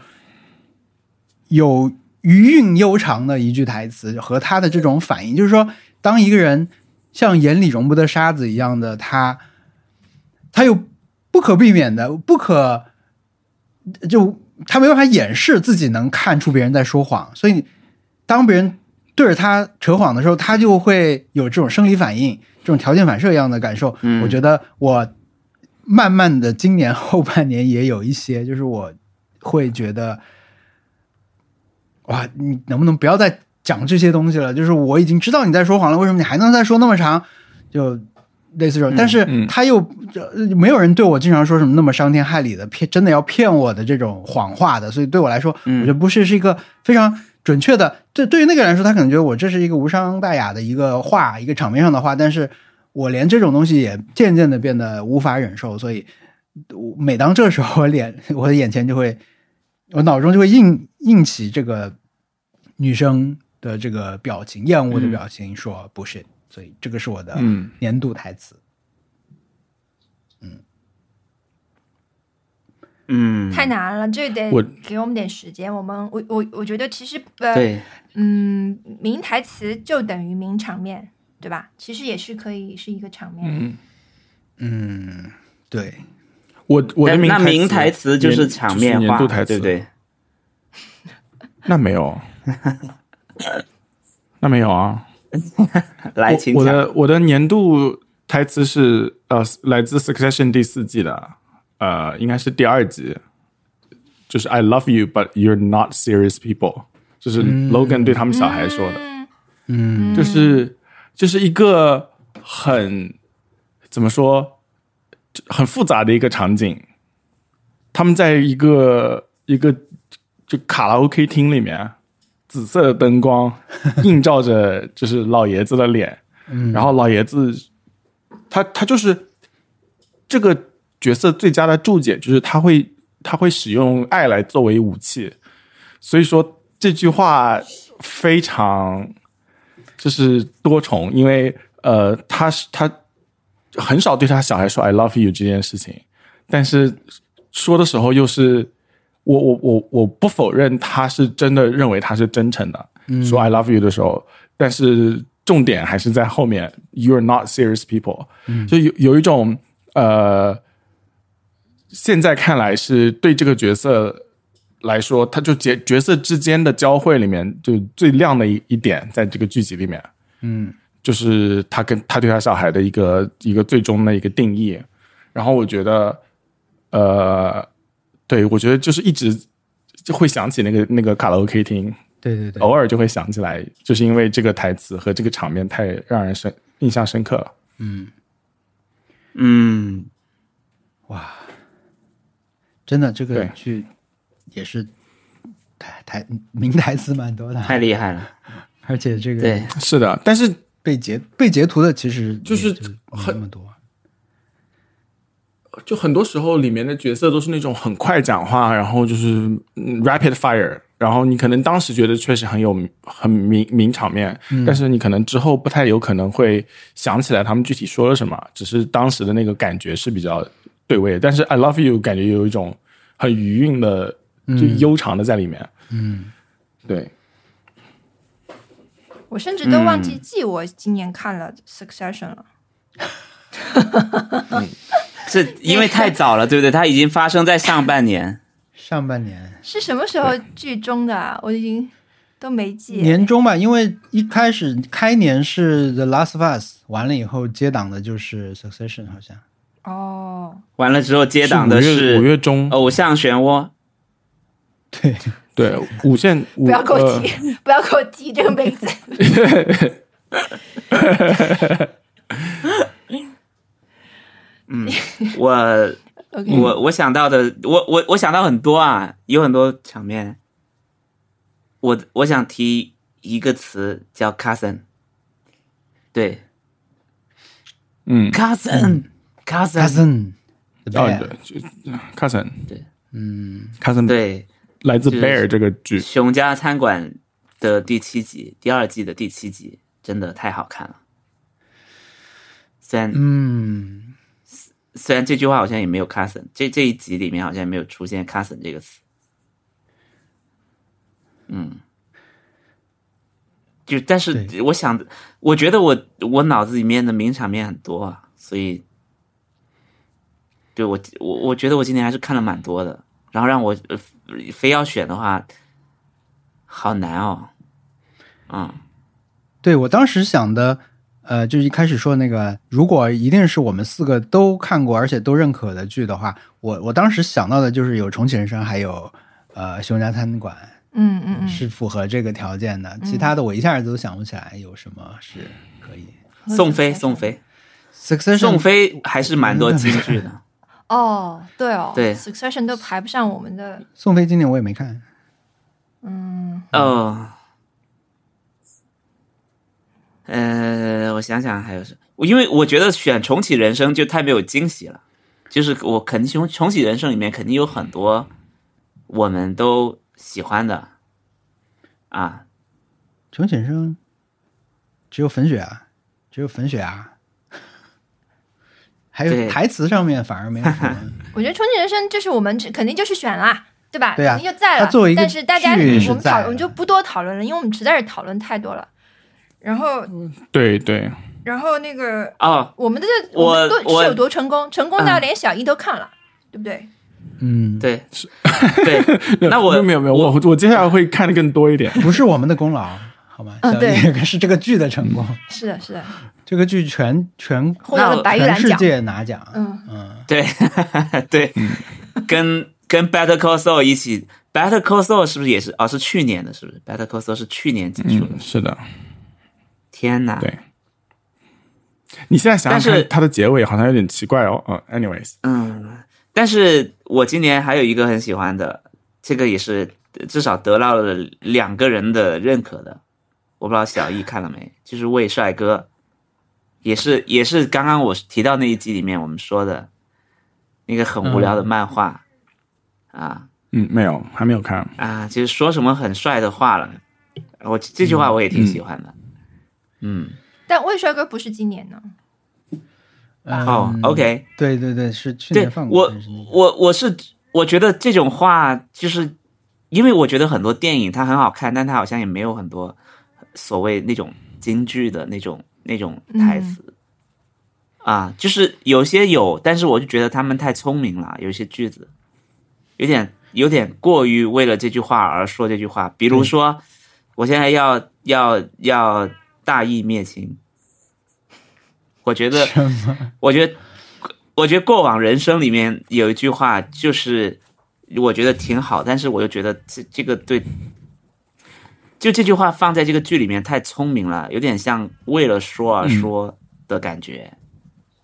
有余韵悠长的一句台词和他的这种反应，就是说，当一个人像眼里容不得沙子一样的他，他有不可避免的、不可就他没办法掩饰自己能看出别人在说谎，所以当别人对着他扯谎的时候，他就会有这种生理反应，这种条件反射一样的感受。
嗯
我觉得我慢慢的今年后半年也有一些， (laughs) 就是我会觉得，哇，你能不能不要再讲这些东西了？就是我已经知道你在说谎了，为什么你还能再说那么长？就类似这种，但是
嗯
他又、呃没有人对我经常说什么那么伤天害理的骗，真的要骗我的这种谎话的，所以对我来说，
嗯
我觉得不是是一个非常准确的。对，对于那个人来说，他可能觉得我这是一个无伤大雅的一个话，一个场面上的话，但是我连这种东西也渐渐的变得无法忍受，所以我每当这时候，我脸我的眼前就会，我脑中就会映映起这个女生的这个表情，厌恶的表情，说不是，所以这个是我的
嗯
年度台词。
嗯，
太难了，这得
我
给我们点时间。我们我我我觉得其实呃
对，
嗯，名台词就等于名场面，对吧？其实也是可以是一个场面。
嗯，
嗯，对，
我我的
但那
名
名台词就是
年
场面
就是
化，
年度台词
对不对？
那没
(laughs)
有，那没有啊。
来，请
我我
讲。
的我的年度台词是呃，来自《Succession》第四季的，呃，应该是第二集，就是 "I love you, but you're not serious people"，就是
嗯
Logan 对他们小孩说的。
嗯
嗯
就是就是一个很怎么说很复杂的一个场景。他们在一个一个就卡拉 OK 厅里面，紫色的灯光 (laughs) 映照着就是老爷子的脸，然后老爷子他他就是这个角色最佳的注解就是他会他会使用爱来作为武器，所以说这句话非常就是多重，因为呃，他是他很少对他小孩说 “I love you” 这件事情，但是说的时候又是我我我我不否认他是真的认为他是真诚的，说 “I love you” 的时候，但是重点还是在后面 “You're not serious people”，、就有有一种呃，现在看来是对这个角色来说，他就角角色之间的交汇里面，就最亮的一一点，在这个剧集里面，
嗯，
就是他跟他对他小孩的一个一个最终的一个定义。然后我觉得，呃，对我觉得就是一直就会想起那个那个卡拉 OK 厅，
对对对，
偶尔就会想起来，就是因为这个台词和这个场面太让人深印象深刻了。
嗯，
哇，真的这个
对
剧也是台台名台词蛮多的，啊
太厉害了。
而且这个
对，
是的，但是
被截被截图的其实
就是
也没那么多，
就很多时候里面的角色都是那种很快讲话，然后就是嗯 rapid fire，然后你可能当时觉得确实很有很名名场面，但是你可能之后不太有可能会想起来他们具体说了什么，只是当时的那个感觉是比较对味的。但是 I love you 感觉有一种很余韵的，就悠长的在里面。嗯，对，
我甚至都忘记记我今年看了《Succession》了。
是因为太早了，对不对？它已经发生在上半年。
上半年
是什么时候剧中的啊？我已经都没记。
年中吧，因为一开始开年是《The Last of Us》，完了以后接档的就是《Succession》，好像
哦，
完了之后接档的
是五月五
是哦
月中，
《偶像漩涡》
对，
对五线五
不要给我
呃
提， (laughs) 不要给我提这个名字。
我。
OK，
我我想到的，我我我想到很多啊，有很多场面。我我想提一个词叫 cousin，对
嗯，
cousin cousin，
Cousin》The
哦
Bear，
对，就 Cousin
嗯
Cousin
对
来自
就是
Bear 这个剧，
《熊家餐馆》的第七集，第二季的第七集，真的太好看了。虽然
嗯，
虽然这句话好像也没有 cousin，这这一集里面好像没有出现 cousin 这个词。嗯，就但是
对
我想，我觉得我我脑子里面的名场面很多啊，所以，对我我我觉得我今年还是看了蛮多的。然后让我、呃非要选的话，好难哦。嗯，
对我当时想的，呃，就是一开始说那个，如果一定是我们四个都看过而且都认可的剧的话，我我当时想到的就是有《重启人生》，还有呃《熊家餐馆》
嗯嗯嗯，
是符合这个条件的，其他的我一下子都想不起来有什么是可以。
宋飞，宋飞，
Succession，
宋飞还是蛮多金句的。
哦，对哦，
对
Succession 都排不上我们的，
宋飞今年我也没看，
嗯，
哦，呃，我想想还有什因为我觉得选重启人生就太没有惊喜了，就是我肯定重重启人生里面肯定有很多我们都喜欢的啊，
重启人生只有粉雪啊，只有粉雪啊， (laughs) 还
对
有台词上面反而没有
(laughs)
什么。
我觉得《重启人生》就是我们只肯定就是选啦，对吧？
对啊
肯定就在了。
它作为一个
但是大家
剧
我
是
们
在
讨
的
我们就不多讨论了，因为我们实在是讨论太多了。然后，
对对，
然后那个
哦，
我们的这
我
们都
我
是有多成功，成功到
嗯
连小一都看了，对不对？
嗯，
对，对，那我
没有没有，我我接下来会看的更多一
(laughs)
点。
不是我们的功劳，好吗？
嗯
小
对
野是这个剧的成功，
是的，是的，
这个剧全全
获得
那
了
我
白玉
全
兰
世
奖。
界拿奖。
嗯，
嗯，
对对，跟跟 Better Call Saul 一起，Better Call Saul 是不是也是？哦，是去年的，是不是？Better Call Saul 是去年结束的。
嗯，是的，
天哪！
对。你现在想
但
想
是
看，它的结尾好像有点奇怪哦。嗯，anyways，
嗯，但是我今年还有一个很喜欢的，这个也是至少得到了两个人的认可的，我不知道小易看了没，就是魏帅哥，也是也是刚刚我提到那一集里面我们说的那个很无聊的漫画、啊
嗯，没有，还没有看。
啊，就是说什么很帅的话了，我这句话我也挺喜欢的，嗯，
但魏帅哥不是今年呢，
嗯
哦，OK，
对对对，是去
对
年放过
我
还是那个，
我我是我觉得这种话就是，因为我觉得很多电影它很好看，但它好像也没有很多所谓那种京剧的那种那种台词、啊，就是有些有，但是我就觉得他们太聪明了，有一些句子有点有点过于为了这句话而说这句话，比如说、我现在要要要大义灭亲，我觉得。
(laughs) 什么？
我觉得，我觉得过往人生里面有一句话，就是我觉得挺好，但是我又觉得这这个对，就这句话放在这个剧里面太聪明了，有点像为了说而说的感觉、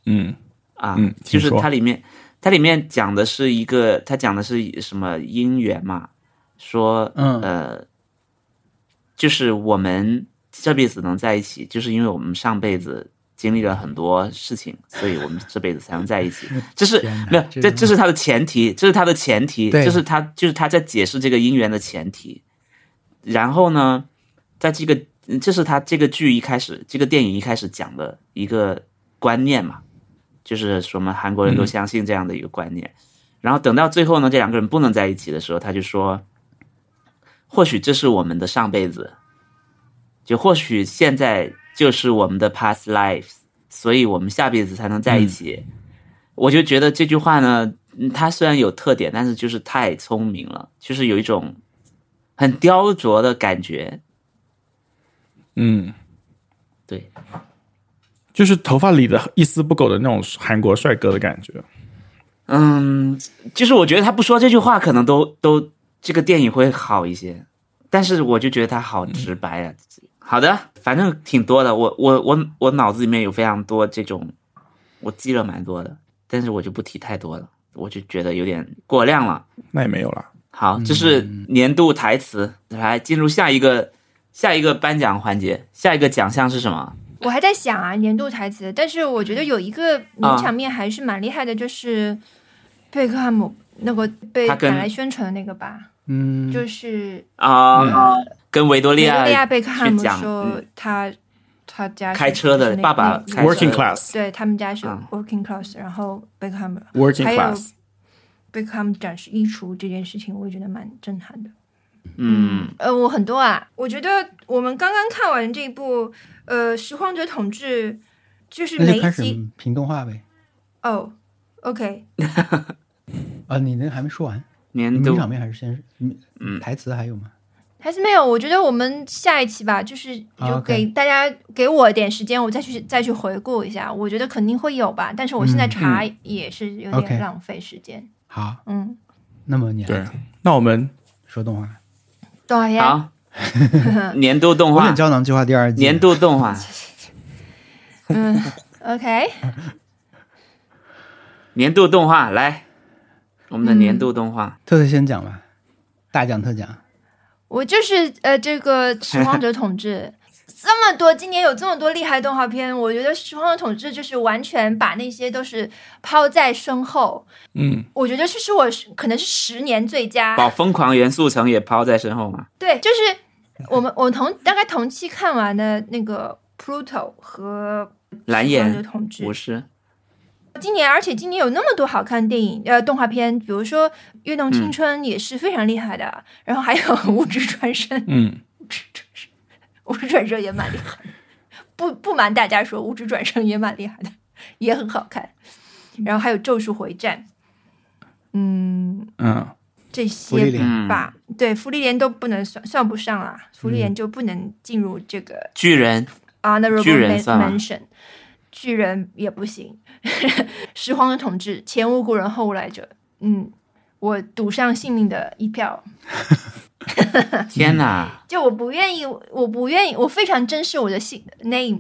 嗯
啊。
嗯请
就是
说
它里面，它里面讲的是一个，它讲的是什么姻缘嘛？说，
嗯
呃，就是我们这辈子能在一起，就是因为我们上辈子经历了很多事情，所以我们这辈子才能在一起。这是
(laughs) 天哪
没有，这
这种
这是他的前提，这是他的前提，
对
这是他就是他在解释这个姻缘的前提。然后呢，在这个这是他这个剧一开始，这个电影一开始讲的一个观念嘛，就是什么韩国人都相信这样的一个观念。然后等到最后呢，这两个人不能在一起的时候，他就说，或许这是我们的上辈子，就或许现在就是我们的 past lives，所以我们下辈子才能在一起。我就觉得这句话呢，嗯它虽然有特点，但是就是太聪明了，就是有一种很雕琢的感觉。
嗯，
对，
就是头发理的一丝不苟的那种韩国帅哥的感觉。
嗯，就是我觉得他不说这句话，可能都都这个电影会好一些。但是我就觉得他好直白啊。好的，反正挺多的。我我我我脑子里面有非常多这种，我记了蛮多的，但是我就不提太多了，我就觉得有点过量了。
那也没有啦。
嗯
好，这是年度台词。来进入下一个下一个颁奖环节，下一个奖项是什么？
我还在想啊，年度台词，但是我觉得有一个名场面还是蛮厉害的，就是贝克汉姆那个被
他跟
拿来宣传的那个吧，
嗯，
就是
啊、跟维多利
维
亚
多利亚贝克汉姆
去讲
说
嗯
他他家是
开车的
是那
爸爸
那
开车
Working class，
对他们家是
嗯
working class，、然后贝克汉姆
Working
还有
class
贝克汉姆展示衣橱这件事情，我也觉得蛮震撼的。
嗯
呃，我很多啊，我觉得我们刚刚看完这一部呃《拾荒者统治》，就是
那
每
就开
一
始
集
评动画呗。
哦，OK，
啊，你那个还没说完，你
年
名
度
场面还是先，
嗯
嗯，台词还有吗？
还是没有。我觉得我们下一期吧，就是
啊
就
，OK
给大家、给我点时间，我再去再去回顾一下。我觉得肯定会有吧，但是我现在
嗯
查也是有点
OK
浪费时间。
好，
嗯，
那么你
对
还，
那我们
说动画，
对呀，
好， (laughs) 年度动
我
画
点，胶囊计划第二季，
年度动画，
嗯，OK，
年度动画，来，我们的年度动画，
特特先讲吧，大奖特奖，
我就是呃这个拾荒者统治。这么多，今年有这么多厉害动画片，我觉得时空的统治就是完全把那些都是抛在身后。
嗯，
我觉得这是我是可能是十年最佳
把疯狂元素城也抛在身后嘛。
对，就是我们我同大概同期看完的那个 Pluto 和
蓝
时空的
眼
统治
武士，
今年，而且今年有那么多好看电影，呃，动画片，比如说《跃动青春》也是非常厉害的，然后还有 (laughs) 《无职转身》，
嗯，
《无职转身》，《无职转身》也蛮厉害的。不不瞒大家说，《无职转身》也蛮厉害的，也很好看。然后还有《咒术回战》，嗯，
嗯，
这
福利
些
连
嗯，
嗯
吧，对，福利连都不能算算不上啦，福利连就不能进入这个
巨人
honorable
巨人
men-
算吗
mention，巨人也不行。 (laughs) 拾荒的统治，前无古人后无来者。嗯，我赌上性命的一票，
天哪！
就我不愿意，我不愿意，我非常珍视我的姓 name，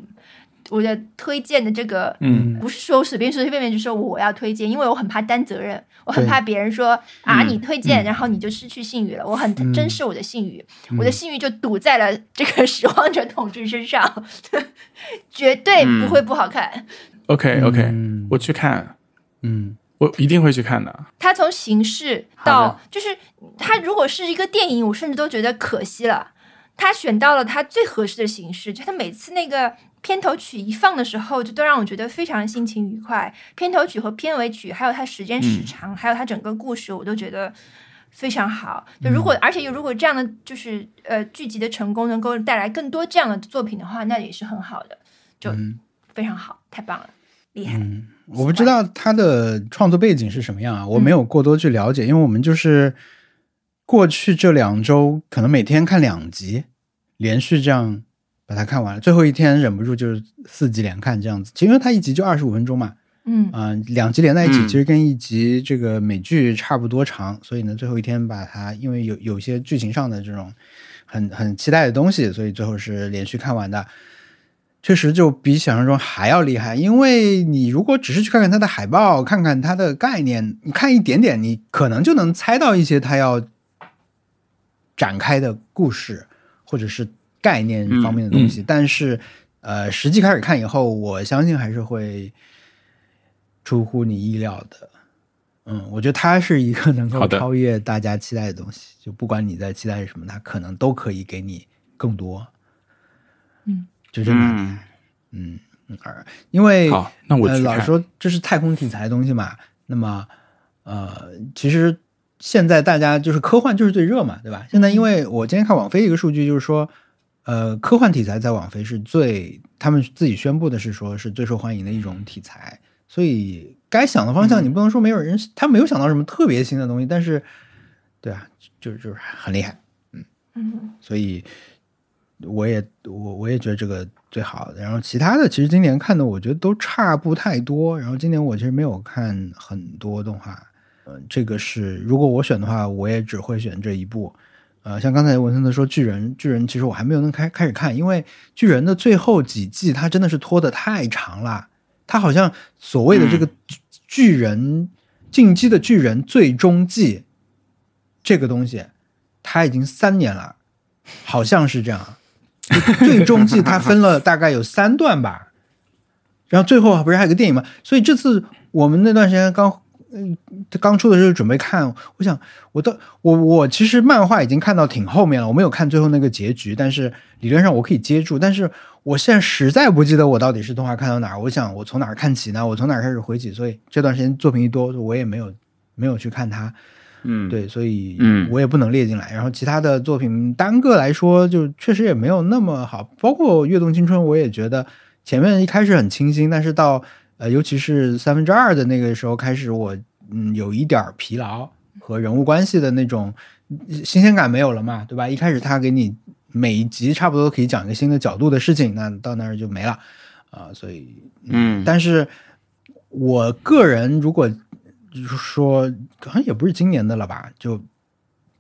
我的推荐的这个，
嗯，
不是说随便随随便便就说我要推荐，因为我很怕担责任，我很
对
怕别人说啊
嗯嗯
你推荐，然后你就失去信誉了。我很
嗯
珍视我的信誉，我的信誉就赌在了这个拾荒者统治身上， (laughs) 绝对
嗯
不会不好看。
哎
OK OK，、
嗯
我去看，
嗯，
我一定会去看的。
它从形式
好
到
的，
就是它如果是一个电影，我甚至都觉得可惜了。他选到了他最合适的形式，就他每次那个片头曲一放的时候，就都让我觉得非常心情愉快。片头曲和片尾曲，还有它时间时长，
嗯
还有它整个故事，我都觉得非常好。
嗯
就如果、而且如果这样的就是呃剧集的成功能够带来更多这样的作品的话，那也是很好的，就
嗯
嗯
非常好，太棒了，厉害。
我不知道他的创作背景是什么样啊，我没有过多去了解，因为我们就是过去这两周可能每天看两集，连续这样把它看完了，最后一天忍不住就是四集连看这样子，其实因为它一集就二十五分钟嘛，
嗯
啊、两集连在一起，
嗯
其实跟一集这个美剧差不多长，所以呢，最后一天把它，因为有有些剧情上的这种很很期待的东西，所以最后是连续看完的。确实就比想象中还要厉害，因为你如果只是去看看它的海报，看看它的概念，你看一点点，你可能就能猜到一些它要展开的故事或者是概念方面的东
嗯
西。但是，呃，实际开始看以后，我相信还是会出乎你意料的。嗯，我觉得它是一个能够
好的
超越大家期待的东西，就不管你在期待什么，它可能都可以给你更多。
嗯，
就这么厉害
嗯，
嗯，嗯而因为
好，那我
呃、
去
老
看。
说这是太空题材的东西嘛，那么呃，其实现在大家就是科幻就是最热嘛，对吧？现在因为我今天看网飞一个数据，就是说，呃，科幻题材在网飞是最他们自己宣布的是说是最受欢迎的一种题材，所以该想的
嗯
方向你不能说没有人，他没有想到什么特别新的东西，但是对啊，就就是很厉害。
嗯
所以我也我我也觉得这个最好的。然后其他的其实今年看的我觉得都差不太多。然后今年我其实没有看很多动画，呃，这个是如果我选的话，我也只会选这一部。呃，像刚才文森特说巨人，巨人其实我还没有能开开始看，因为巨人的最后几季它真的是拖得太长了。它好像所谓的这个巨巨人进击的巨人最终季这个东西，它已经三年了，好像是这样。就最终季它分了大概有三段吧， (laughs) 然后最后不是还有个电影吗？所以这次我们那段时间刚，嗯，刚出的时候准备看，我想我到我我其实漫画已经看到挺后面了，我没有看最后那个结局，但是理论上我可以接住，但是我现在实在不记得我到底是动画看到哪儿，我想我从哪儿看起呢？我从哪儿开始回起？所以这段时间作品一多，我也没有没有去看它，
嗯，
对，所以
嗯
我也不能列进来。然后其他的作品单个来说，就确实也没有那么好。包括《跃动青春》，我也觉得前面一开始很清新，但是到呃，尤其是三分之二的那个时候开始我，嗯有一点儿疲劳和人物关系的那种嗯新鲜感没有了嘛，对吧？一开始他给你每一集差不多可以讲一个新的角度的事情，那到那儿就没了啊、所以
嗯，
但是我个人如果说，好像也不是今年的了吧？就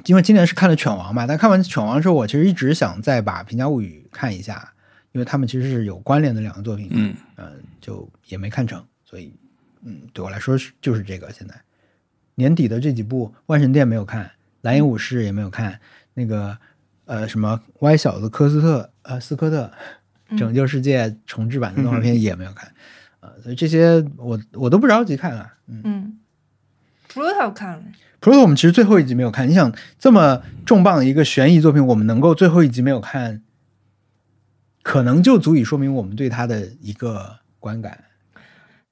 因为今年是看了《犬王》嘛，但看完《犬王》之后，我其实一直想再把《平家物语》看一下，因为他们其实是有关联的两个作品。
嗯
呃就也没看成，所以嗯，对我来说是就是这个。现在年底的这几部，《万神殿》没有看，《蓝影武士》也没有看，那个呃什么歪小子科斯特呃斯科特
嗯
拯救世界》重制版的动画片也没有看，啊、所以这些我我都不着急看啊。嗯
嗯，Pluto 看了，
，Pluto 我们其实最后一集没有看，你想这么重磅的一个悬疑作品，我们能够最后一集没有看，可能就足以说明我们对它的一个观感。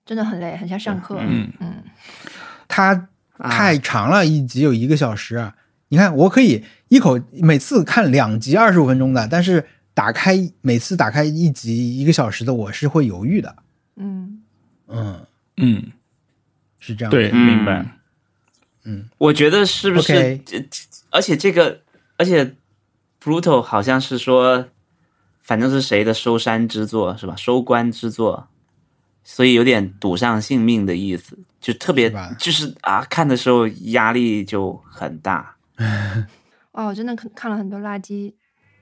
真的很累，很像上课。
嗯
嗯，
它
啊
太长了，一集有一个小时。你看，我可以一口每次看两集二十五分钟的，但是打开每次打开一集一个小时的，我是会犹豫的。
嗯，
嗯，
嗯，
是这样。
对，，
嗯
明白。
我觉得是不是 (laughs)
OK
这这而且这个，而且 Pluto 好像是说，反正是谁的收山之作是吧？收官之作，所以有点赌上性命的意思，就特别
是吧
就是啊，看的时候压力就很大。
哇，我真的看看了很多垃圾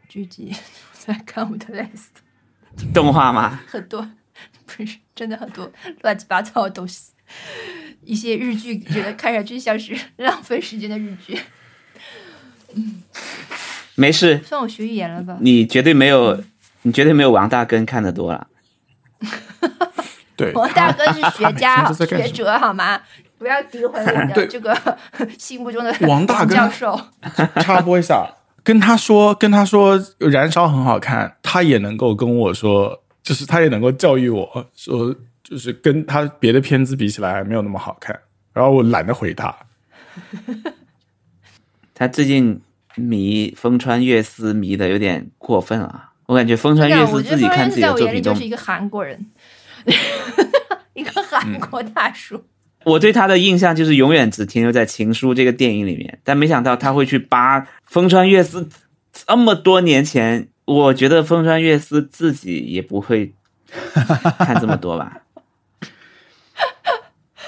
剧集， (laughs) 在看我的 list，
动画嘛，
很多不是真的很多乱七八糟的东西，一些日剧觉得看上去像是浪费时间的日剧， (laughs)
没事，
算我学语言了吧？
你 (laughs) 绝对没有，你绝对没有王大根看的多啊了。
对，
我大哥是学
每
家、
天都在干什
学
么
者，好吗？不要诋毁我的
对
这个心目中的
王大哥
教授。
插播一下，跟他说，跟他说，《燃烧》很好看，他也能够跟我说，就是他也能够教育我说，就是跟他别的片子比起来没有那么好看。然后我懒得回他，
他最近迷风川月司迷的有点过分了啊，我感觉风川月
我
司
觉得
自己
方
看
文
自己
在
的
我
作
眼里
品
就
都
是一个韩国人， (laughs) 一个韩国大叔。
我对他的印象就是永远只停留在《情书》这个电影里面，但没想到他会去扒风川月司这么多年前。我觉得风川月司自己也不会看这么多吧。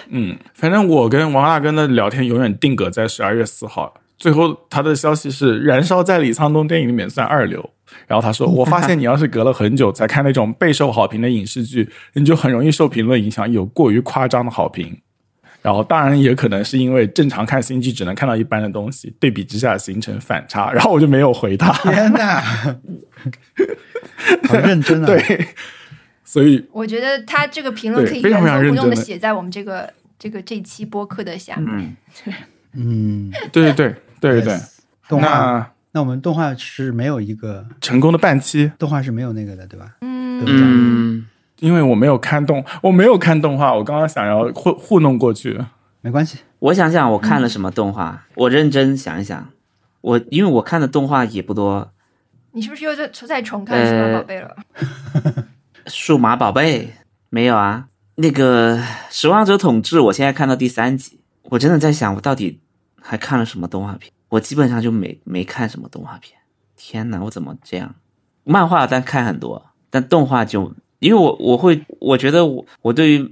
嗯，反正我跟王大根的聊天永远定格在十二月四号。最后他的消息是，《燃烧》在李沧东电影里面算二流。然后他说：“我发现你要是隔了很久才看那种备受好评的影视剧，你就很容易受评论影响，有过于夸张的好评。然后当然也可能是因为正常看新剧只能看到一般的东西，对比之下形成反差。然后我就没有回他，
天 (laughs) 哪，好认真啊！
对，所以
我觉得他这个评论
对
可以
非常非常
原封不
认
动的
真的嗯
写在我们这个这个这期播客的下面。
嗯，
嗯，
对对对对对对
Yes。动画，
那
那我们动画是没有一个
成功的半期，
动画是没有那个的，对吧？
嗯
对
嗯，
因为我没有看动，我没有看动画，我刚刚想要糊糊弄过去。
没关系，
我想想，我看了什么动画？我认真想一想，我因为我看的动画也不多，
你是不是又在在重看《数码
呃
宝贝》了？
《数码宝贝》没有啊？那个《守望者统治》，我现在看到第三集，我真的在想，我到底还看了什么动画片？我基本上就没没看什么动画片。天哪，我怎么这样？漫画但看很多，但动画就因为我我会我觉得我我对于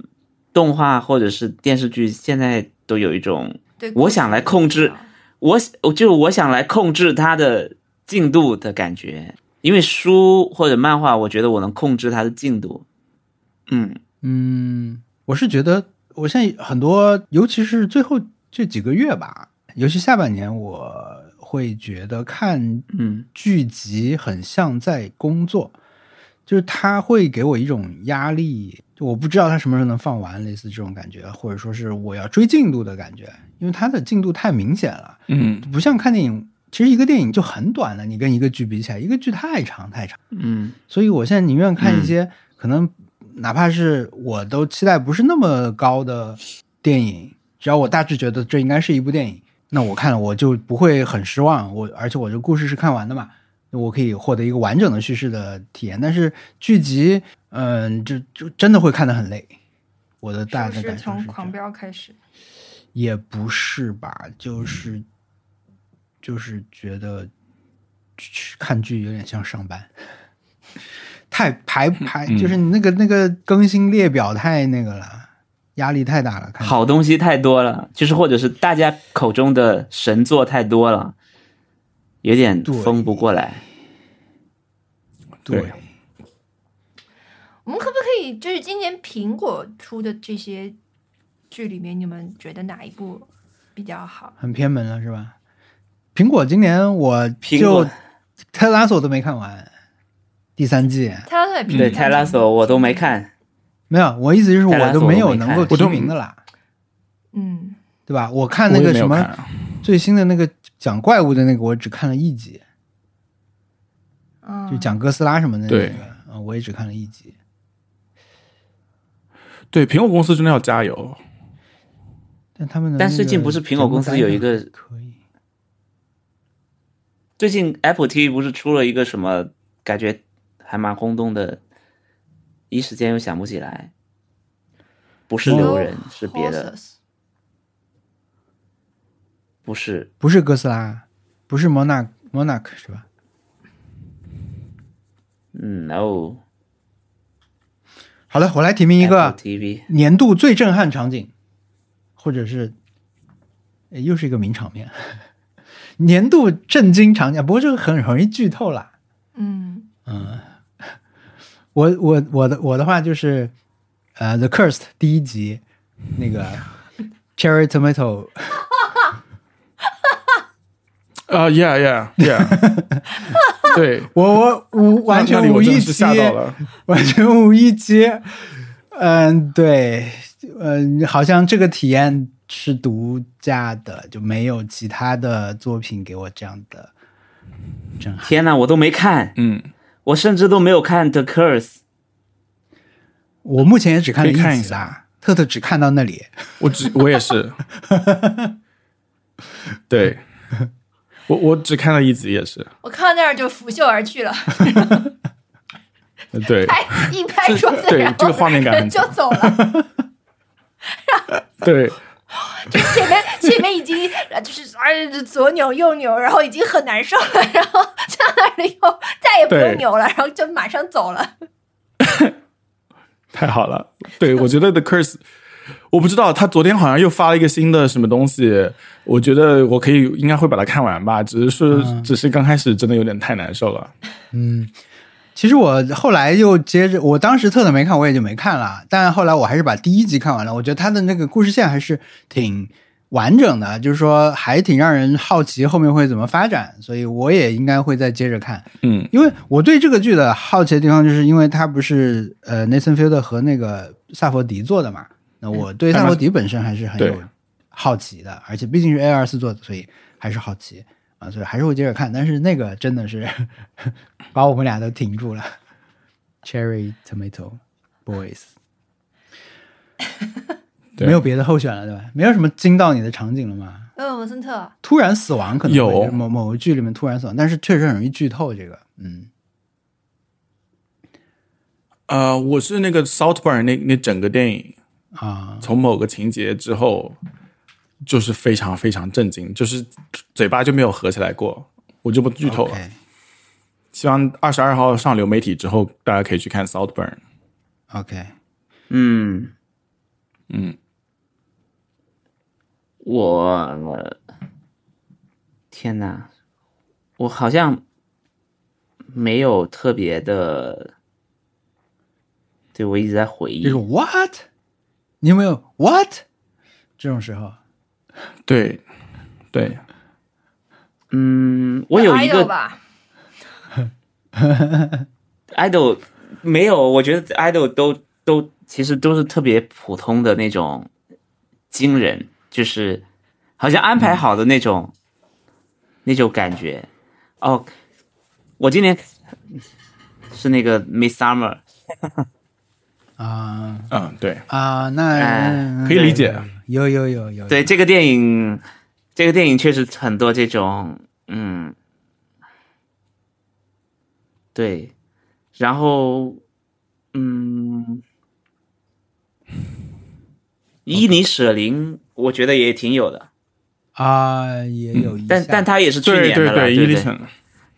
动画或者是电视剧现在都有一种
对，
我想来控制我我就我想来控制它的进度的感觉，因为书或者漫画，我觉得我能控制它的进度。嗯，
嗯，我是觉得我现在很多，尤其是最后这几个月吧，尤其下半年，我会觉得看
嗯
剧集很像在工作，就是它会给我一种压力，就我不知道它什么时候能放完，类似这种感觉，或者说是我要追进度的感觉，因为它的进度太明显了。
嗯，
不像看电影，其实一个电影就很短了，你跟一个剧比起来，一个剧太长太长。
嗯
所以我现在宁愿看一些、可能哪怕是我都期待不是那么高的电影，只要我大致觉得这应该是一部电影，那我看了我就不会很失望。我而且我这故事是看完的嘛，我可以获得一个完整的叙事的体验。但是剧集，嗯、就就真的会看得很累。我的大的
是不是
感受
从
这样
狂飙开始？
也不是吧，就是就是觉得去看剧有点像上班， (laughs) 太排排，
嗯
就是你那个那个更新列表太那个了，压力太大了。看
好东西太多了，就是或者是大家口中的神作太多了，有点
对
疯不过来。
对
对
我们可不可以就是今年苹果出的这些剧里面，你们觉得哪一部比较好？
很偏门了是吧？苹果今年我
苹果
嗯
就《特拉索》都没看完，第三季
他也评
对
论。嗯
泰拉索我都没看，
没有，我意思就是
泰拉
我
索
都
我
没有
没
能
看
够
我
提
都
名的啦，
嗯，
对吧？我看
我
那
也
个
没
什
有
么
看啊
最新的那个讲怪物的那个，我只看了一集，
嗯
就讲哥斯拉什么的那
对
个，啊，我也只看了一集。
对，苹果公司真的要加油。
但他们的
但
那
最近
个
不是苹果
整
公司有一个
单可以，
最近 Apple TV 不是出了一个什么，感觉还蛮轰动的，一时间又想不起来，不是
哦
留人，是别的，
Horses
不是
不是哥斯拉，不是 Monarch Monarch 是吧？
嗯，no，
好的，我来提名一个
Apple TV
年度最震撼场景，或者是呃又是一个名场面， (laughs) 年度震惊场景。不过这个很很容易剧透啦。
嗯
我我我的我的话就是，呃，《The Cursed》第一集那个 Cherry Tomato
啊、y e a h yeah yeah，对，
我我无
那
完
那
全
里
无
我真
意
的是
期，
吓到了。
(laughs) 完全无意期。嗯，对，嗯，好像这个体验是独家的，就没有其他的作品给我这样的震撼。
天呐，我都没看，
嗯，
我甚至都没有看 The Curse，
我目前也只看了
可以看一
集啦，特特只看到那里。
我只我也是，
(laughs)
对，我我只看了一集，也是，
我看到那儿就拂袖而去了，
对
拍一拍桌子，
对
然后
这个画面感很
人 (laughs) 就走了。
对，
就前面 (laughs) 前面已经呃就是啊左扭右扭，然后已经很难受了，然后站那里以后再也不
对
用扭了，然后就马上走了。
太好了。对，我觉得 The Curse，我不知道他昨天好像又发了一个新的什么东西，我觉得我可以应该会把它看完吧，只是说、
嗯
只是刚开始真的有点太难受了。
其实我后来又接着，我当时特特没看，我也就没看了。但后来我还是把第一集看完了，我觉得它的那个故事线还是挺完整的，就是说还挺让人好奇后面会怎么发展，所以我也应该会再接着看。
嗯，
因为我对这个剧的好奇的地方，就是因为它不是呃 Nathan Fielder 和那个萨佛迪做的嘛，那我对萨佛迪本身还是很
嗯
有
对
好奇的，而且毕竟是 A 二四做的，所以还是好奇啊，所以还是会接着看。但是那个真的是 (laughs) 把我们俩都停住了，Cherry Tomato Boys
对
没有别的候选了，对吧？没有什么惊到你的场景了吗？
威嗯尔文森特，
突然死亡可能会
有
就是某某个剧里面突然死亡，但是确实很容易剧透这个，嗯。
呃，我是那个 Saltburn 那那整个电影，
啊，
从某个情节之后，就是非常非常震惊，就是嘴巴就没有合起来过。我就不剧透了。
OK
希望二十二号上流媒体之后，大家可以去看《Southburn》。
OK，
嗯
嗯，
我天呐，我好像没有特别的，对我一直在回忆
就是 what？你有没有 what？这种时候，
对，对，
嗯，我有一
idol
个
吧，
idol 没有，我觉得 idol 都都其实都是特别普通的那种惊人，就是好像安排好的那种、那种感觉。哦，我今年是那个 Miss Summer，
啊
嗯，对，
啊，那
哎
可以理解。
有有有有，
对这个电影，这个电影确实很多这种，嗯，对，然后，嗯，伊尼舍林，我觉得也挺有的，
啊，也有一
嗯
下，
但但他也是去
对
年
对
的了，
对，伊
对
利
不对？
肯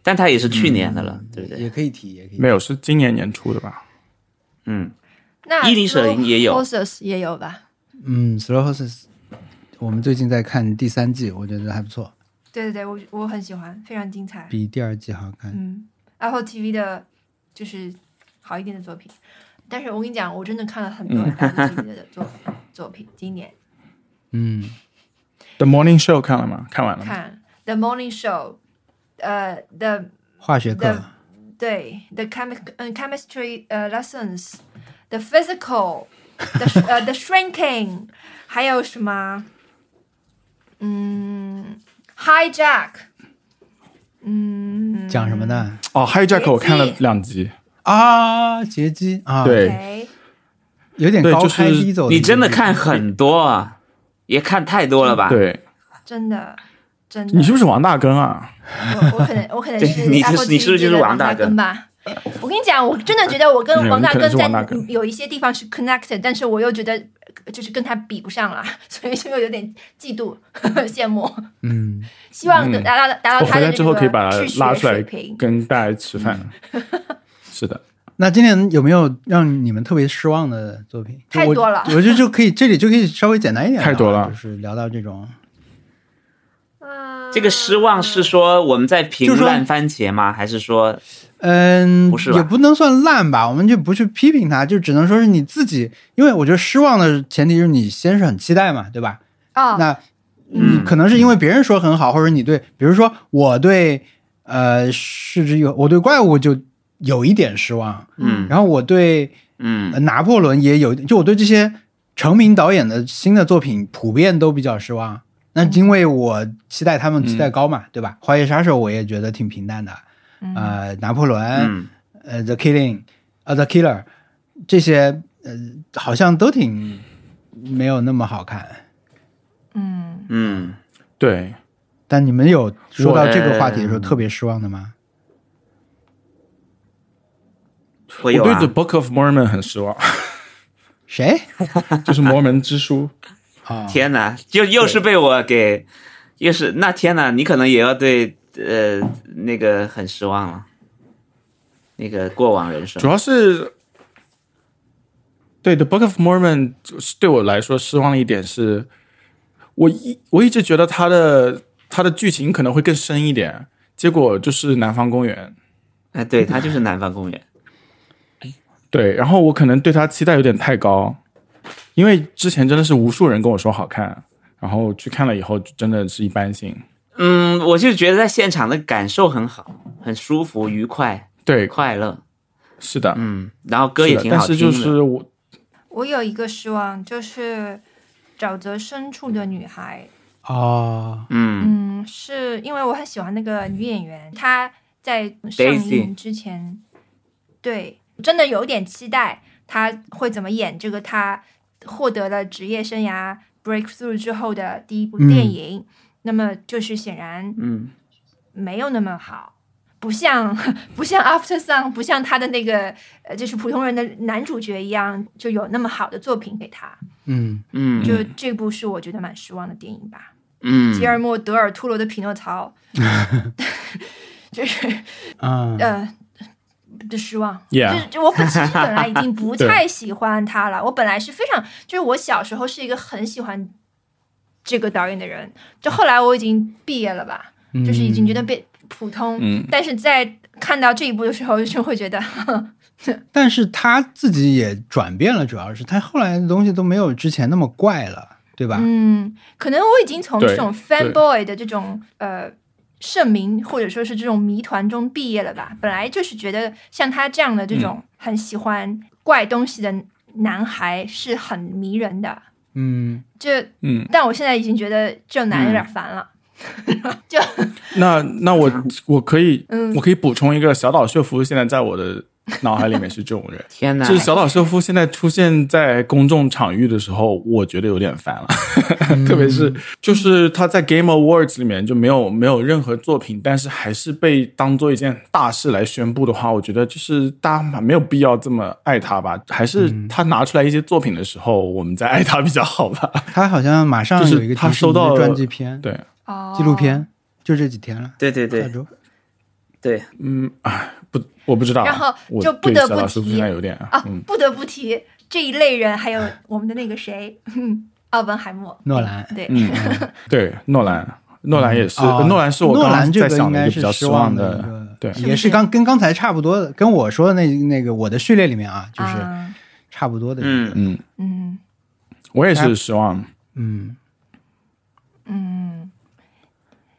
但他也是去年的了，对不对？
嗯也可以提，也可以提
没有，是今年年初的吧？
嗯，
那
伊犁舍林也有
Horses 也有吧？
嗯，Slow Horses，我们最近在看第三季，我觉得还不错，
对对对，我我很喜欢，非常精彩。
比第二季好看。
嗯，Apple TV 的，就是好一点的作品。但是我跟你讲，我真的看了
嗯
很多
(laughs)
Apple TV 的作品，作品今年
嗯，
《The Morning Show》看了吗？看完了吗？
看《The Morning Show》，呃，《The
化学
The
课，
对，the chemi 嗯 chemistry 呃 lessons，the physical，the 呃 the shrinking，还有什么？嗯，hijack，嗯，
讲什么呢？
哦，hijack 我看了
劫机
两集，
啊，劫机啊，，
对
OK，
有点
对
高
就是
开低走。
你真的看很多啊，也看太多了吧？，
对，
真的真的，
你是不是王大根啊？
我我可能我可能是
对你是
Apple
你是不是
TV
就是
的
王大
大
根
吧？我跟你讲，我真的觉得我跟
嗯
王大
可能
根
是王大
在
根
有一些地方是 connected，但是我又觉得呃就是跟他比不上了，所以就有点嫉妒、 (laughs) 羡慕。
嗯，
希望
嗯
达到达
我
啊到他
回
的
来
这
之后
个
可以把它
治学
拉出来
水平。
跟大家吃饭。是的，
那今年有没有让你们特别失望的作品？就
太
我
多了
我就就可以这里就可以稍微简单一点聊啊，
太多了
就是聊到这种，
嗯
这个失望是说我们在评
就是说
烂番茄吗？还是说
嗯，
不是吧
也不能算烂吧，我们就不去批评它，就只能说是你自己，因为我觉得失望的前提就是你先是很期待嘛，对吧？
啊，
那嗯，可能是因为别人说很好，或者你对，比如说我对呃是之有，我对怪物就有一点失望，
嗯
然后我对
嗯
呃拿破仑也有，就我对这些成名导演的新的作品普遍都比较失望。那因为我期待他们期
嗯
待高嘛，对吧？《花叶杀手》我也觉得挺平淡的，呃，拿破仑，
嗯
呃，The Killing，呃，The Killer，这些呃好像都挺没有那么好看。
嗯，
嗯，
对，
但你们有说到
我嗯
这个话题的时候特别失望的吗？
我
我
有
对
啊
The，Book of Mormon 很失望， (laughs)
谁？
就是摩门之
(laughs)
书。
啊、
天哪，又又是被我给，又是那天哪，你可能也要对呃那个很失望了，那个过往人生
主，要是对《The Book of Mormon》就是对我来说失望的一点是，我一我一直觉得它的它的剧情可能会更深一点，结果就是南方公园。
哎，对他就是南方公园，
(laughs) 对，然后我可能对它期待有点太高，因为之前真的是无数人跟我说好看，然后去看了以后真的是一般性。
嗯，我就觉得在现场的感受很好，很舒服、愉快、
对，
快乐，
是的，
嗯，然后歌也
是的
挺
但
好听
是就
的，
是我
我有一个失望就是沼泽深处的女孩。
哦，
嗯
嗯，是因为我很喜欢那个女演员，她在上
Daisy
映之前，对，真的有点期待她会怎么演这个她获得了职业生涯 breakthrough 之后的第一部电
嗯
影。那么就是显然
嗯
没有那么好，不像 (laughs) 不像 After Sun，不像他的那个呃，就是普通人的男主角一样，就有那么好的作品给他。
嗯，
嗯
就这部是我觉得蛮失望的电影吧。
嗯。
吉尔莫·德尔图罗的《匹诺曹》 (laughs) 就是
啊、
呃的失望。
嗯 Yeah
就是就我本其实本来已经
(laughs)
不太喜欢他了，我本来是非常就是我小时候是一个很喜欢这个导演的人，就后来我已经毕业了吧，就是已经觉得被普通，
嗯
但是在看到这一部的时候，就会觉得
但是他自己也转变了，主要是他后来的东西都没有之前那么怪了，对吧？
嗯，可能我已经从
对
这种 fanboy 的这种呃盛名或者说是这种谜团中毕业了吧。本来就是觉得像他这样的
嗯
这种很喜欢怪东西的男孩是很迷人的，
嗯，
这
嗯，
但我现在已经觉得这种男人有点烦了。 (laughs)
(laughs)
就
(laughs) 那那我我可以，
嗯
我可以补充一个小岛秀夫，现在在我的脑海里面是这种人
天哪
就，是小岛秀夫现在出现在公众场域的时候，我觉得有点烦了， (laughs) 特别是就是他在 Game Awards 里面就没有没有任何作品，但是还是被当做一件大事来宣布的话，我觉得就是大家没有必要这么爱他吧，还是他拿出来一些作品的时候，我们再爱他比较好吧。 (laughs)
他好像马上有一
就是
个
他
迪士尼
收到
的
了
传记片、
对，
哦，
纪录片，就这几天了，
对对
下
对
周。
对，
嗯，唉，不，我不知道啊。
然后
我
就不
对
得
小
不
岛秀夫
提
现在有点
啊
嗯，
不得不提这一类人，还有我们的那个谁，嗯奥本海默，
诺兰
对，
嗯， (laughs) 对，诺兰，诺兰也是，
啊
诺兰是我
诺
刚
兰
刚
这
在
个
想
应
的一
该
个比
是
较
失
失望
的
的，
一个，
对
也是刚跟刚才差不多的，跟我说的那那个我的序列里面啊，就是
啊
差不多的一个，
嗯
嗯，
嗯
我也是失望。
嗯，
嗯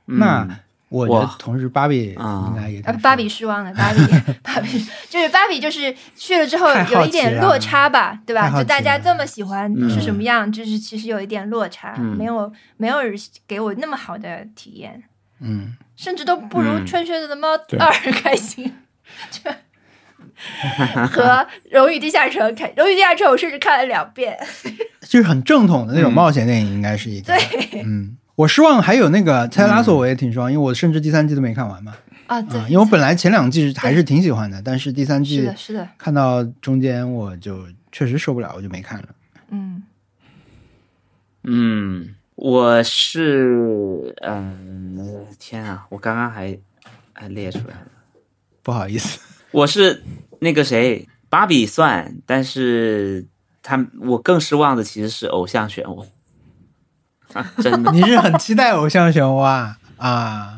嗯
那我觉得
哇
同时芭比
啊
应该也挺
啊，
失望
芭比失望了，芭比，芭比 (laughs) 就是芭比，就是去了之后
太好奇
有一点落差吧，对
太
吧？
好奇
就大家
了
这么喜欢
嗯
是什么样，就是其实有一点落差，
嗯
没有没有给我那么好的体验，
嗯，
甚至都不如
嗯
《穿靴子的猫
对
二》 (laughs) 开心。这和《荣誉地下城》看，《荣誉地下城》我甚至看了两遍。
就是很正统的那种
嗯
冒险电影，应该是一个。
对
嗯，我失望还有那个《泰拉索》，我也挺失望，因为我甚至第三季都没看完嘛。
啊，
啊、
对，
因为我本来前两季还是挺喜欢的，但是第三
是
季
的，是的，
看到中间我就确实受不了，我就没看了。
嗯，
嗯，我是嗯，天啊，我刚刚还还列出来了，
不好意思， (laughs)
我是那个谁，芭比算，但是他我更失望的其实是偶像漩涡， (laughs) 啊、真的，
你是很期待偶像漩涡啊？啊，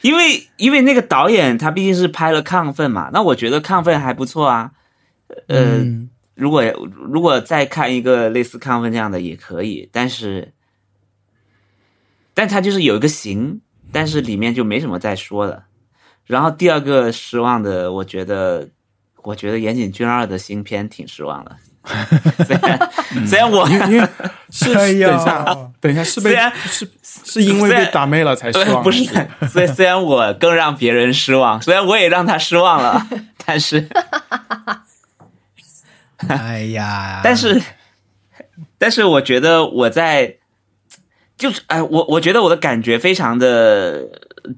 因为因为那个导演他毕竟是拍了《亢奋》嘛，那我觉得《亢奋》还不错啊，呃，
嗯
如果如果再看一个类似亢奋这样的也可以，但是，但它就是有一个形，但是里面就没什么再说的。然后第二个失望的，我觉得，我觉得岩井俊二的新片挺失望的，虽然虽然我
因为因为是
(laughs) 哎呦
等一下，等一下是被
虽然
是是因为被打妹了才失望， (laughs)
不是，虽虽然我更让别人失望，虽然我也让他失望了，但是
哎呀，
但是， (laughs) 但是我觉得我在，就是哎，我我觉得我的感觉非常的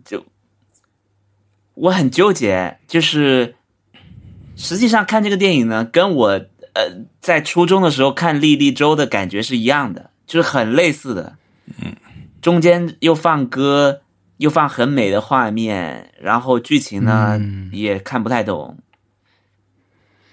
就，我很纠结，就是实际上看这个电影呢，跟我呃在初中的时候看《莉莉周》的感觉是一样的，就是很类似的。嗯，中间又放歌，又放很美的画面，然后剧情呢、
嗯
也看不太懂。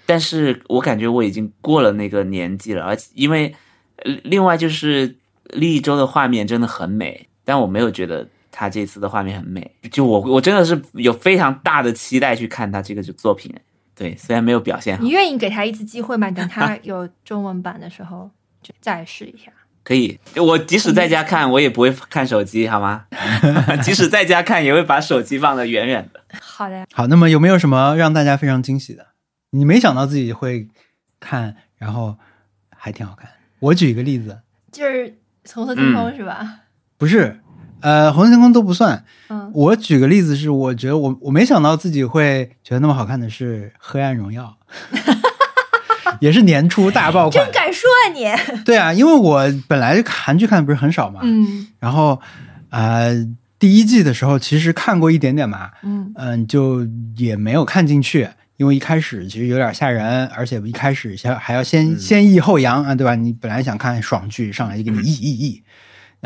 但是我感觉我已经过了那个年纪了，而且因为呃另外就是莉州的画面真的很美，但我没有觉得他这次的画面很美。就我我真的是有非常大的期待去看他这个作品，对，虽然没有表现好
你，愿意给他一次机会吗？等他有中文版的时候，就再试一下。
可以，我即使在家看，我也不会看手机，好 (laughs) 吗？即使在家看，也会把手机放得远远的。
好的，
好，那么有没有什么让大家非常惊喜的？你没想到自己会看，然后还挺好看。我举一个例子，
就是红色天空是吧？
不是，呃，红色天空都不算。
嗯，
我举个例子是，我觉得我我没想到自己会觉得那么好看的是《黑暗荣耀》，也是年初大爆款
真。敢说啊你！
对啊，因为我本来韩剧看的不是很少嘛，
嗯
然后呃，第一季的时候其实看过一点点嘛，
嗯
嗯，就也没有看进去，因为一开始其实有点吓人，而且一开始先还要先、先抑后扬啊，对吧？你本来想看爽剧，上来就给你抑抑抑，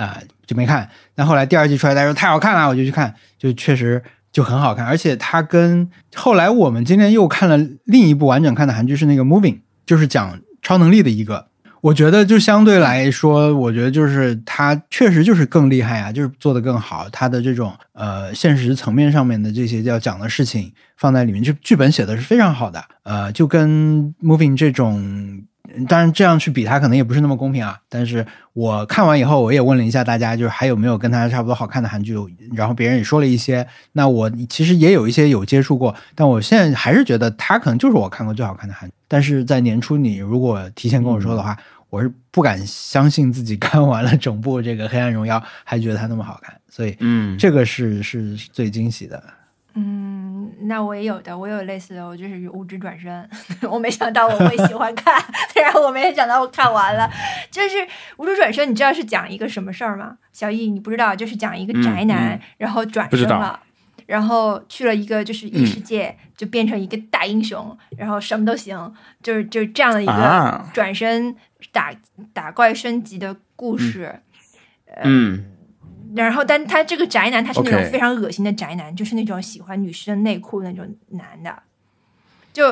啊、就没看。那后来第二季出来，大家说太好看了，我就去看，就确实就很好看，而且它跟后来我们今天又看了另一部完整看的韩剧是那个《Moving》，就是讲超能力的一个。我觉得就相对来说，我觉得就是它确实就是更厉害啊，就是做得更好。它的这种呃现实层面上面的这些要讲的事情放在里面，就剧本写的是非常好的。呃，就跟 Moving 这种，当然这样去比它可能也不是那么公平啊。但是我看完以后，我也问了一下大家，就是还有没有跟它差不多好看的韩剧，然后别人也说了一些。那我其实也有一些有接触过，但我现在还是觉得它可能就是我看过最好看的韩剧。但是在年初，你如果提前跟我说的话，我是不敢相信自己 (laughs) 看完了整部这个《黑暗荣耀》，还觉得它那么好看，所以
嗯，
这个是是是最惊喜的。
嗯，那我也有的，我有类似的，我就是五指转身，我没想到我会喜欢看， (laughs) 虽然我没想到我看完了，就是五指转身，你知道是讲一个什么事儿吗？小易，你不知道，就是讲一个宅男，然后转
不知
身
道
了。然后去了一个就是异世界，就变成一个大英雄，然后什么都行，就是就是这样的一个
啊
转身打打怪升级的故事。
嗯
然后，但他这个宅男，他是那种
OK
非常恶心的宅男就是那种喜欢女生内裤的那种男的。就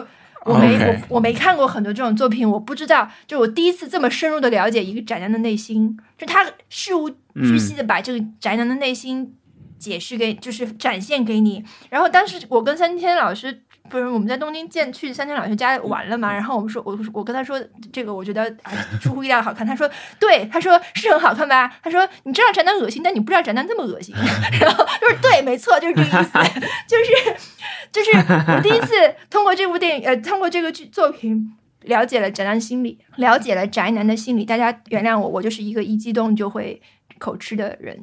我没
OK
我我没看过很多这种作品，我不知道，就我第一次这么深入的了解一个宅男的内心，就他事无巨细的把这个宅男的内心解释给，就是展现给你。然后当时我跟三天老师不是我们在东京见去三天两夜家玩了嘛，然后我们说，我我跟他说这个我觉得啊出乎意料好看，他说对，他说是很好看吧，他说你知道宅男恶心，但你不知道宅男这么恶心， (laughs) 然后他说对，没错，就是这个意思， (laughs) 就是就是我第一次通过这部电影，呃，通过这个剧作品。了解了宅男心理，了解了宅男的心理，大家原谅我，我就是一个一激动就会口吃的人。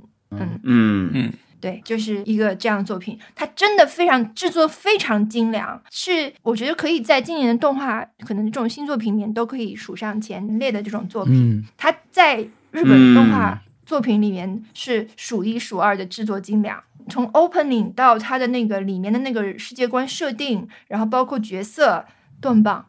嗯，
嗯
对，就是一个这样的作品，它真的非常制作非常精良，是我觉得可以在今年的动画可能这种新作品里面都可以数上前列的这种作品。
嗯，
它在日本动
嗯
画作品里面是数一数二的制作精良。从 opening 到它的那个里面的那个世界观设定，然后包括角色，盾棒，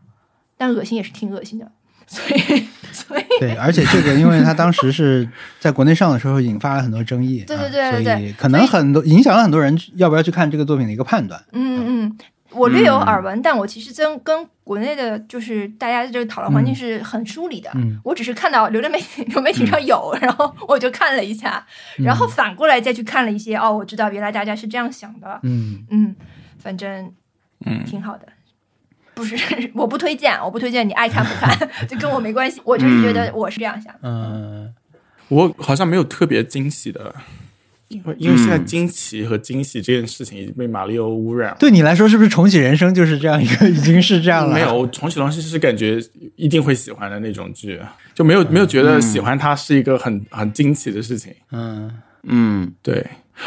但恶心也是挺恶心的，所以 (laughs) 所以
对，而且这个，因为他当时是在国内上的时候，引发了很多争议，
对
啊
对对对
所
对
以可能很多影响了很多人要不要去看这个作品的一个判断。
嗯嗯，我略有耳闻，但我其实真跟国内的就是大家这个讨论环境是很疏离的。
嗯
我只是看到流媒体流媒体上有，然后我就看了一下，然后反过来再去看了一些，哦，我知道原来大家是这样想的。
嗯，
嗯，反正
嗯
挺好的。不是， (laughs) 我不推荐，我不推荐你爱看不看，就跟我没关系。我就是觉得我是这样想的。
嗯，
我好像没有特别惊喜的，因为因为现在
嗯
惊奇和惊喜这件事情已经被马里奥污染了。
对你来说是不是重启人生就是这样一个，已 (laughs) 经是这啊样了？ (laughs)
没有，重启龙是是感觉一定会喜欢的那种剧，就没有没有觉得喜欢它是一个很很惊奇的事情。
嗯，
嗯
对，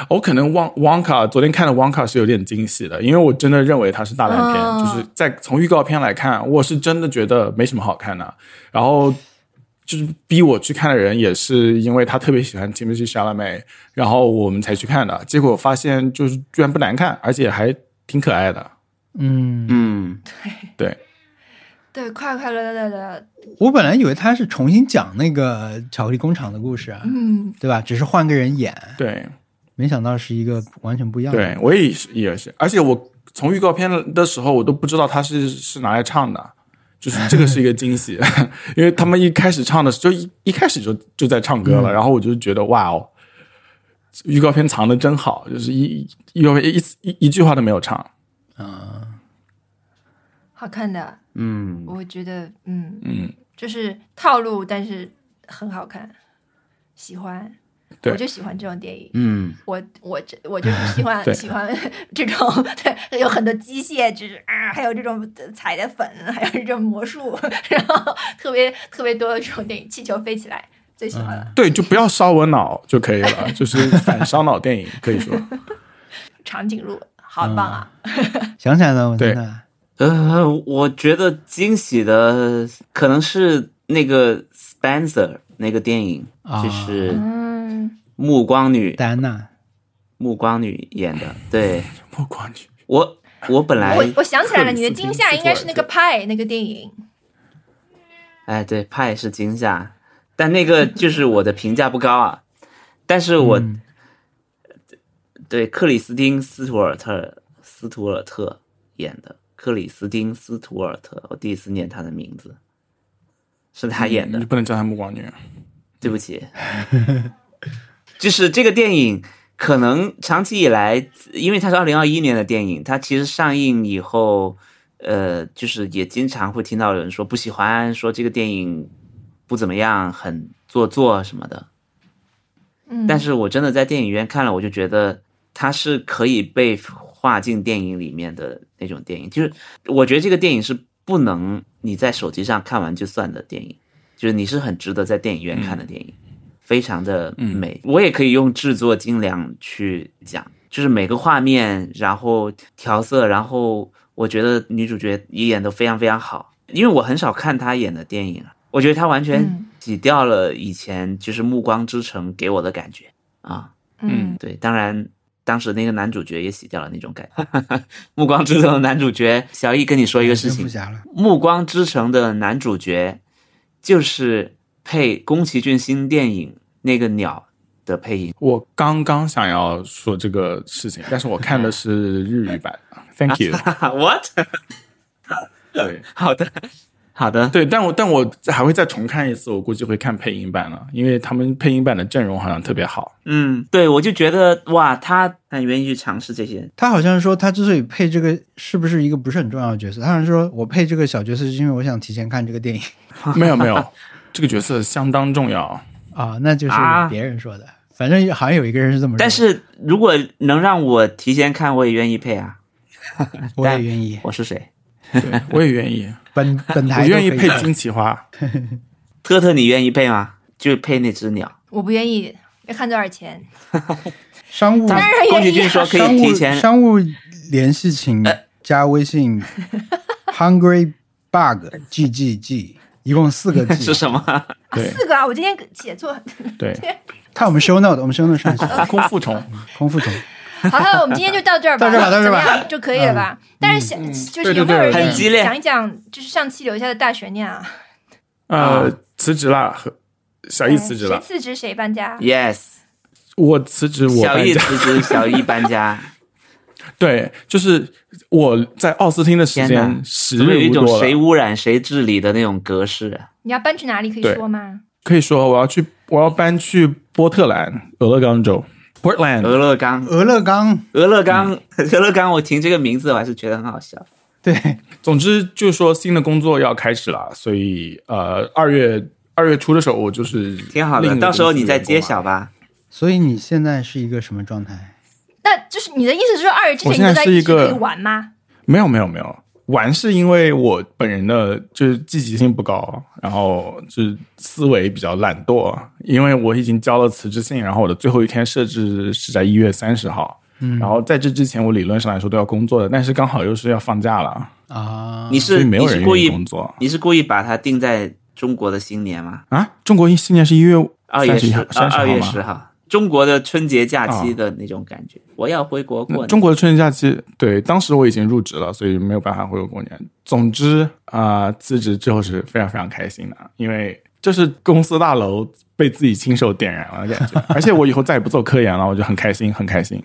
我可能汪汪卡昨天看的汪卡是有点惊喜的，因为我真的认为它是大烂片，
哦
就是在从预告片来看，我是真的觉得没什么好看的。然后就是逼我去看的人也是因为他特别喜欢 Timothy Chalamet，然后我们才去看的。结果发现就是居然不难看，而且还挺可爱的。
嗯，
嗯
对，
对，快快乐乐的，
我本来以为他是重新讲那个巧克力工厂的故事啊，
嗯，
对吧？只是换个人演，
对，
没想到是一个完全不一样的。
对，我也是，也是，而且我从预告片的时候，我都不知道他是是拿来唱的，就是这个是一个惊喜， (laughs) 因为他们一开始唱的时候就一一开始就就在唱歌了，然后我就觉得哇哦，预告片藏的真好，就是一预告片一一一句话都没有唱，
啊，
好看的，
嗯
我觉得，嗯，
嗯，
就是套路，但是很好看，喜欢。
对
我就喜欢这种电影，
嗯
我我这我就是喜
(laughs) 对
欢喜欢 (laughs) 这种，对，有很多机械，就是啊，还有这种踩的粉，还有这种魔术， (laughs) 然后特别特别多的这种电影，气球飞起来，最喜欢了。
对，就不要烧我脑就可以了， (laughs) 就是反烧脑电影可以说，
长颈鹿好棒啊！
想起来了，我
对
真的，
呃，我觉得惊喜的可能是那个 Spencer 那个电影，
啊
就是《
嗯，
暮光女》
戴安娜，
暮光女演的。对
莫光女，
我，我本来
我我想起来了，
克里
你
斯
的惊
汀
吓
斯
应该
图
是那
尔
个
特
派那个电影，
哎，对，怕也是惊吓，但那个就是我的评价不高啊。但是我、
嗯
对克里斯汀·斯图尔特斯图尔特演的克里斯汀·斯图尔特，我第一次念她的名字，是她演的。
你不能叫她暮光女，
对不起， (laughs) 就是这个电影可能长期以来，因为它是二零二一年的电影，它其实上映以后，呃，就是也经常会听到有人说不喜欢，说这个电影不怎么样，很做作什么的。
嗯，
但是我真的在电影院看了，我就觉得它是可以被划进电影里面的那种电影。就是我觉得这个电影是不能你在手机上看完就算的电影，就是你是很值得在电影院看的电影，非常的美。我也可以用制作精良去讲，就是每个画面，然后调色，然后我觉得女主角也演得非常非常好，因为我很少看她演的电影啊，我觉得她完全
嗯
洗掉了以前就是《暮光之城》给我的感觉啊。
嗯
嗯
对，当然当时那个男主角也洗掉了那种感觉， (laughs) 《暮光之城》的男主角小易跟你说一个事
蝙
情
蝠，侠了
《暮光之城》的男主角就是配宫崎骏新电影那个鸟的配
(laughs)
音。
我刚刚想要说这个事情，但是我看的
(laughs)
是日语版，Thank you，
What？
对。
好的，好的，
(laughs) 对，但我但我还会再重看一次，我估计会看配音版了，因为他们配音版的阵容好像特别 (laughs) 好。
嗯，对，我就觉得哇，他很愿意去尝试这些。
他好像是说他之所以配这个是不是一个不是很重要的角色，他好像说我配这个小角色是因为我想提前看这个
(laughs)
电影
没有没有，这个角色相当重要。
啊，那就是
啊
别人说的，反正好像有一个人是这么
嗯
认为的，
但是如果能让我提前看，我也愿意配啊。
我也愿意，
我是谁？
对，我也愿 (laughs) 意，
本
(laughs)
本台
我
都
愿意
可以
配金奇 (laughs) 花。
特特，你愿意配吗？就配那只鸟。
我不愿意，要看多少钱？
商务
当
然愿意啊
宫崎骏说可
商
以
务
提前。呃
商务联系，请加微
(laughs)
信 hungry bug g g g，一共四
(laughs)
个
是
g。
什么？
对
四个啊，我今天写错。
对，
看我们 show note，我们 show note 上
(laughs)
去了
空 (laughs) 腹虫，
空腹虫。
好了，我们今天就到这
(laughs)
儿吧，
到这儿吧到这儿吧
怎么样就可以了吧？
嗯
但是想、就是有没有
对对对
人
很激烈
讲一讲，就是上期留下的大悬念啊？
呃，辞职啦，和小啊易辞职
嗯谁
了，
辞职谁搬家？
(laughs) Yes，
哎我辞职，我
小
搬
易
家。
辞职，小易搬家，
对，就是我在奥斯汀的时
天哪
间时
怎么有
日
一
无
种
多
谁
了。
污染谁治理的那种格式？
你要搬去哪里可以
对
说吗？
可以说我要去，我要搬去波特兰，俄勒冈州 （Portland）。
俄勒
嗯
冈，
俄勒冈，
俄勒冈，俄勒冈，我听这个名字我还是觉得很好笑。
对，
总之就是说新的工作要开始了，所以呃，二月二月初的时候，我就是
挺好
另一
的，
个
到时候
公司
你再
员工
揭
嘛。
晓吧。
所以你现在是一个什么状态？
那就是你的意思是说，二月之前
我
你
现在
都在
是一
一直
个
可以玩吗？
没有没有没有，玩是因为我本人的就是积极性不高，然后就是思维比较懒惰，因为我已经交了辞职信，然后我的最后一天设置是在一月三十号。嗯，然后在这之前，我理论上来说都要工作的，但是刚好又是要放假了，
啊，
你
嗯所
是
以没有
嗯你
人
是故
愿意
意
工作
你是故意把它定在中国的新年吗？
啊。中国新年是一月
二
三
月
十
十
号，三十
啊
号
二月
吗啊
十号，中国的春节假期的那种感觉。我要回国过
那
年。
中国的春节假期，对，当时我已经入职了，所以没有办法回国过年。总之啊、辞职之后是非常非常开心的，因为这是公司大楼被自己亲手点燃了的感觉。而且我以后再也不做科研了，我就很开心，很开 (laughs) 心。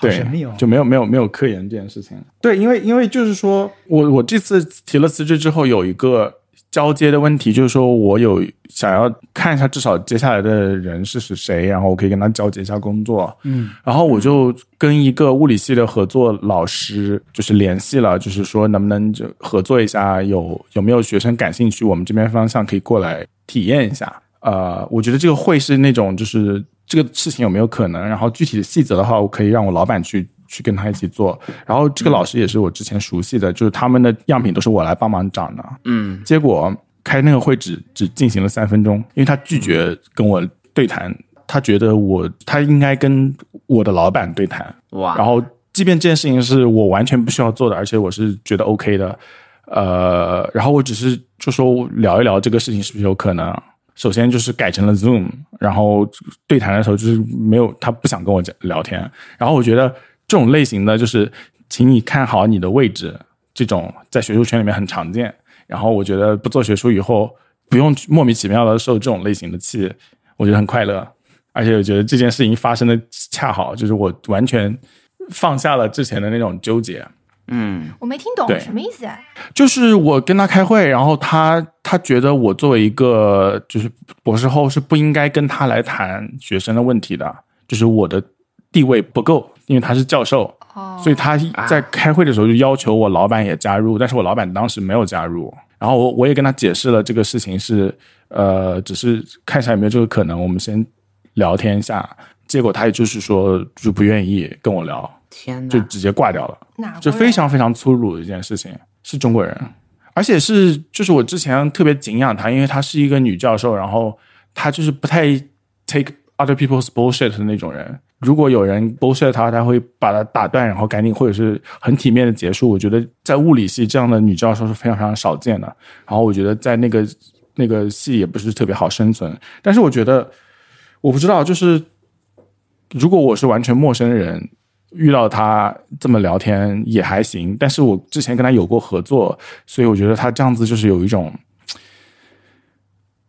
对，
神秘哦
就没有没有没有科研这件事情。对，因为因为就是说我我这次提了辞职之后，有一个交接的问题，就是说我有想要看一下，至少接下来的人是是谁，然后我可以跟他交接一下工作。
嗯，
然后我就跟一个物理系的合作老师就是联系了，就是说能不能就合作一下，有有没有学生感兴趣，我们这边方向可以过来体验一下。呃，我觉得这个会是那种就是这个事情有没有可能，然后具体的细则的话，我可以让我老板去去跟他一起做。然后这个老师也是我之前熟悉的，就是他们的样品都是我来帮忙找的。
嗯，
结果开那个会只只进行了三分钟，因为他拒绝跟我对谈，他觉得我他应该跟我的老板对谈，
哇，
然后即便这件事情是我完全不需要做的，而且我是觉得 OK 的，呃，然后我只是就说聊一聊这个事情是不是有可能。首先就是改成了 Zoom，然后对谈的时候就是没有他不想跟我讲聊天，然后我觉得这种类型的就是，请你看好你的位置，这种在学术圈里面很常见。然后我觉得不做学术以后，不用去莫名其妙的受这种类型的气，我觉得很快乐。而且我觉得这件事情发生的恰好，就是我完全放下了之前的那种纠结。
嗯，
我没听懂
对
什么意思啊？
就是我跟他开会，然后他他觉得我作为一个就是博士后是不应该跟他来谈学生的问题的，就是我的地位不够，因为他是教授，
哦，
所以他在开会的时候就要求我老板也加入，但是我老板当时没有加入。然后我我也跟他解释了这个事情是，呃，只是看一下有没有这个可能，我们先聊天一下。结果他也就是说就不愿意跟我聊，
天
就
哪，
直接挂掉了。
哪国
就
人
非常非常粗鲁的一件事情，是中国人，而且是就是我之前特别敬仰她，因为她是一个女教授，然后她就是不太 take other people's bullshit 的那种人。如果有人 bullshit 她，她会把她打断，然后赶紧或者是很体面的结束。我觉得在物理系这样的女教授是非常非常少见的，然后我觉得在那个那个系也不是特别好生存。但是我觉得我不知道，就是如果我是完全陌生人，遇到他这么聊天也还行，但是我之前跟他有过合作，所以我觉得他这样子就是有一种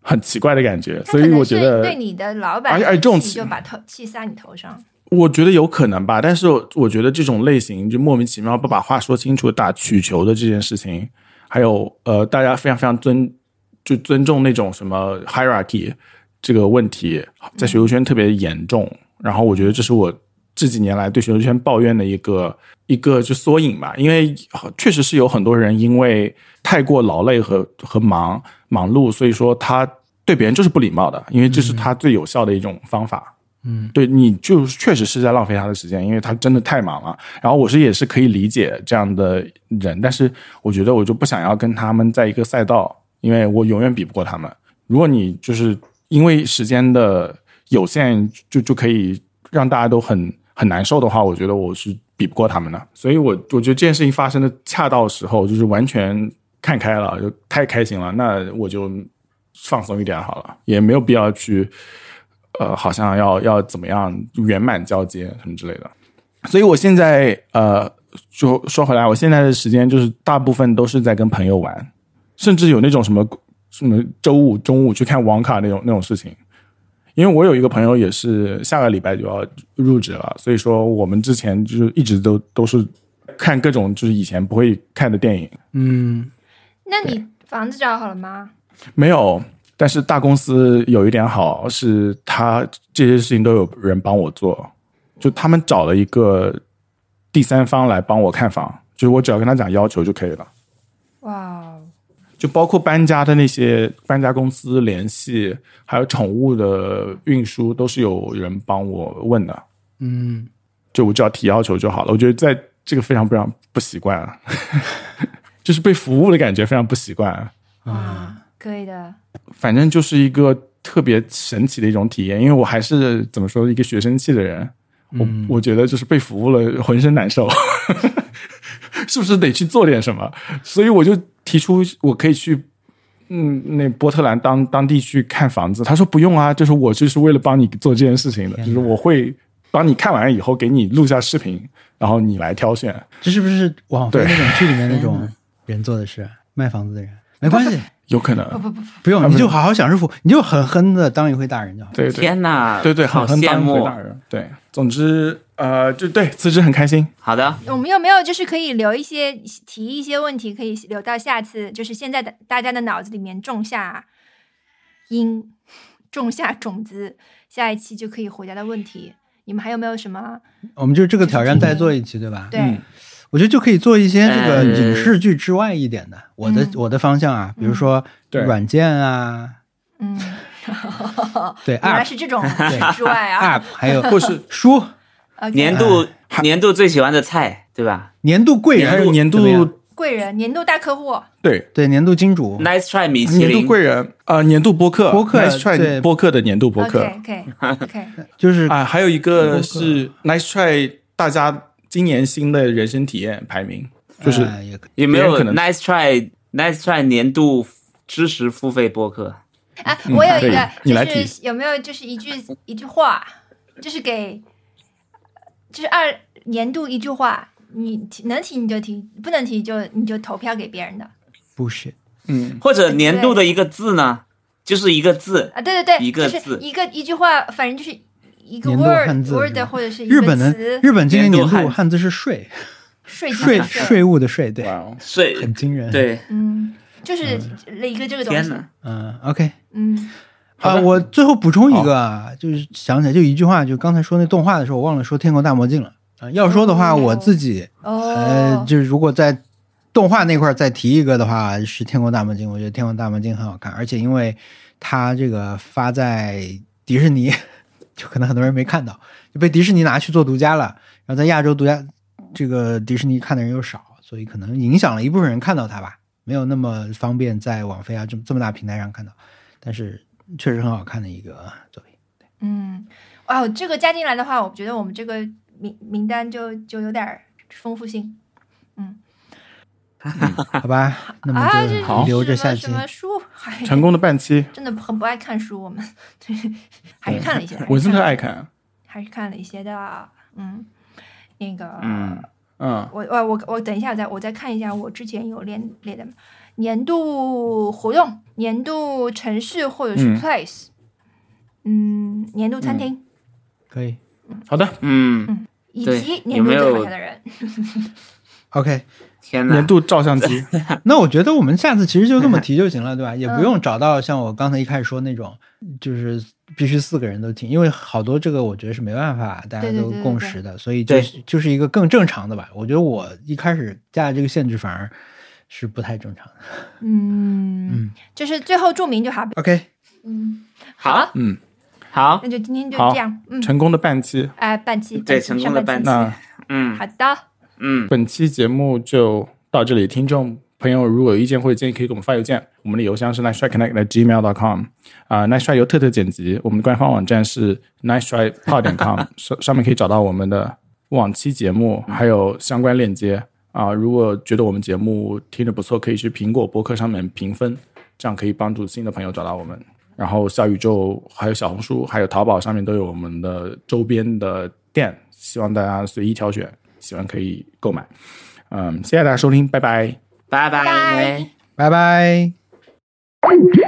很奇怪的感觉，
他
所
可
以
能
我觉
是
得
对你的老板
而且
的气，
而且这种气
就把头气撒你头上。
我觉得有可能吧，但是我我觉得这种类型就莫名其妙不把话说清楚、打曲球的这件事情，还有呃，大家非常非常尊就尊重那种什么 hierarchy 这个问题，在学术圈特别严重。然后我觉得这是我这几年来对学术圈抱怨的一个一个就缩影吧，因为确实是有很多人因为太过劳累和和忙忙碌，所以说他对别人就是不礼貌的，因为这是他最有效的一种方法。
嗯，
对你就确实是在浪费他的时间，因为他真的太忙了。然后我是也是可以理解这样的人，但是我觉得我就不想要跟他们在一个赛道，因为我永远比不过他们。如果你就是因为时间的有限，就就可以让大家都很很难受的话，我觉得我是比不过他们的。所以我我觉得这件事情发生的恰到时候，就是完全看开了，就太开心了。那我就放松一点好了，也没有必要去。呃，好像要要怎么样圆满交接什么之类的，所以我现在呃，就说回来，我现在的时间就是大部分都是在跟朋友玩，甚至有那种什么什么周五中午去看网卡那种那种事情，因为我有一个朋友也是下个礼拜就要入职了，所以说我们之前就是一直都都是看各种就是以前不会看的电影，
嗯，
那你房子找好了吗？
没有，但是大公司有一点好是，他这些事情都有人帮我做，就他们找了一个第三方来帮我看房，就是我只要跟他讲要求就可以了，
哇哦，
就包括搬家的那些搬家公司联系，还有宠物的运输都是有人帮我问的，
嗯，
就我只要提要求就好了。我觉得在这个非常非常不习惯啊， (laughs) 就是被服务的感觉非常不习惯啊。
哇，可以的，
反正就是一个特别神奇的一种体验，因为我还是怎么说一个学生气的人，我、
嗯
我觉得就是被服务了，浑身难受， (laughs) 是不是得去做点什么？所以我就提出我可以去，嗯，那波特兰当当地去看房子，他说不用啊，就是我就是为了帮你做这件事情的，就是我会帮你看完以后给你录下视频，然后你来挑选，
这是不是网飞
对
那种剧里面那种人做的事？卖房子的人没关系，
有可能，
哦不用，你就好好享受服，你就狠狠的当一回大人就好。
对对
天哪，
对对，
好
很很
羡
当回
慕。啊
大人，对，总之呃，就对辞职很开心。
好的，
我们有没有就是可以留一些提一些问题，可以留到下次，就是现在的大家的脑子里面种下因，种下种子，下一期就可以回答的问题。你们还有没有什么？
我们就这个挑战再做一期，对吧？
对，
嗯
我觉得就可以做一些这个
呃
影视剧之外一点的。我的
嗯
我的方向啊，比如说
对
软件啊，
嗯，
对
哦原来
app
是这种之外啊
app，还有 (laughs)
或是
书
，OK，
年度年度最喜欢的菜，对吧
年度贵
还
人，
有年
怎么
度
样
贵人、年度大客户，
对
对年度金主，
？Nice try，米其
哦年
林
度。贵人呃年度播客
播客
Nice
对
Try 播客的年度播客
OK OK OK，
(laughs)
就是
啊，还有一个是 Nice Try 大家今年新的人生体验排名，哎就是
呃也可以
有没有
别人可能
Nice Try，Nice Try 年度知识付费播客？
哎、
嗯
我有
可
一
以
个，
你来
就
提
是有没有就是一句一句话，就是给，就是二年度一句话，你提能提你就提，不能提就你就投票给别人的
bullshit。
嗯，
或者年度的一个字呢？就是一个字，
啊，对对对，
一个
就是
字
一个一句话，反正就是一个
年度汉
word
字
word
是吧
或者是一
日
个
本的
词，
日本今年
年度
年度
汉
汉字是税
税金
税
的税，
税务的税，对
哇，哦，
税
很惊人。，
对，
嗯，就是一个这个东
天
西，
哪！
嗯，OK。
嗯，
啊，
的
我最后补充一个啊，就是想起来就一句话，就刚才说那动画的时候，我忘了说《天空大魔镜》了。啊，要说的话，
哦
我自己呃
哦，，
就是如果在动画那块儿再提一个的话，是《天空大魔镜》。我觉得《天空大魔镜》很好看，而且因为它这个发在迪士尼， (laughs) 就可能很多人没看到，就被迪士尼拿去做独家了。然后在亚洲独家，这个迪士尼看的人又少，所以可能影响了一部分人看到它吧，没有那么方便在网飞啊这么这么大平台上看到，但是确实很好看的一个作品。
嗯，哦，这个加进来的话，我觉得我们这个名名单就就有点儿丰富性。
好吧，那
啊，这
么就留着下期
什。么什么书？哎
成功的半期，
真的很不爱看书，我们还是看了一些，还是
文森特
看了
爱看，
还是看了一些的。嗯，那个，
嗯，
嗯，
我我我我等一下，我再我再看一下，我之前有列列的年度活动、年度城市或者是
嗯
place，嗯年度餐厅、
可以
好的，
嗯，
以
对
及
有
年度
没有
最好看的人。
，OK，
天哪
年！度照相机，
那我觉得我们下次其实就
(laughs)
这么提就行了，对吧？也
嗯
不用找到像我刚才一开始说那种，就是必须四个人都听，因为好多这个我觉得是没办法大家
对对
都
对对
共识的，所以就是就是一个更正常的吧。我觉得我一开始加这个限制反而是不太正常的。
嗯，
嗯
就是最后注明就好。
，OK，
嗯，
好，
嗯，
好，
那就今天就
好
这样。嗯，
成功的半期。
哎，半期，
对
半期
成功
上
的
半
半
那
嗯
好的，
嗯，
本期节目就到这里，听众朋友如果有意见或者建议，可以给我们发邮件，我们的邮箱是 nice try connect at gmail dot com 啊、n i c e try 由特特剪辑，我们的官方网站是 nice try pod com (laughs) 上上面可以找到我们的往期节目，还有相关链接啊、如果觉得我们节目听着不错，可以去苹果播客上面评分，这样可以帮助新的朋友找到我们。然后小宇宙、还有小红书、还有淘宝上面都有我们的周边的店，希望大家随意挑选，喜欢可以购买。嗯，谢谢大家收听，拜拜。
拜拜。
拜
拜拜。
Thank you.